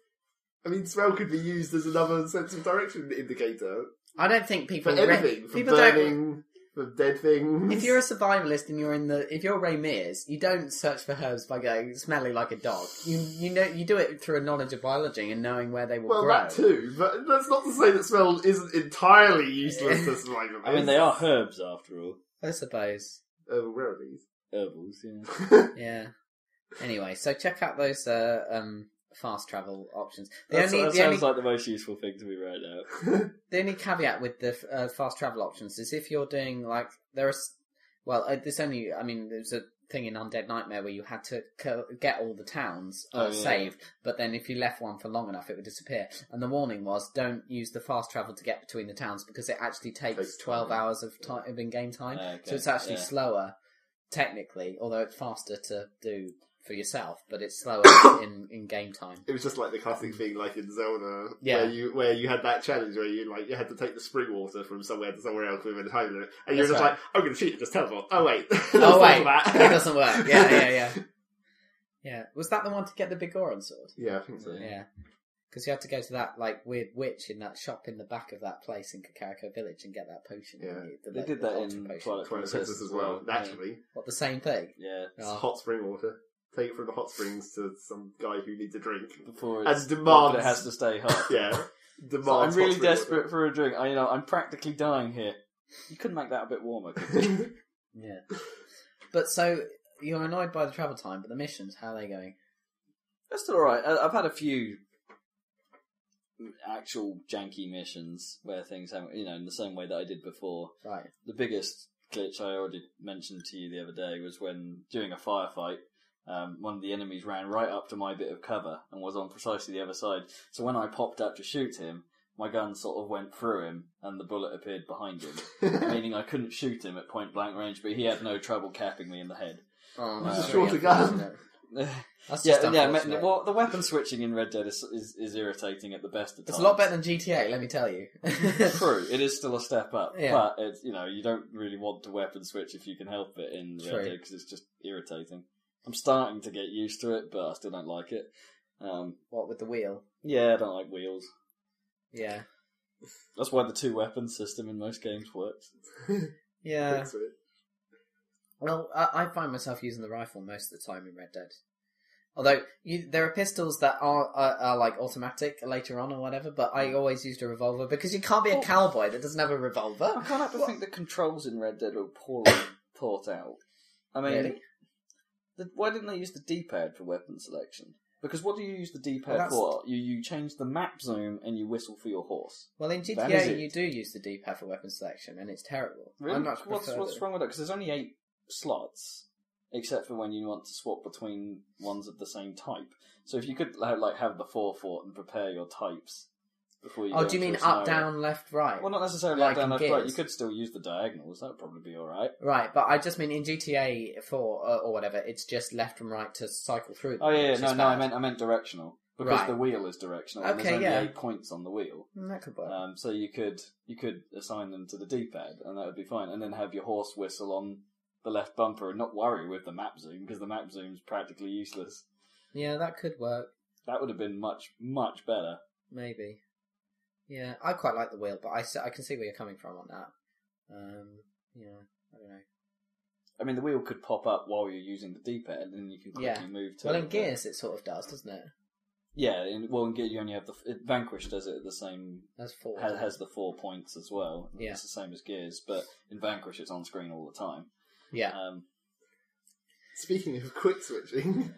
I mean, smell could be used as another sense of direction indicator I don't think people. for re- anything, for people burning, for dead don't. things. If you're a survivalist and you're in the, if you're Ray Mears, you don't search for herbs by going smelly like a dog. You you know you do it through a knowledge of biology and knowing where they will well, grow. that too, but that's not to say that smell isn't entirely useless to survival. I mean, they are herbs after all. I suppose. Uh, where are these? Herbals, yeah. Yeah. Anyway, so check out those uh, um, fast travel options. The That's- only that the only sounds like the most useful thing to me right now. The only caveat with the uh, fast travel options is if you're doing like there are, s- well, uh, there's only I mean there's a thing in Undead Nightmare where you had to co- get all the towns uh, Oh, yeah. saved, but then if you left one for long enough, it would disappear. And the warning was don't use the fast travel to get between the towns because it actually takes, Takes twelve time. hours of time of in game time, Ah, okay, so it's actually yeah. slower technically, although it's faster to do for yourself, but it's slower in in game time. It was just like the classic thing, like in Zelda, Yeah. where you where you had that challenge where you like you had to take the spring water from somewhere to somewhere else within time limit, and you're That's just right. like, I'm going to cheat and just teleport. Oh wait, oh wait, that. that doesn't work. Yeah, yeah, yeah. Yeah, was that the one to get the Bigoran sword? Yeah, I think so. Yeah. Yeah, because you had to go to that like weird witch in that shop in the back of that place in Kakariko Village and get that potion. Yeah. didn't you? The, They like, did the that ultra potion. in Twilight Twilight Princess, Princess as well, Yeah. naturally. What the same thing? Yeah. It's Oh. hot spring water. Take it from the hot springs to some guy who needs a drink. Before And it's hot, demands- but it has to stay hot. Yeah. So I'm Demands hot really spring water. desperate for a drink. I, you know, I'm practically dying here. You couldn't make that a bit warmer. could you? Yeah, but so you're annoyed by the travel time, but the missions, how are they going? That's still alright. I- I've had a few actual janky missions where things haven't, you know, in the same way that I did before. Right. the biggest glitch I already mentioned to you the other day was when during a firefight, um, one of the enemies ran right up to my bit of cover and was on precisely the other side. So when I popped up to shoot him, my gun sort of went through him and the bullet appeared behind him, meaning I couldn't shoot him at point blank range, but he had no trouble capping me in the head. Oh, That's a that's shorter really gun. unfortunate. That's just yeah, yeah. ma- unfortunate. Well, the weapon switching in Red Dead is, is, is irritating at the best of times. It's a lot better than GTA, let me tell you. True, it is still a step up, Yeah. but it's you know you don't really want to weapon switch if you can help it in True. Red Dead because it's just irritating. I'm starting to get used to it, but I still don't like it. Um, what with the wheel? yeah, I don't like wheels. Yeah. That's why the two weapon system in most games works. Yeah. Fix it. Well, I, I find myself using the rifle most of the time in Red Dead. Although you, there are pistols that are, are are like automatic later on or whatever, but Hmm. I always used a revolver because you can't Oh. be a cowboy that doesn't have a I revolver. can't help but think the controls in Red Dead were poorly thought out. I mean, Really? the, why didn't they use the D-pad for weapon selection? Because what do you use the D-pad Well, that's- for? You you change the map zoom and you whistle for your horse. Well, in That is it. GTA you do use the D-pad for weapon selection, and it's terrible. I Really? much what's prefer what's the- wrong with that? Because there's only eight slots, except for when you want to swap between ones of the same type. So if you could like like, have the forethought and prepare your types before you. Oh, go do you into mean a up, scenario. down, left, right? Well, not necessarily Like up, down, in left, right. You Gears. could still use the diagonals. That would probably be all right. Right, but I just mean in GTA 4 uh, or, or whatever, it's just left and right to cycle through. them, Oh yeah, yeah. which no, is no. I bad. meant I meant directional because Right. the wheel is directional. and Okay, there's only yeah. eight points on the wheel. Mm, That could work. Um, so you could you could assign them to the D-pad, and that would be fine. And then have your horse whistle on the left bumper, and not worry with the map zoom because the map zoom's practically useless. yeah, that could work. That would have been much much better. Maybe. Yeah, I quite like the wheel, but I, s- I can see where you're coming from on that. Um, yeah, I don't know. I mean, the wheel could pop up while you're using the D-pad, and then you can quickly Yeah. move to. Well, in it. Gears, it sort of does, doesn't it? yeah. In, well, in Gear, you only have the it, Vanquish does it at the same That's four. has, has the four points as well. Yeah. it's the same as Gears, but in Vanquish it's on screen all the time. Yeah. Um, Speaking of quick switching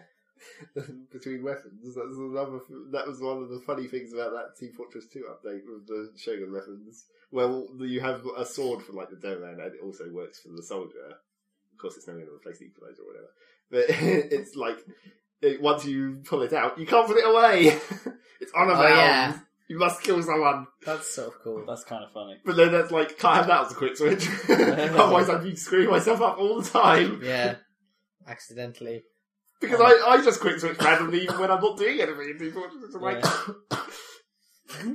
between weapons, that's another. That was one of the funny things about that Team Fortress Two update with the Shogun weapons. Well, you have a sword for like the Dolan, and it also works for the soldier. Of course, it's never going to replace the equalizer or whatever. But it's like it, once you pull it out, you can't put it away. it's on a Oh, bound. yeah. You must kill someone. That's sort of cool. that's kind of funny. But then that's like can't have that as a quick switch. Otherwise, I'd be screwing myself up all the time. yeah. Accidentally. Because I, I just quick switch randomly even when I'm not doing anything. in Team Fortress. I'm like,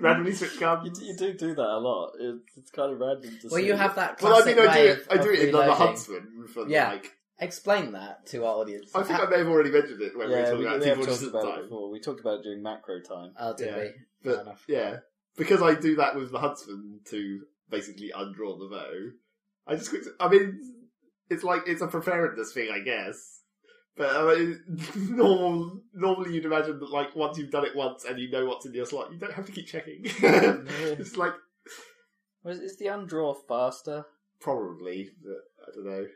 randomly switch You, guns. d- you do do that a lot. It's, it's kind of random. To Well, see. you have that Well, I classic mean, I do way it. I of- do of it in the reloading. Huntsman. For the, Yeah. like, Explain that to our audience. I think I may have already mentioned it when yeah, we we, were talking about we Team have Fortress talked at the about it time. before. We talked about it during macro time. Oh, did Yeah. we? But- Fair enough. Yeah, because I do that with the Huntsman to basically undraw the bow. I just quick. I mean, it's like it's a preparedness thing, I guess. But I mean, normal, normally you'd imagine that like once you've done it once and you know what's in your slot, you don't have to keep checking. it's like Was is the undraw faster? probably, but I don't know.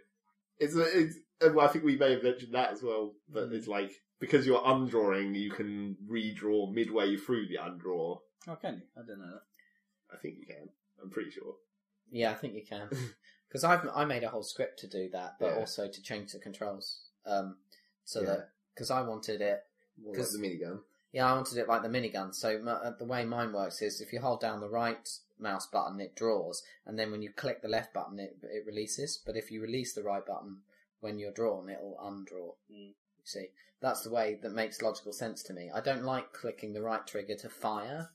It's, it's and I think we may have mentioned that as well. But it's like because you're undrawing, you can redraw midway through the undraw. Oh, can you? I don't know. I think you can. I'm pretty sure. Yeah, I think you can. Because I've I made a whole script to do that, but Yeah. also to change the controls. Um, so Yeah. that because I wanted it, More Because- like the minigun. yeah, I wanted it like the minigun. So m- uh, the way mine works is if you hold down the right mouse button, it draws, and then when you click the left button, it it releases. But if you release the right button when you're drawn, it'll undraw. Hmm. Mm. You see, that's the way that makes logical sense to me. I don't like clicking the right trigger to fire.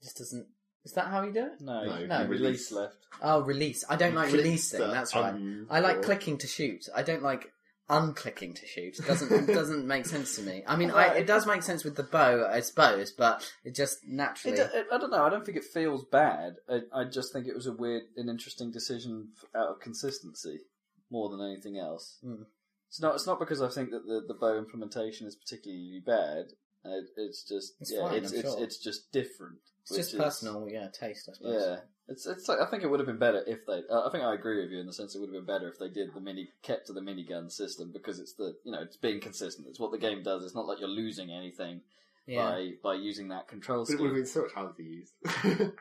It just doesn't. Is that how you do it? No, No, you- no. you release left. Oh, release. I don't like Click releasing. the That's right. un- I like Um, or- clicking to shoot. I don't like unclicking to shoot. It doesn't it doesn't make sense to me. I mean, I, Right. it does make sense with the bow, I suppose, but it just It, naturally. do- it, I don't know. I don't think it feels bad. I, I just think it was a weird, an interesting decision f- out of consistency more than anything else. Mm. It's not. It's not because I think that the, the bow implementation is particularly bad. It, it's just It's yeah. fine, it's I'm it's sure. it's just different. it's just which is- personal, yeah, taste, I suppose. Yeah, it's it's like I think it would have been better if they. Uh, I think I agree with you in the sense it would have been better if they did the mini kept to the minigun system because it's the you know it's being consistent. It's what the game does. It's not like you're losing anything Yeah. by by using that control But it would scheme. have been so much harder to use.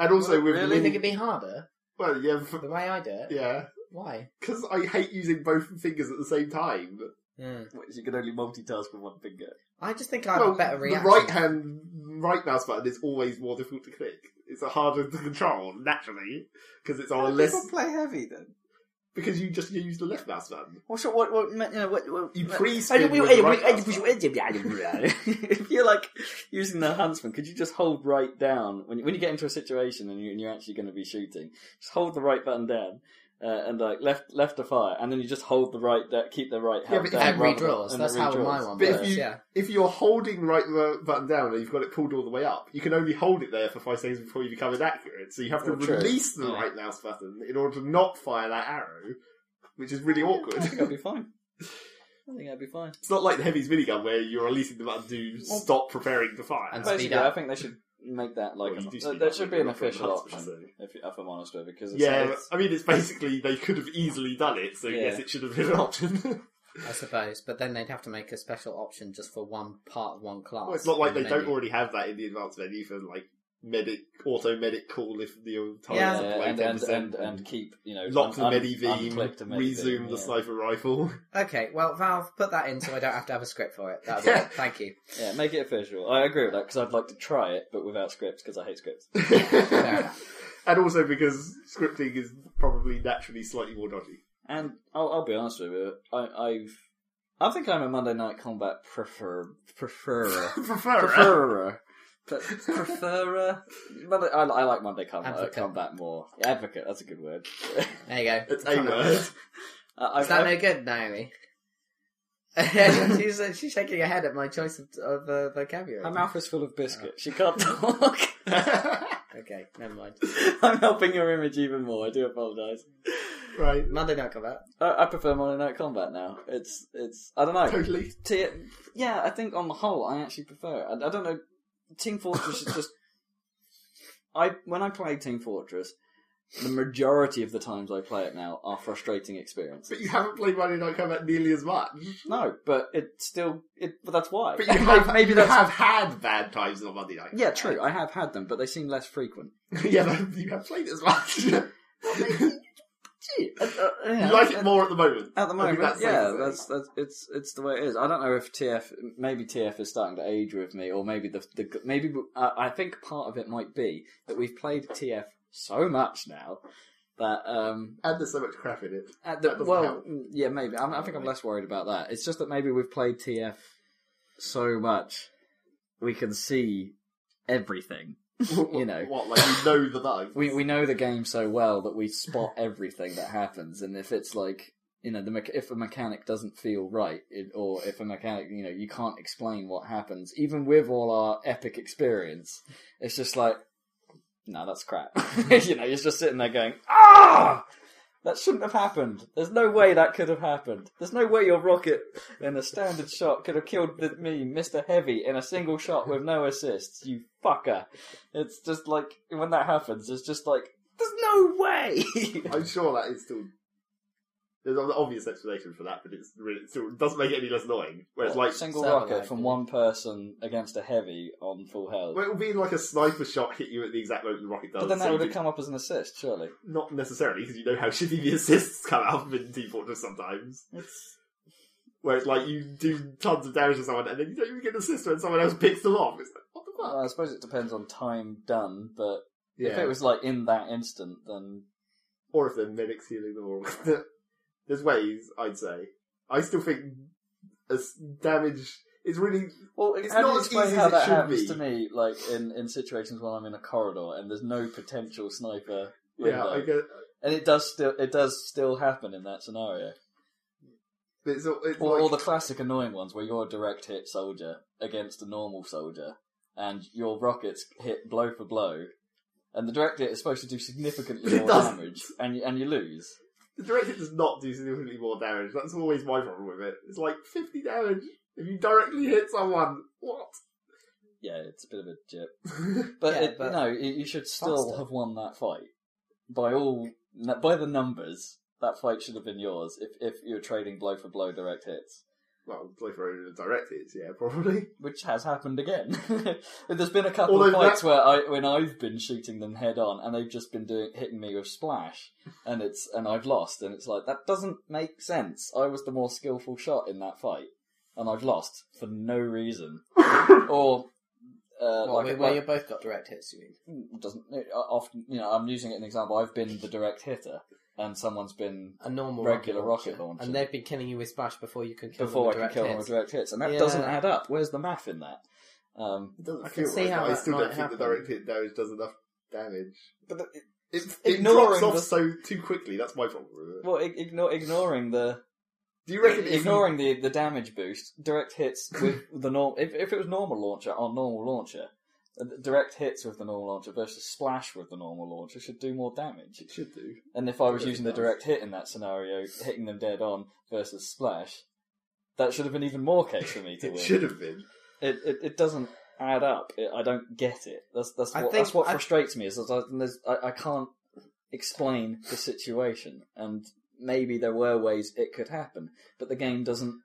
and also Well, really? with Do you mini- think it'd be harder well, yeah, f- the way I do it? yeah, Why? because I hate using both fingers at the same time. Yeah. You can only multitask with one finger. I just think I have a better reaction. The right hand right mouse button is always more difficult to click. It's harder to control naturally because it's on a People list play heavy then. because you just use the left mouse button. Well, sure, what, what, you know, what, what, You what- I- pre-spin with we- the we- right we- mouse If if you're like using the huntsman, could you just hold right down when you, when you get into a situation and, you, and you're actually going to be shooting? Just hold the right button down uh, and like left left to fire, and then you just hold the right da- keep the right hand but if- down And rather than- redraws. and That's it how redraws. my one But works. if you Yeah. if you're holding right mo- button down and you've got it pulled all the way up, you can only hold it there for five seconds before you become inaccurate. So you have to Well, true. release the Yeah. right mouse button in order to not fire that arrow, which is really I think I'd awkward. be fine. I think I'd be fine. it's not like the heavy's minigun where you're releasing the button to stop preparing to fire. And Basically, speed up. I think they should make that like Well, you do an, speed there up should with be the an left-hand official mouse button, option. so- If, if I'm honest with it, because Yeah, I mean, it's basically they could have easily done it, so Yeah. yes, it should have been an option. I suppose, but then they'd have to make a special option just for one part of one class. well, it's not like in the they don't menu. already have that in the advanced menu for like medic, auto medic call if the Yeah. target's below and, and, 10%. and, and keep you know lock the un- un- medibeam, unclick the medibeam, resume the yeah. sniper rifle. Okay, well, Valve, put that in so I don't have to have a script for it. That'll be good. Thank you. Yeah, make it official. I agree with that because I'd like to try it, but without scripts because I hate scripts. and also because scripting is probably naturally slightly more dodgy. And I'll, I'll be honest with you, I, I've I think I'm a Monday Night Combat prefer preferer Prefer preferer. Pre- Preferer, Monday, I, I like Monday Combat, Advocate. combat more. Advocate, that's a good word. There you go. It's a word. I, Is that I, no good, Naomi? she's, uh, she's shaking her head at my choice of, of uh, vocabulary. her mouth is full of Uh. biscuit. She can't talk. Okay, never mind. I'm helping your image even more. I do apologise. right. Monday Night Combat. I, I prefer Monday Night Combat now. It's it's I don't know. Totally. T- yeah, I think on the whole, I actually prefer. it. I, I don't know. Team Fortress is just. I when I play Team Fortress, the majority of the times I play it now are frustrating experiences. But you haven't played Monday Night Combat nearly as much. No, but it still it. But that's why. Mm-hmm. But you have, maybe you have had bad times on Monday Night. yeah, true. I have had them, but they seem less frequent. yeah, but you have played it as much. you Gee, uh, uh, yeah, like it uh, more at the moment. At the I think moment, that's safe to yeah, say. that's that's it's it's the way it is. I don't know if TF maybe TF is starting to age with me, or maybe the the maybe uh, I think part of it might be that we've played TF so much now that um And there's so much crap in it. at That the, doesn't well help. mm, yeah maybe I'm, I think I'm less worried about that. It's just that maybe we've played TF so much we can see everything. You know. What, like you know the bugs. we we know the game so well that we spot everything that happens, and if it's like you know the mecha- if a mechanic doesn't feel right, it, or if a mechanic you know you can't explain what happens, even with all our epic experience, it's just like no, that's crap. you know, you're just sitting there going ah. That shouldn't have happened. There's no way that could have happened. There's no way your rocket in a standard shot could have killed the- me, Mr. Heavy, in a single shot with no assists. You fucker. It's just like when that happens, it's just like there's no way. I'm sure that is still. There's an obvious explanation for that, but it's really, it still doesn't make it any less annoying. Where it's like, single Sound rocket like from it. one person against a heavy on full health. well, it would be like a sniper shot hit you at the exact moment the rocket does. but then that so would you have come up as an assist, surely. do- Not necessarily, because you know how shitty the assists come out of in Team Fortress sometimes. It's Where it's like you do tons of damage to someone and then you don't even get an assist when someone else picks them off. It's like, what the fuck? well, I suppose it depends on time done, but if it was like in that instant, then or if they're medics healing them all. There's ways, I'd say. I still think as damage is really Well, It's how do not you as explain easy how as it that should happens be. to me, like in, in situations when I'm in a corridor and there's no potential sniper. yeah. I window. guess, and it does still it does still happen in that scenario. but it's, all- it's Or, like, or the classic annoying ones where you're a direct hit soldier against a normal soldier, and your rockets hit blow for blow, and the direct hit is supposed to do significantly It more doesn't. damage, and you, and you lose. The director does not do significantly more damage. That's always my problem with it. It's like 50 damage if you directly hit someone. What? Yeah, it's a bit of a jip, but, Yeah, it, but no, you you should still faster. have won that fight by all by the numbers. That fight should have been yours if if you were trading blow for blow direct hits. well, play for own direct hits, yeah, probably. which has happened again. There's been a couple of Although fights where I when I've been shooting them head on and they've just been doing hitting me with splash and it's and I've lost and it's like that doesn't make sense. I was the more skillful shot in that fight. and I've lost for no reason. or uh, What, like, where like- you both got direct hits, you mean? doesn't it, I- often you know I'm using it as an example. I've been the direct hitter, and someone's been A normal Regular rocket launcher. And they've been killing you with smash before you can kill them before I with can direct kill them hits. with direct hits, and that Yeah. doesn't add up. Where's the math in that? Um, It doesn't I can feel see right, how but I that still might don't think happen. the direct hit damage does enough damage. but the, It, it Ignoring drops off the- so too quickly. That's my problem with it. well, ig- ignore, ignoring the Do you reckon? if you- ignoring the, the damage boost, direct hits with the normal. If, if it was normal launcher on normal launcher, uh, direct hits with the normal launcher versus splash with the normal launcher should do more damage. It should do. And if I was It using the does. direct hit in that scenario, hitting them dead on versus splash, that should have been even more case for me to It win. should have been. it, it, it doesn't add up. It, I don't get it. That's that's I what, think- that's what I- frustrates me is that I, there's, I, I can't explain the situation. And maybe there were ways it could happen, but the game doesn't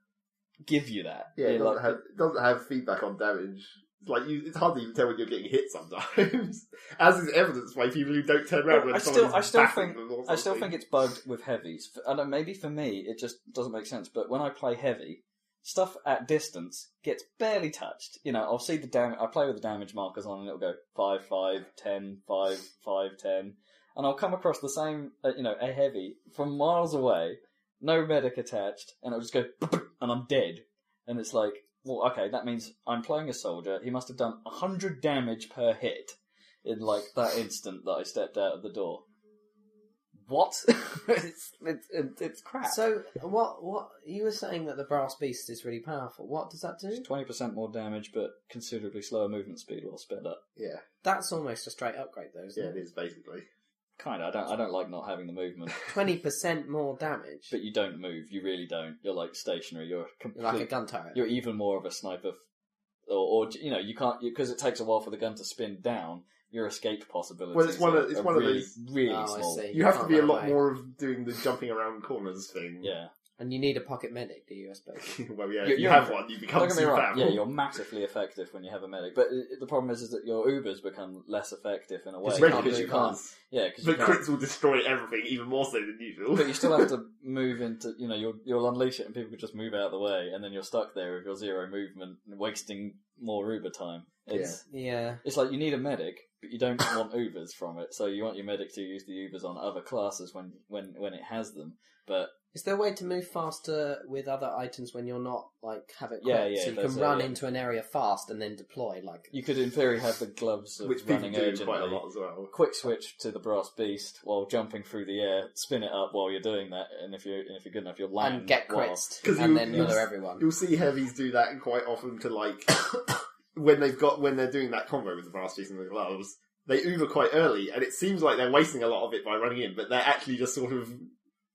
give you that. Yeah, You're it doesn't, like- have, it doesn't have feedback on damage. It's like you, it's hard to even tell when you're getting hit sometimes, as is evidenced by people who don't turn around when I someone still, I is still battling think, them or I still something. think it's bugged with heavies. F- I don't, maybe for me, it just doesn't make sense. But when I play heavy, stuff at distance gets barely touched. You know, I'll see the damage. I play with the damage markers on, and it'll go five, five, ten, five, five, ten, and I'll come across the same, uh, you know, a heavy from miles away, no medic attached, and it'll just go, and I'm dead. And it's like, well, okay, that means I'm playing a soldier. He must have done hundred damage per hit in like that instant that I stepped out of the door. What? it's, it's, it's, it's crap. So, what, what, you were saying that the Brass Beast is really powerful. What does that do? 20% more damage, but considerably slower movement speed while sped up. Yeah, That's almost a straight upgrade, though, yeah, it isn't is basically. Kind of. I don't. I don't like not having the movement, it? 20% more damage. but you don't move. You really don't. You're like stationary. You're a complete, You're like a gun turret. You're even more of a sniper, f- or, or you know, you can't because it takes a while for the gun to spin down. Your escape possibilities. Well, it's one of- are- it's are one of really, those- really Oh, I small. see. You have to can't be a run lot away. more of doing the jumping around corners thing. Yeah. And you need a pocket medic, do you, I suppose? well, yeah, You- if you you're- have one, you become Don't get me super wrong. powerful. Yeah, you're massively effective when you have a medic, but i- the problem is, is that your Ubers become less effective in a way It's Regular because you can't. cars. Yeah, because you But can't. crits will destroy everything even more so than usual. but you still have to move into you know you'll you'll unleash it and people could just move out of the way and then you're stuck there with your zero movement and wasting more uber time it's Yeah. it's like you need a medic but you don't want ubers from it so you want your medic to use the ubers on other classes when when when it has them but Is there a way to move faster with other items when you're not like have it? Yeah, equipped? yeah, So you that's can it, run yeah. into an area fast and then deploy. Like you could in theory have the gloves of which people running do urgently quite a lot as well. quick switch to the brass beast while jumping through the air spin it up while you're doing that and if you're and if you're good enough you'll land and get while- crits 'Cause and you- then you- murder everyone. You'll see heavies do that quite often to like when they've got when they're doing that combo with the brass piece and the gloves. They Uber quite early, and it seems like they're wasting a lot of it by running in, but they're actually just sort of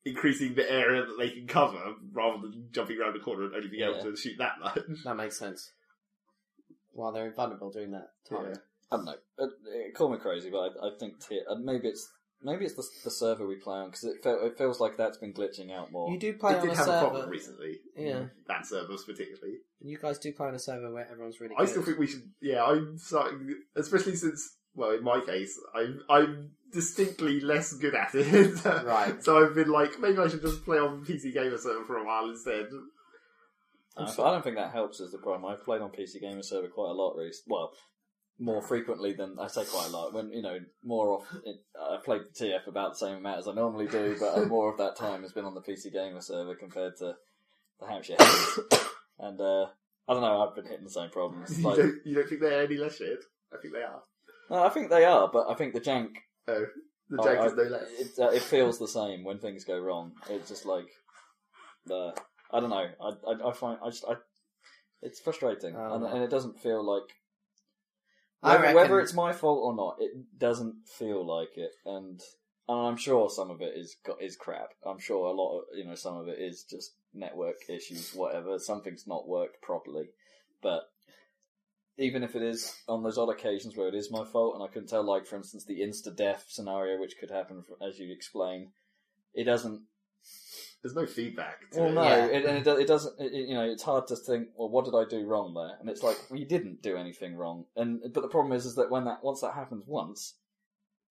increasing the area that they can cover rather than jumping around the corner and only being Yeah. able to shoot that much. That makes sense. While they're invulnerable doing that time. Yeah. I don't know. Uh, uh, call me crazy, but I, I think tier, uh, maybe it's maybe it's the, the server we play on because it, fe- it feels like that's been glitching out more. You do play They on did a have server. a problem recently. Yeah. That service particularly. You guys do play on a server where everyone's really. I good. still think we should. Yeah, I'm starting, especially since. Well, in my case, I'm I'm distinctly less good at it. Right. so I've been like, maybe I should just play on PC Gamer server for a while instead. Uh, but I don't think that helps is the problem. I've played on PC Gamer Server quite a lot recently. Well, more frequently than I say quite a lot. When you know more of it, I played TF about the same amount as I normally do, but uh, more of that time has been on the PC Gamer Server compared to the Hampshire Heads. and uh, I don't know. I've been hitting the same problems. you Like, don't you don't think they're any less shit? I think they are. no, I think they are, but I think the jank Oh, the I- joke I- is no less. It, uh, it feels the same when things go wrong. It's just like the I don't know. I I, I find I just I it's frustrating, Oh, and, no. and it doesn't feel like I whether, whether reckon- it's my fault or not. It doesn't feel like it, and and I'm sure some of it is go- is crap. I'm sure a lot of you know some of it is just network issues, whatever. Something's not worked properly, but even if it is on those odd occasions where it is my fault and I couldn't tell, like for instance, the insta death scenario, which could happen f- as you explain, it doesn't. There's no feedback. To Well, it. no, Yeah. it, and it, do- it doesn't. It, it- you know, it's hard to think. Well, what did I do wrong there? And it's like well, you didn't do anything wrong. And but the problem is, is that when that once that happens once,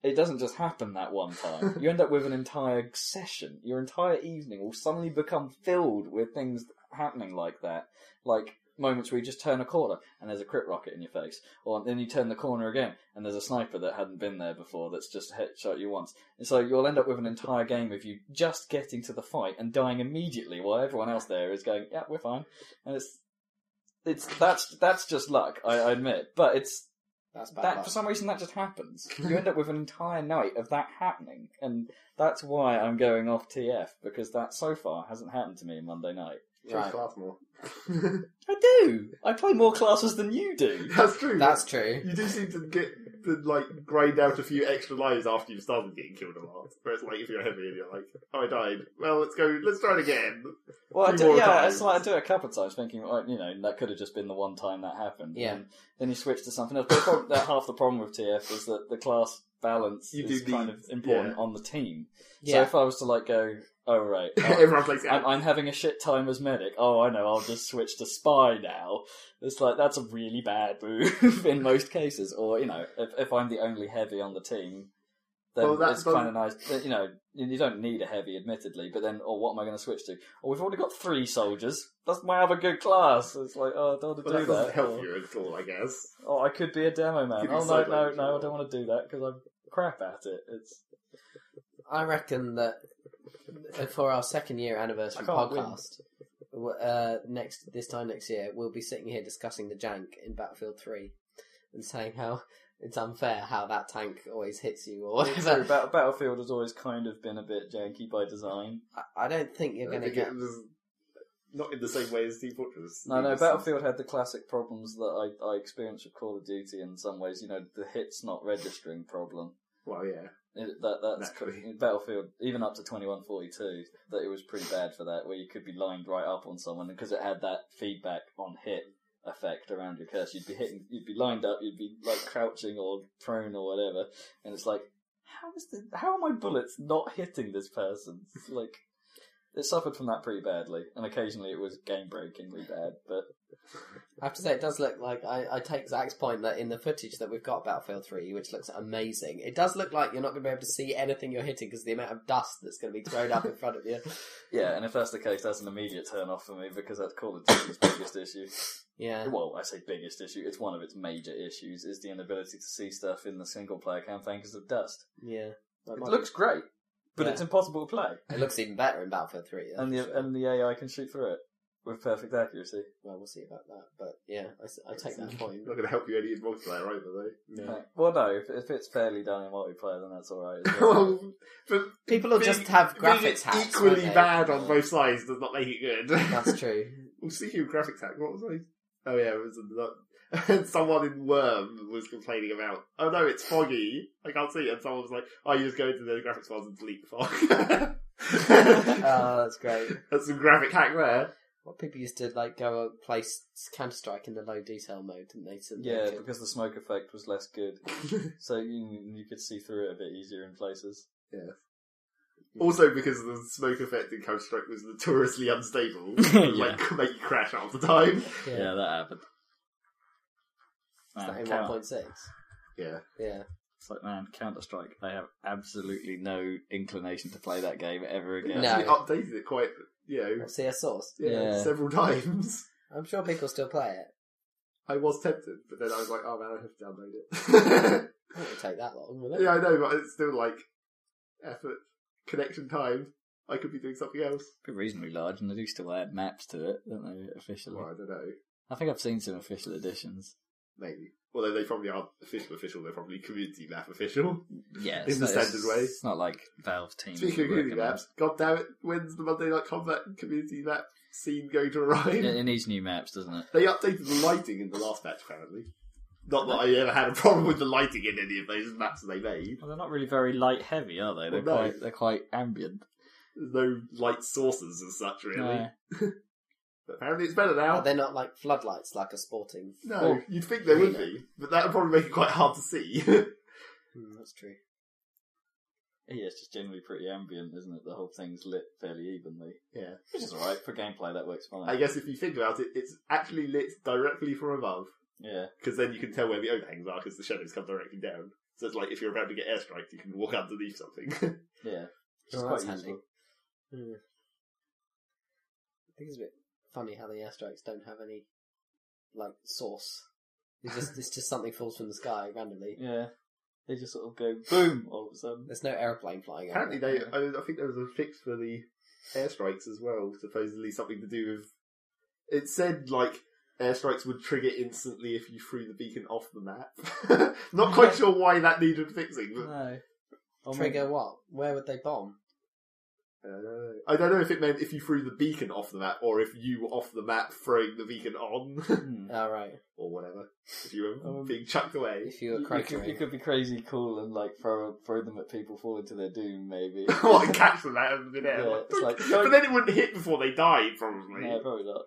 It doesn't just happen that one time. You end up with an entire session. Your entire evening will suddenly become filled with things happening like that. Like moments where you just turn a corner and there's a crit rocket in your face. Or then you turn the corner again and there's a sniper that hadn't been there before that's just headshot you once. And so you'll end up with an entire game of you just getting to the fight and dying immediately while everyone else there is going, yeah, we're fine. And it's, it's, that's, that's just luck, I, I admit. But it's, That's bad. that luck. for some reason that just happens. You end up with an entire night of that happening, and that's why I'm going off TF because that so far hasn't happened to me Monday night. Right. class more. I do. I play more classes than you do. That's true. That's true. you do seem to get. To, like grind out a few extra lives after you've started getting killed a lot. Whereas like if you're heavy and you're like, oh I died. Well let's go let's try it again. Well, I Three do, more yeah, times. it's like I do it a couple of times, thinking, oh, you know, that could have just been the one time that happened. Yeah. And then you switch to something else. But the problem- that half the problem with TF is that the class balance You is do kind need- of important yeah. on the team. So Yeah. if I was to like go, oh right, I- Everyone plays it I'm, I'm having a shit time as medic. Oh, I know. I'll just switch to spy now. It's like that's a really bad move in most cases. Or you know, if, if I'm the only heavy on the team, then Well, that it's kind of nice. that, You know, you you don't need a heavy, admittedly. But then, or what am I going to switch to? Oh, we've already got three soldiers. That's my other good class. It's like, oh, I don't want Well, to that do doesn't that. help Or, you at all, I guess. Oh, I could be a demo man. Could be Oh no, no, sidelined no! I or- don't want to do that because I'm crap at it. It's I reckon that for our second year anniversary I can't win. podcast, w- uh, next this time next year, we'll be sitting here discussing the jank in Battlefield Three, and saying how it's unfair how that tank always hits you or it's true. whatever. Bat- Battlefield has always kind of been a bit janky by design. I- I don't think you're I going to get. think it was not in the same way as Team Fortress. No, no, It's- Battlefield had the classic problems that I, I experienced with Call of Duty in some ways. You know, the hits not registering problem. Well, yeah. It, that that's Naturally. in Battlefield, even up to twenty one forty two, that it was pretty bad for that, where you could be lined right up on someone because it had that feedback on hit effect around your curse. You'd be hitting, you'd be lined up, you'd be like crouching or prone or whatever, and it's like, how is the, how are my bullets not hitting this person? It's like. It suffered from that pretty badly, and occasionally it was game breakingly bad. But I have to say, it does look like I, I take Zach's point that in the footage that we've got of Battlefield 3, which looks amazing, it does look like you're not going to be able to see anything you're hitting because the amount of dust that's going to be thrown up in front of you. Yeah, and if that's the case, that's an immediate turn off for me because that's Call of Duty's biggest issue. Yeah. Well, I say biggest issue, it's one of its major issues, is the inability to see stuff in the single player campaign because of dust. Yeah. That It might looks great, but Yeah. it's impossible to play. be- it looks even better in Battlefield 3. and, the, and the AI can shoot through it with perfect accuracy. well, we'll see about that. But yeah, I s- I, take that point. It's not going to help you any in multiplayer either, though. Like, Well, no, if, if it's fairly done in multiplayer, then that's alright. as well. well, but People will Being- just have Being graphics hacks. equally won't they? bad on both sides does not make it good. That's true. Well, speaking of graphics hack, what was I? Oh yeah, it was another... someone in Worm was complaining about. Oh no, it's foggy. I can't see it. And someone was like, "Oh, you just go into the graphics files and delete the fog." Oh, that's great. That's some graphic hack there. Well, people used to like go and play Counter Strike in the low detail mode, didn't they? So that they yeah, could- because the smoke effect was less good, so you, you could see through it a bit easier in places. Also, because the smoke effect in Counter Strike was notoriously unstable, Yeah. like make you crash half the time. yeah. that happened. Is that Man, in count- 1.6? Yeah, Yeah. It's like, man, Counter Strike. I have absolutely no inclination to play that game ever again. No. we updated it quite, you know, See a source. yeah, Yeah. several times. I'm sure people still play it. I was tempted, but then I was like, "Oh man, I have to download it." It won't take that long, will it? Yeah, I know, but it's still like effort, connection time. I could be doing something else. It's reasonably large, and they do still add maps to it, don't they? Officially, Well, I don't know. I think I've seen some official editions. Maybe. Although they probably aren't official official, they're probably community map official. Yeah, In the not- standard way. It's not like Valve team. Speaking of community maps, god damn it, when's the Monday Night Combat community map scene going to arrive? it, it needs new maps, doesn't it? They updated the lighting in the last patch, apparently. Not that I ever had a problem with the lighting in any of those maps they made. Well, they're not really very light heavy, are they? They're Well, no. quite they're quite ambient. There's no light sources as such, really. No. But apparently it's better now. Are they not like floodlights, like a sporting? No, Well, you'd think they would be, but that would probably make it quite hard to see. Hmm, that's true. yeah, it's just generally pretty ambient, isn't it? The whole thing's lit fairly evenly, yeah. which is alright for gameplay. That works fine. I guess if you think about it, it's actually lit directly from above. Yeah. because then you can tell where the overhangs are because the shadows come directly down. So it's like if you're about to get airstriked, you can walk underneath something. Yeah. Which is Oh, quite that's handy. useful. Hmm. I think it's a bit funny how the airstrikes don't have any like source. It's just it's just something falls from the sky randomly. Yeah. They just sort of go boom all of a sudden. There's no airplane flying. over Apparently, it. they. I, I think there was a fix for the airstrikes as well. Supposedly, something to do with. It said like airstrikes would trigger instantly if you threw the beacon off the map. Not quite sure why that needed fixing, but No. Or trigger what? Where would they bomb? uh, I don't know if it meant if you threw the beacon off the map or if you were off the map throwing the beacon on maybe- Hmm. All Ah, right. or whatever. If you were Um, being chucked away. If you were You, you could, you cratering, could be crazy cool and like throw throw them at people, fall into their doom, maybe. what a catch from that out of midair. Yeah, it's like, but then it wouldn't hit before they died, probably. no, probably not.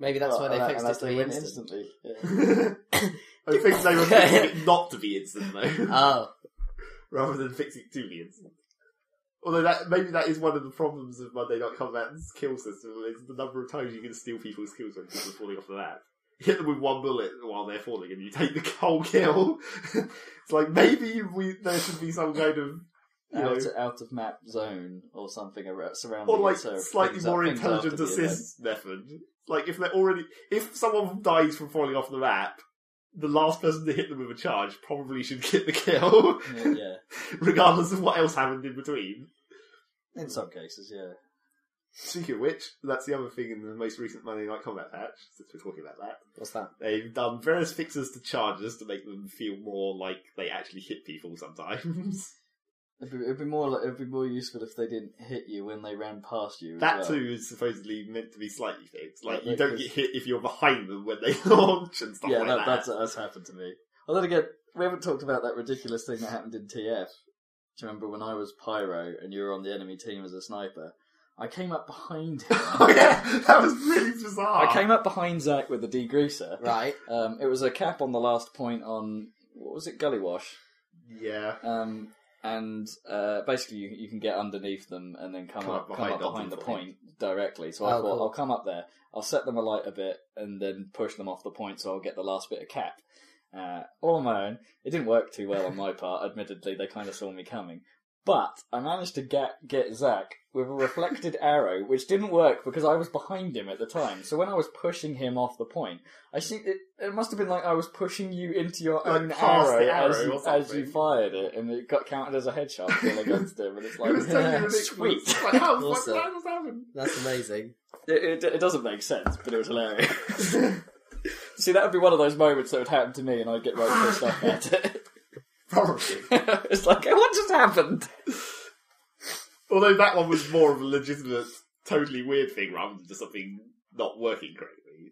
maybe that's why Well, they fixed unless- it unless to they be win instant. instantly. Yeah. I think they were fixing it not to be instant though. Oh, rather than fixing two millions. Although that maybe that is one of the problems of Monday Night Combat's kill system is the number of times you can steal people's kills when people are falling off the map. You hit them with one bullet while they're falling, and you take the whole kill. it's like maybe we there should be some kind of you know, Out, out of map zone or something around, surrounding or like it, so slightly things up- more things intelligent after the event. assist method. Like if they're already if someone dies from falling off the map, the last person to hit them with a charge probably should get the kill, Yeah, regardless of what else happened in between. yeah. in some cases, yeah. Speaking of which, that's the other thing in the most recent Monday Night Combat patch, since we're talking about that. what's that? They've done various fixes to charges to make them feel more like they actually hit people sometimes. It'd be, it'd be more like, it'd be more useful if they didn't hit you when they ran past you. as that well. too is supposedly meant to be slightly fixed. Like, Yeah, you don't because- get hit if you're behind them when they launch and stuff Yeah, like that, that. that's that's happened to me. Well, then again, we haven't talked about that ridiculous thing that happened in TF. Do you remember when I was pyro and you were on the enemy team as a sniper? I came up behind him. oh yeah, Ah. that was really bizarre. I came up behind Zach with a degreaser. Right. Um, it was a cap on the last point on what was it, Gully Wash, Yeah. um, and uh, basically you, you can get underneath them and then come, Come up, up come behind up them behind the for point directly. So I Oh, thought cool. I'll come up there, I'll set them alight a bit, and then push them off the point so I'll get the last bit of cap. Uh, all on my own. It didn't work too well on my part. Admittedly, they kind of saw me coming. But I managed to get get Zach with a reflected arrow, which didn't work because I was behind him at the time. So when I was pushing him off the point, I see it, it must have been like I was pushing you into your Like own past arrow, the arrow as, you, or as you something. fired it, and it got counted as a headshot kill against him. And it's like, it was totally yeah, ridiculous. sweet. It's Like, how the fuck Awesome. did that happen? That's amazing. It, it, it doesn't make sense, but it was hilarious. See, that would be one of those moments that would happen to me, and I'd get right pissed off at it. Probably. it's like, what just happened? Although that one was more of a legitimate, totally weird thing rather than just something not working correctly.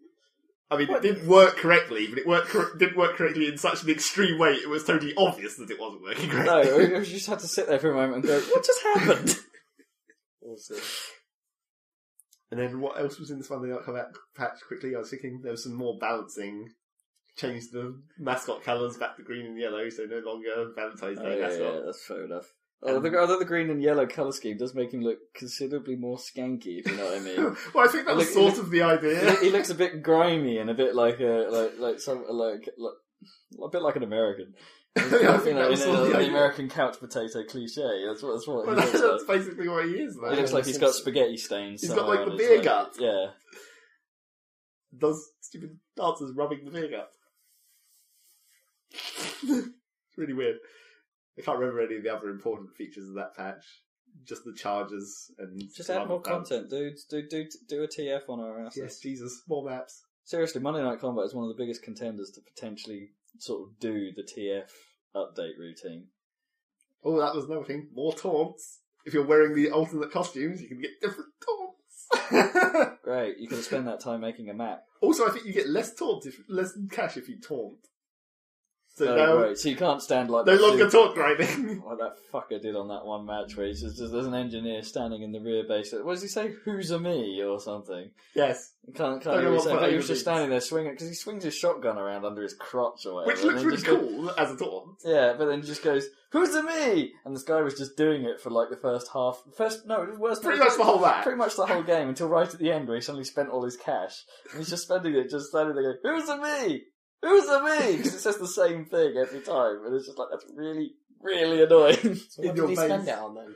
I mean, it did work correctly, but it worked cor- didn't work correctly in such an extreme way. It was totally obvious that it wasn't working No, correctly. we we just had to sit there for a moment and go, what just happened? Awesome. And then what else was in this one? They come out patch quickly. I was thinking there was some more balancing. Changed the mascot colours back to green and yellow, so no longer Valentine's Day Oh, yeah, mascot. yeah, that's fair enough. Although, the, although the green and yellow colour scheme does make him look considerably more skanky, if you know what I mean. well, I think that was Look, sort of the he, idea. he looks a bit grimy and a bit like a like like some like, like a bit like an American. Yeah, I You know, think that was in sort of a- the the idea. American couch potato cliche. That's what that's what Well, he looks that's like. basically what he is, though. He looks like uh, he's got spaghetti stains. He's got, somewhere like, the on beer his gut. Yeah, does stupid dancers rubbing the beer up. it's really weird. I can't remember any of the other important features of that patch. Just the charges and just add some more other stuff. content, dudes. Do do do a TF on our asses. Yes, Jesus, more maps. Seriously, Monday Night Combat is one of the biggest contenders to potentially sort of do the TF update routine. Oh, that was another thing. More taunts. If you're wearing the alternate costumes, you can get different taunts. Great, you can spend that time making a map. also, I think you get less taunts, if, less cash if you taunt. So Oh, now, right, so you can't stand like no that longer dude- taunt grinding. like that fucker did on that one match where he's just, just there's an engineer standing in the rear base. What does he say? Who's a me or something? yes. Can't Don't know can't really what say. that But he even was just means. standing there swinging because he swings his shotgun around under his crotch or whatever. and Which Uh, looks then really just goes- cool as a taunt. Yeah, but then just goes, "Who's a me?" And this guy was just doing it for like the first half. First, no, it was worse. Pretty much the whole match. Pretty much the whole game until right at the end where he suddenly spent all his cash and he's just spending it just standing there going, "Who's a me?" Who's the me? Because it says the same thing every time, and it's just like that's really, really annoying. So In what your did he face. spend it on then?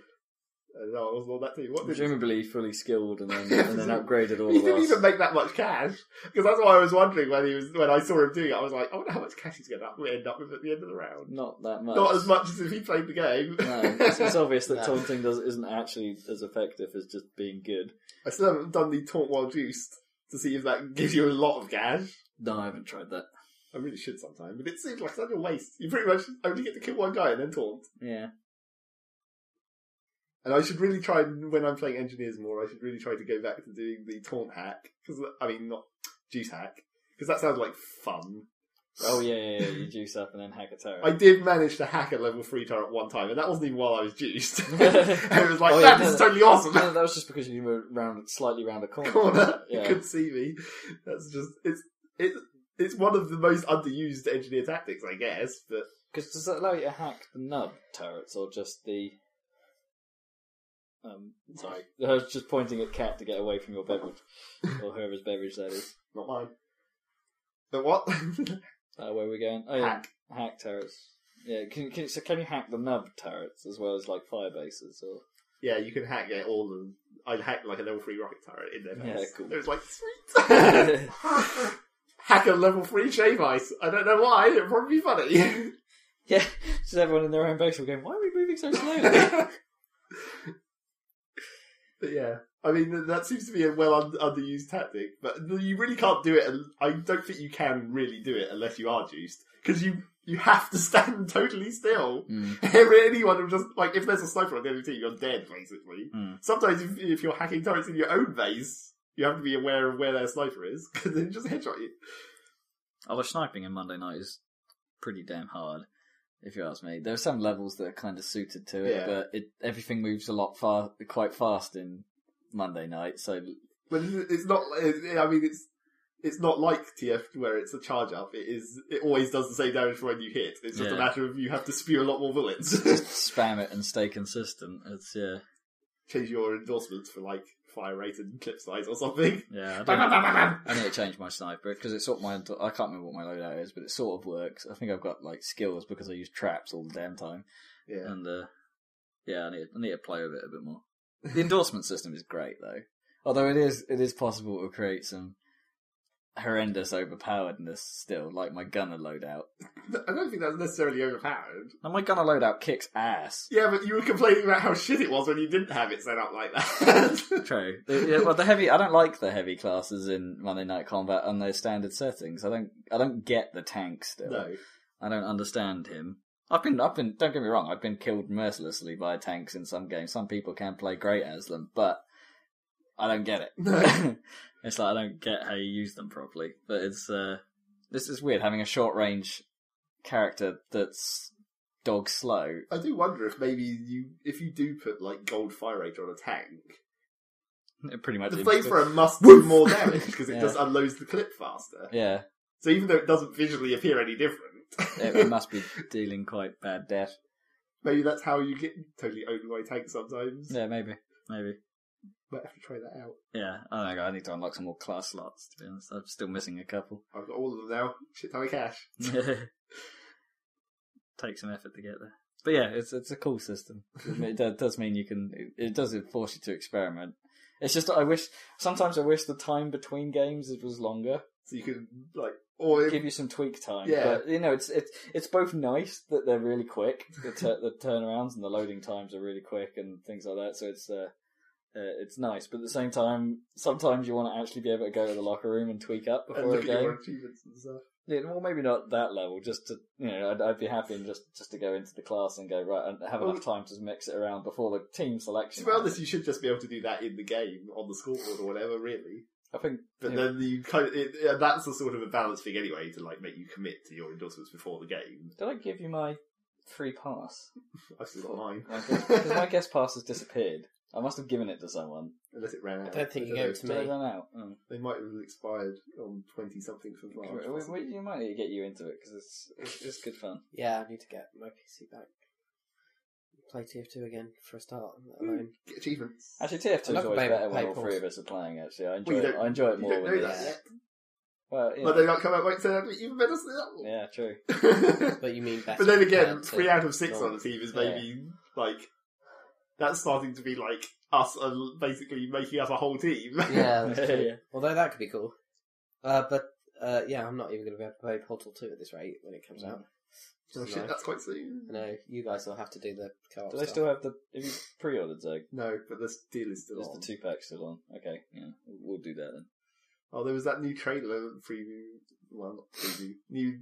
Uh, no, I wasn't on that team. What did Presumably fully skilled, and then and then upgraded all He of didn't us. even make that much cash because that's why I was wondering when he was when I saw him doing it. I was like, I wonder how much cash he's going to end up with at the end of the round. Not that much. Not as much as if he played the game. No, it's, it's obvious that No. taunting does, isn't actually as effective as just being good. I still haven't done the taunt while juiced to see if that gives you a lot of cash. No, I haven't tried that. I really should sometime, but it seems like such a waste. You pretty much only get to kill one guy and then taunt. Yeah. And I should really try when I'm playing engineers more. I should really try to go back to doing the taunt hack because I mean not juice hack because that sounds like fun. Oh yeah, yeah, yeah. You juice up and then hack a turret. I did manage to hack a level three turret one time, and that wasn't even while I was juiced. and it was like, Oh, yeah, no, "Man, this is no. totally awesome. No, that was just because you were round slightly round a corner. Corner, you Yeah. couldn't see me. That's just it's it's it's one of the most underused engineer tactics, I guess. But Because does that allow you to hack the nub turrets or just the? Um, sorry, I was just pointing at cat to get away from your beverage or whoever's beverage that is. not mine. But what? Uh, where are we going? Oh, yeah. Hack. hack turrets. Yeah, can, can so can you hack the nub turrets as well as like fire bases or? yeah, you can hack it all. Of, I hacked like a level three rocket turret in there. Yeah, cool. It was like sweet. hack a level three shave ice. I don't know why. It'd probably be funny. Yeah, just everyone in their own base will go, why are we moving so slowly? But yeah, I mean th- that seems to be a well un- underused tactic, but you really can't do it. un- I don't think you can really do it unless you are juiced because you you have to stand totally still. Hmm. Anyone will just like if there's a sniper on the other team, you're dead basically. Mm. Sometimes if, if you're hacking turrets in your own base, you have to be aware of where their sniper is because they just headshot you. Although sniping in Monday night is pretty damn hard, if you ask me. There are some levels that are kind of suited to it, Yeah. but it everything moves a lot far, quite fast in Monday night. So But it- it's not. it- I mean, it's it's not like TF where it's a charge up. It is. It always does the same damage for when you hit. It's just a Yeah. matter of you have to spew a lot more bullets. just spam it and stay consistent. It's yeah, Change your endorsements for like fire rate and clip size or something. yeah. I, Bam, bam, don't, bam, bam, bam. I need to change my sniper because it's sort of my. I can't remember what my loadout is, but it sort of works. I think I've got like skills because I use traps all the damn time, Yeah. and uh, yeah, I need I need to play with it a bit more. The endorsement system is great though, although it is it is possible to create some horrendous overpoweredness still, like my gunner loadout. I don't think that's necessarily overpowered. Now my gunner loadout kicks ass. Yeah, but you were complaining about how shit it was when you didn't have it set up like that. True. The- yeah, well, the heavy. I don't like the heavy classes in Monday Night Combat and their standard settings. I don't. I don't get the tank still. no. I don't understand him. I've been, I've been. Don't get me wrong. I've been killed mercilessly by tanks in some games. Some people can play great as them, but I don't get it. it's like I don't get how you use them properly. But it's uh, this is weird having a short range character that's dog slow. I do wonder if maybe you if you do put like gold fire rate on a tank, It pretty much the instantly- flamethrower must do more damage because it Yeah. just unloads the clip faster. Yeah, So even though it doesn't visually appear any different, it, it must be dealing quite bad death. maybe that's how you get totally owned by tanks sometimes. Yeah, maybe, maybe. Might have to try that out. Yeah, I don't know. I need to unlock some more class slots. To be honest, I'm still missing a couple. I've got all of them now. Shit ton of cash. Take some effort to get there. But yeah, it's it's a cool system. It do- does mean you can. it- It does force you to experiment. It's just I wish sometimes I wish the time between games it was longer. So you can like or Give you some tweak time. Yeah. But, you know, it's it's it's both nice that they're really quick. The, tur the turnarounds and the loading times are really quick and things like that. So it's uh, uh, it's nice. But at the same time, sometimes you want to actually be able to go to the locker room and tweak up and before look a at game. your achievements and stuff. Yeah, well, maybe not that level. Just to you know, I'd, I'd be happy and just just to go into the class and go right and have enough time to mix it around before the team To selection. be honest, you should just be able to do that in the game on the scoreboard or whatever, really. I think But Yeah. then you kind of, it, it- that's the sort of a balance thing anyway to like make you commit to your endorsements before the game. did I give you my free pass? I've still got mine Because my guest pass has disappeared. I must have given it to someone. unless it ran out. I don't think you know. gave it to Did I me. run out? Oh. They might have expired on twenty something for March. We- we- possibly. we- you might need to get you into it because it's it's it's good fun. Yeah, I need to get my PC back. Play TF2 again for a start. let Hmm. Alone. Get achievements. Actually, TF2 is Another always paper- better when all papers. three of us are playing. Actually, I Well, enjoy you it, don't- I enjoy it You more don't when know it's that yet. Well, yeah. But they not come out and say that'd be even better than that one. yeah, true. But you mean better. but then again, compared to- three out of six no. on the team is maybe like that's starting to be like us uh, basically making us a whole team. Yeah, that's true. Yeah. Although that could be cool. Uh, but uh, yeah, I'm not even going to be able to play Portal 2 at this rate when it comes out. oh Which is shit, nice. that's quite soon. I know, you guys will have to do the co-op Do they stuff. still have the? Have you pre-ordered Zeg? No, but the deal is still Is on. the two pack still on? Okay, yeah, we'll do that then. Oh, there was that new trailer preview. Well, not preview. new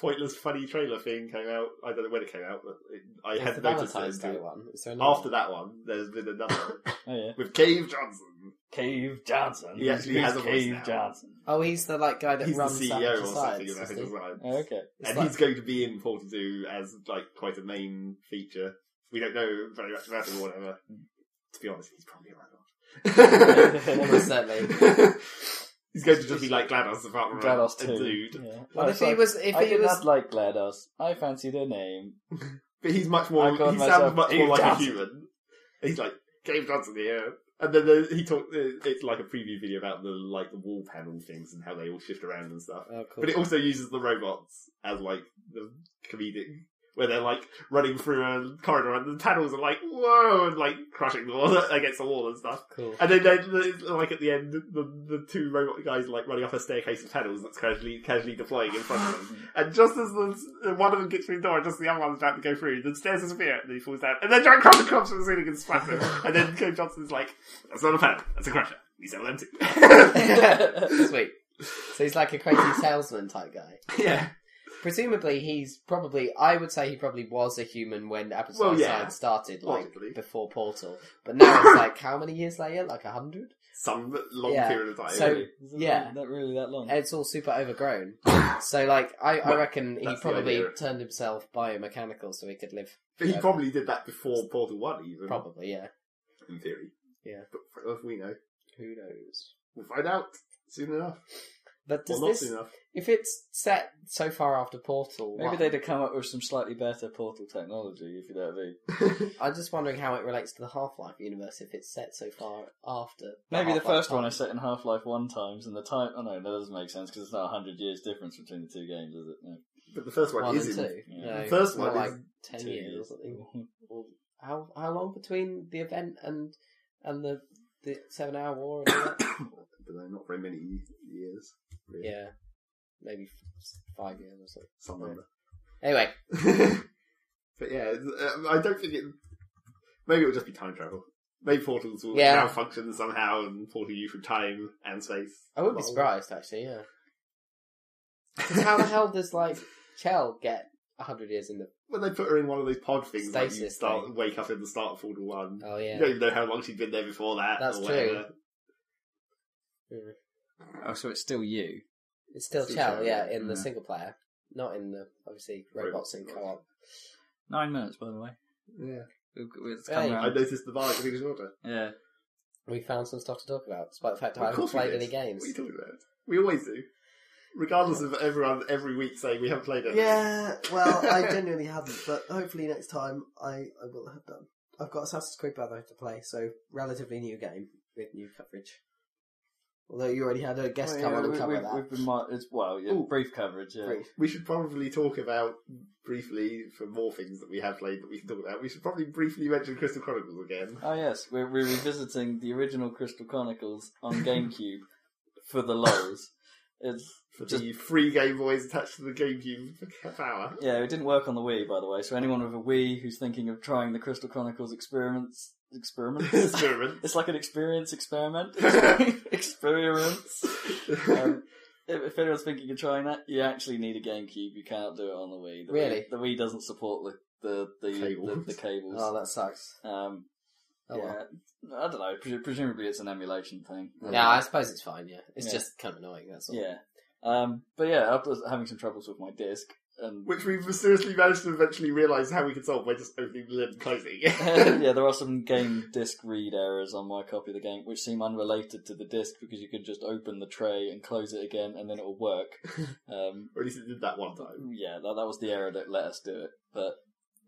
pointless funny trailer thing came out. I don't know when it came out, but it, I It's the hadn't noticed it Valentine's Day until one. Is there another after one? that one. There's been another Oh yeah, with Cave Johnson. Cave Johnson. He actually Who's has a voice Cave now. Johnson. Oh, he's the like guy that He's the runs that CEO or society, something of isn't Epic he? Design. Oh, okay. It's and like- he's going to be in Portal 2 as like quite a main feature. We don't know very much about him or whatever. To be honest, he's probably Almost around. certainly. he's going to just be like GLaDOS apart from GLaDOS a too. dude. Yeah. Oh, Well, if he Sorry, was, if I he did was, not like GLaDOS. I fancy their name. But he's much more, I he call sounds myself much more Dave like Johnson. a human. He's like, Game Johnson here. And then the, he talked, it's like a preview video about the like the wall panel things and how they all shift around and stuff. oh, cool. But it also uses the robots as like the comedic, where they're like running through a corridor and the panels are like whoa and like crushing the wall against the wall and stuff. cool. And then, then the- like at the end, the, the two robot guys are like running up a staircase of panels that's casually casually deploying in front of them. And just as the, uh, one of them gets through the door, and just as the other one's about to go through, the stairs disappear and then he falls down. And then John Crusher comes from the ceiling and splats him. And then Joe Johnson's like, "That's not a panel, that's a Crusher." You sell them too. Sweet. So he's like a crazy salesman type guy. yeah. Presumably, he's probably. I would say he probably was a human when Apple Well, yeah. Suicide started, like Possibly. before Portal. But now it's like how many years later? Like a hundred. Some long Yeah. period of time. So- Really? Is it yeah. not really that long. And It's all super overgrown. So like, I, I Well, reckon he that's the probably idea. turned himself biomechanical so he could live. But he Yeah. probably did that before Portal 1, even. Probably, yeah. In theory. Yeah. But for all we know, Who knows? we'll find out soon enough. But does well, not this, soon enough. if it's set so far after Portal, Maybe one, they'd have come up with some slightly better portal technology, if you know what I mean. I'm just wondering how it relates to the Half Life universe if it's set so far after. Maybe the Half-Life first one time. is set in Half Life 1 times, and the time. Oh no, that doesn't make sense because it's not 100 years difference between the two games, is it? No. But the first one, One and is in. two. Yeah. No, The first more one like is ten Two years or something. Or how how long between the event and and the the seven hour war? And all that? But they're not very many years. Really. yeah, maybe f- five years or something. Some number. Anyway, but yeah, it's- um, I don't think it. Maybe it'll just be time travel. Maybe portals will Yeah. now function somehow and portal you through time and space. I wouldn't be surprised actually. Yeah, 'Cause how the hell does like Chell get hundred years in the? When they put her in one of those pod things, like you Stasis start thing. wake up in the start of Portal One. Oh You yeah, don't even know how long she'd been there before that. That's or true. whatever. Mm. Oh, so it's still you. it's still Still Chell. Chell, Yeah, in the yeah. single player, not in the obviously robots and co-op. Nine minutes, by the way. Yeah. It's come Hey. I round. noticed the bar getting shorter. Yeah. We found some stuff to talk about, despite the fact Of I haven't course we played did. any games. What are you talking about? We always do. Regardless of everyone every week saying we haven't played it. Yeah, well, I genuinely haven't, but hopefully next time I, I will have done. I've got Assassin's Creed Brotherhood to play, so relatively new game with new coverage. Although you already had a guest Oh, come on and cover we've, that. we've been mar- it's, well, yeah, Ooh. brief coverage. Yeah. Brief. We should probably talk about briefly for more things that we have played that we can talk about. We should probably briefly mention Crystal Chronicles again. Oh yes, we're, we're revisiting the original Crystal Chronicles on GameCube for the lows. It's For Just- the free Game Boys attached to the GameCube for power. yeah, it didn't work on the Wii, by the way. So anyone with a Wii who's thinking of trying the Crystal Chronicles experiments, experiments, Experiment. it's like an experience experiment, experience. It's Um, if, if anyone's thinking of trying that, you actually need a GameCube. You can't do it on the Wii. The Really? Wii, the Wii doesn't support the the the Cables. The, the cables. Oh, that sucks. um, Oh, yeah, well. I don't know. Pre- presumably, it's an emulation thing. Yeah, I suppose it's fine, yeah. It's Yeah. just kind of annoying, that's all. Yeah. Um, but yeah, I was having some troubles with my disc. And Which we mysteriously managed to eventually realise how we could solve by just opening the lid and closing. yeah, there are some game disc read errors on my copy of the game, which seem unrelated to the disc because you can just open the tray and close it again, and then it will work. Um, or at least it did that one time. yeah, that, that was the error that let us do it. But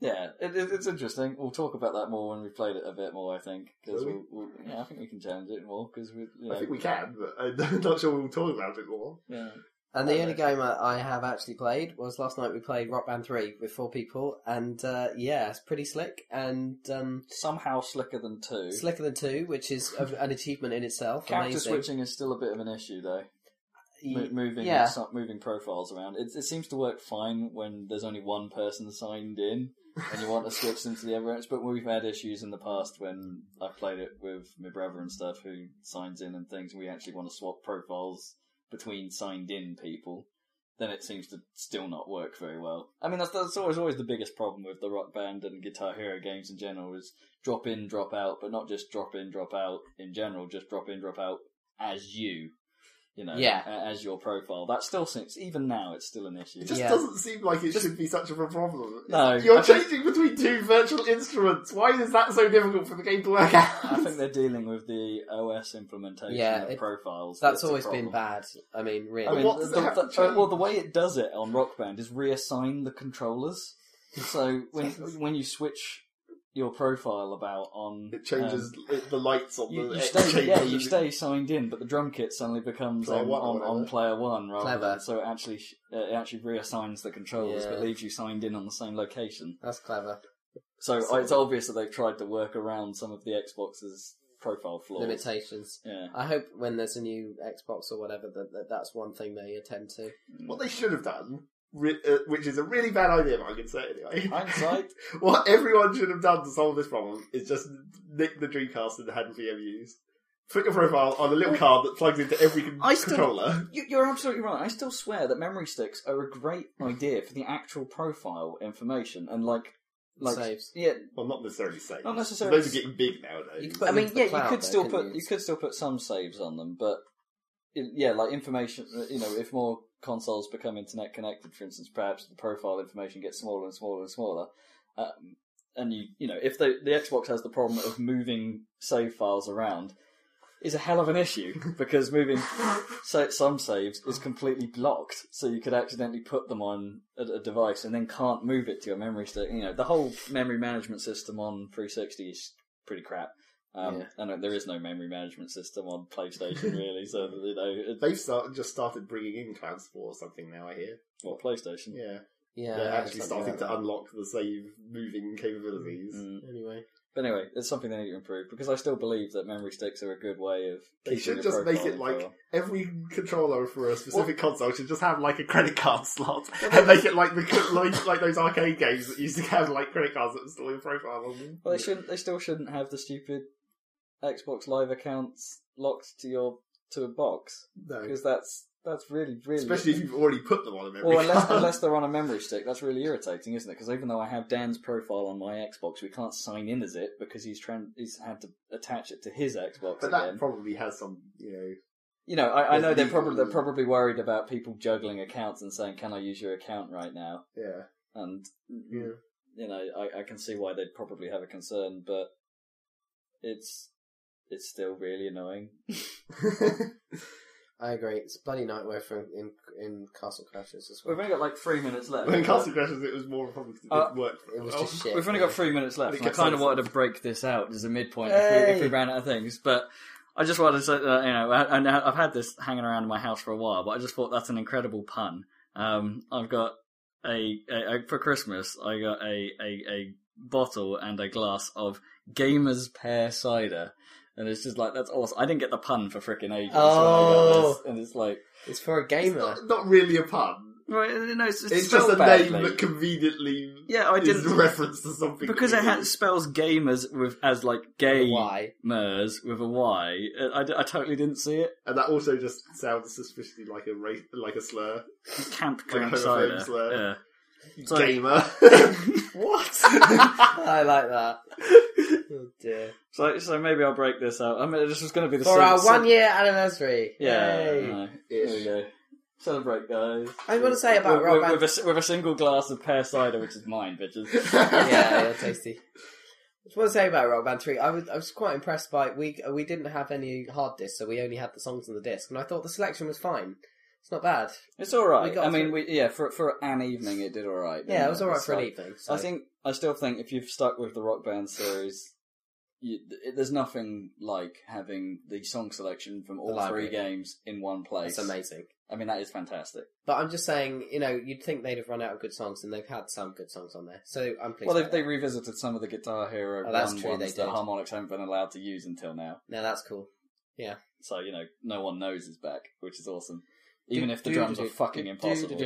yeah, it, it, it's interesting. We'll talk about that more when we've played it a bit more. I think because Will we'll, we'll, yeah, I think we can challenge it more because we. You know, I think we can, but I'm not sure we'll talk about it more. Yeah. And the Okay. only game I I have actually played was last night. We played Rock Band Three with four people, and uh, yeah, it's pretty slick and um, Somehow slicker than two. slicker than two, which is a, an achievement in itself. Character Amazing. switching is still a bit of an issue, though. Mo- Y- moving yeah. so- moving profiles around. It, it seems to work fine when there's only one person signed in and you want to switch them to the other. But we've had issues in the past when I've played it with my brother and stuff who signs in and things, and we actually want to swap profiles between signed in people. Then it seems to still not work very well. I mean, that's, that's always always the biggest problem with the Rock Band and Guitar Hero games in general is drop in, drop out, but not just drop in, drop out in general, just drop in, drop out as you, you know, Yeah. a- as your profile. That still seems, even now, it's still an issue. It just Yeah. doesn't seem like it should be such of a problem. No, You're I think- changing between two virtual instruments. Why is that so difficult for the game to work out? I think they're dealing with the OS implementation Yeah, of it- profiles. That's a always been problem. bad. I mean, really. I mean, What does the- it have the- to change? well, the way it does it on Rock Band is reassign the controllers. So when when you switch your profile about on, It changes it, the lights on um, you, the you X stay, changes yeah, you and- stay signed in, but the drum kit suddenly becomes Player on, one or on, on whatever. player one rather Clever. than so it actually sh- uh, it actually reassigns the controllers, but Yeah. leaves you signed in on the same location. That's clever. So, So- it's obvious that they've tried to work around some of the Xbox's profile flaws. Limitations. Yeah. I hope when there's a new Xbox or whatever that, that that's one thing they attend to. What they should have done, re- uh, which is a really bad idea, but I can say it anyway. Hindsight. what everyone should have done to solve this problem is just nick the Dreamcast and had VMUs. Put your profile on a little card that plugs into every con- I still- controller. You- You're absolutely right. I still swear that memory sticks are a great idea for the actual profile information and like, like Saves. yeah. Well, not necessarily safe. Not necessarily- Those are getting big nowadays. You could put I them mean, into the yeah, you cloud, could though, still couldn't put you could still put some saves on them, but it, yeah, like information. uh, You know, if more consoles become internet connected, for instance, perhaps the profile information gets smaller and smaller and smaller. Um, and you, you know, if the the Xbox has the problem of moving save files around, is a hell of an issue because moving sa- some saves is completely blocked, so you could accidentally put them on a, a device and then can't move it to your memory stick. You know, the whole memory management system on 360 is pretty crap. Um, Yeah. And there is no memory management system on PlayStation really, so you know, it, They've start, just started bringing in transport or something now, I hear. well, PlayStation. Yeah. Yeah, They're actually something starting like to that. unlock the save moving capabilities. Mm. Anyway, But anyway, it's something they need to improve because I still believe that memory sticks are a good way of. They keeping should your just make profile it like for- every controller for a specific console should just have like a credit card slot, and make it like the like, like those arcade games that used to have like credit cards that install your profile on them. Well, they shouldn't. They still shouldn't have the stupid Xbox Live accounts locked to your to a box no, because that's that's really really. especially if you've already put them on a memory or unless card. unless they're on a memory stick, that's really irritating, isn't it? Because even though I have Dan's profile on my Xbox, we can't sign in as it because he's trying he's had to attach it to his Xbox but that again. probably has some, you know. you know, I, I know There's they're legal probably they're reasons. probably worried about people juggling accounts and saying, "Can I use your account right now?" Yeah, And yeah. you know, I, I can see why they'd probably have a concern, but it's it's still really annoying. I agree. It's bloody nightmare for in in Castle Crashers as well. We've only got like three minutes left. when Castle Crashers, it was more of a problem because it Uh, didn't work. very It was well. just shit. We've only got three minutes left. It And I gets kind of awesome. wanted to break this out as a midpoint if, we, if we Hey! ran out of things, but I just wanted to say, that, you know, I, I know- I've had this hanging around in my house for a while, but I just thought that's an incredible pun. Um, I've got a, a, a for Christmas, I got a, a a bottle and a glass of Gamer's Pear cider, and it's just like that's awesome. I didn't get the pun for freaking ages, when I Oh. got this, and it's like, It's for a It's gamer. not, not really a pun. well, you know, it's, It's spelled just a name badly. that conveniently Yeah, I is a didn't reference to something because that it we has, spells gamers with as like gay Why? Mers with a Y. Uh, I, d- I totally didn't see it. and that also just sounds suspiciously like a race, like a slur. Camp Like Clamp homophobe Cider. slur. Yeah. So, Gamer. what? I like that. Oh dear. so, so maybe I'll break this out. I mean, this was going to be the For se- our se- one year anniversary. Yeah. Yay. I know. Ish. There we go. Celebrate, guys. I want to say about with, Rock with, Band. with a, s- with a single glass of pear cider, which is mine, bitches. yeah, yeah, tasty. Just want to say about Rock Band Three. I was I was quite impressed by we we didn't have any hard discs, so we only had the songs on the disc, and I thought the selection was fine. It's not bad. It's all right. We got I mean, through. we yeah for for an evening, it did all right. Yeah, it was all right It's for an like- evening. So. I think I still think if you've stuck with the rock band series, you, it, there's nothing like having the song selection from all library. three games in one place. That's amazing. I mean, that is fantastic. But I'm just saying, you know, you'd think they'd have run out of good songs, and they've had some good songs on there. So I'm pleased. well, they about they that. revisited some of the Guitar Hero Oh, that's one true, ones they that did. Harmonix haven't been allowed to use until now. now that's cool. So you know, no one knows is back, which is awesome. Even if the drums are fucking impossible.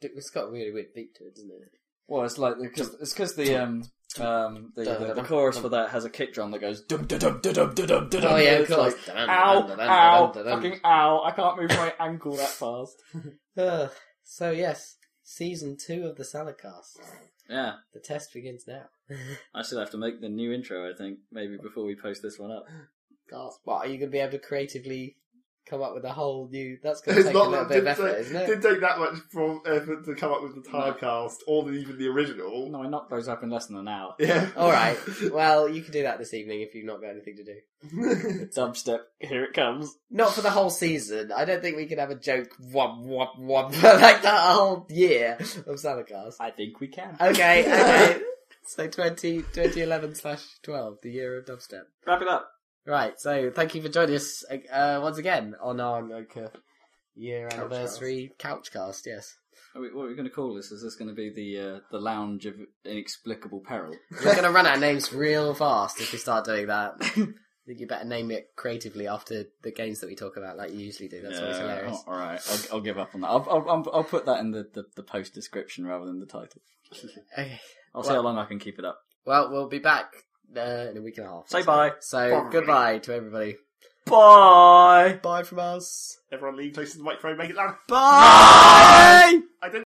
It's got a really weird beat to it, doesn't it? Well, it's like because it's because the um um the, the, the chorus for that has a kick drum that goes dum dum dum dum dum dum dum. Oh yeah, of It's like, course. Ow, ow, fucking ow. I can't move my ankle that fast. Ugh. so yes, season two of the Saladcast. yeah. The test begins now. I still have to make the new intro. I think maybe before we post this one up. Oh. Gasp. What are you going to be able to creatively come up with a whole new? That's going to It's take a not little that bit of didn't effort, take, isn't it? didn't take that much from uh, effort to come up with the tirecast or the, even the original. No, I knocked those up in less than an hour. Yeah. All right. Well, you can do that this evening if you've not got anything to do. Dubstep, here it comes. Not for the whole season. I don't think we could have a joke wop wop wop for like that whole year of Saladcast. I think we can. Okay, okay. so 20, 2011 slash 12, the year of dubstep. Wrap it up. Right, so thank you for joining us uh, once again on our like uh, year anniversary couchcast. Yes, Are we, what are we going to call this? Is this going to be the uh, the lounge of inexplicable peril? we're gonna run out of names real fast if we start doing that. I think you better name it creatively after the games that we talk about, like you usually do. That's always Yeah, hilarious. All right, I'll, I'll give up on that. I'll, I'll, I'll, I'll put that in the, the, the post description rather than the title. Okay. I'll see how long I can keep it up. Well, we'll be back uh, in a week and a half. Say bye. So Probably. goodbye to everybody. Bye. Bye from us. Everyone lean close to the microphone, make it loud. Bye. I don't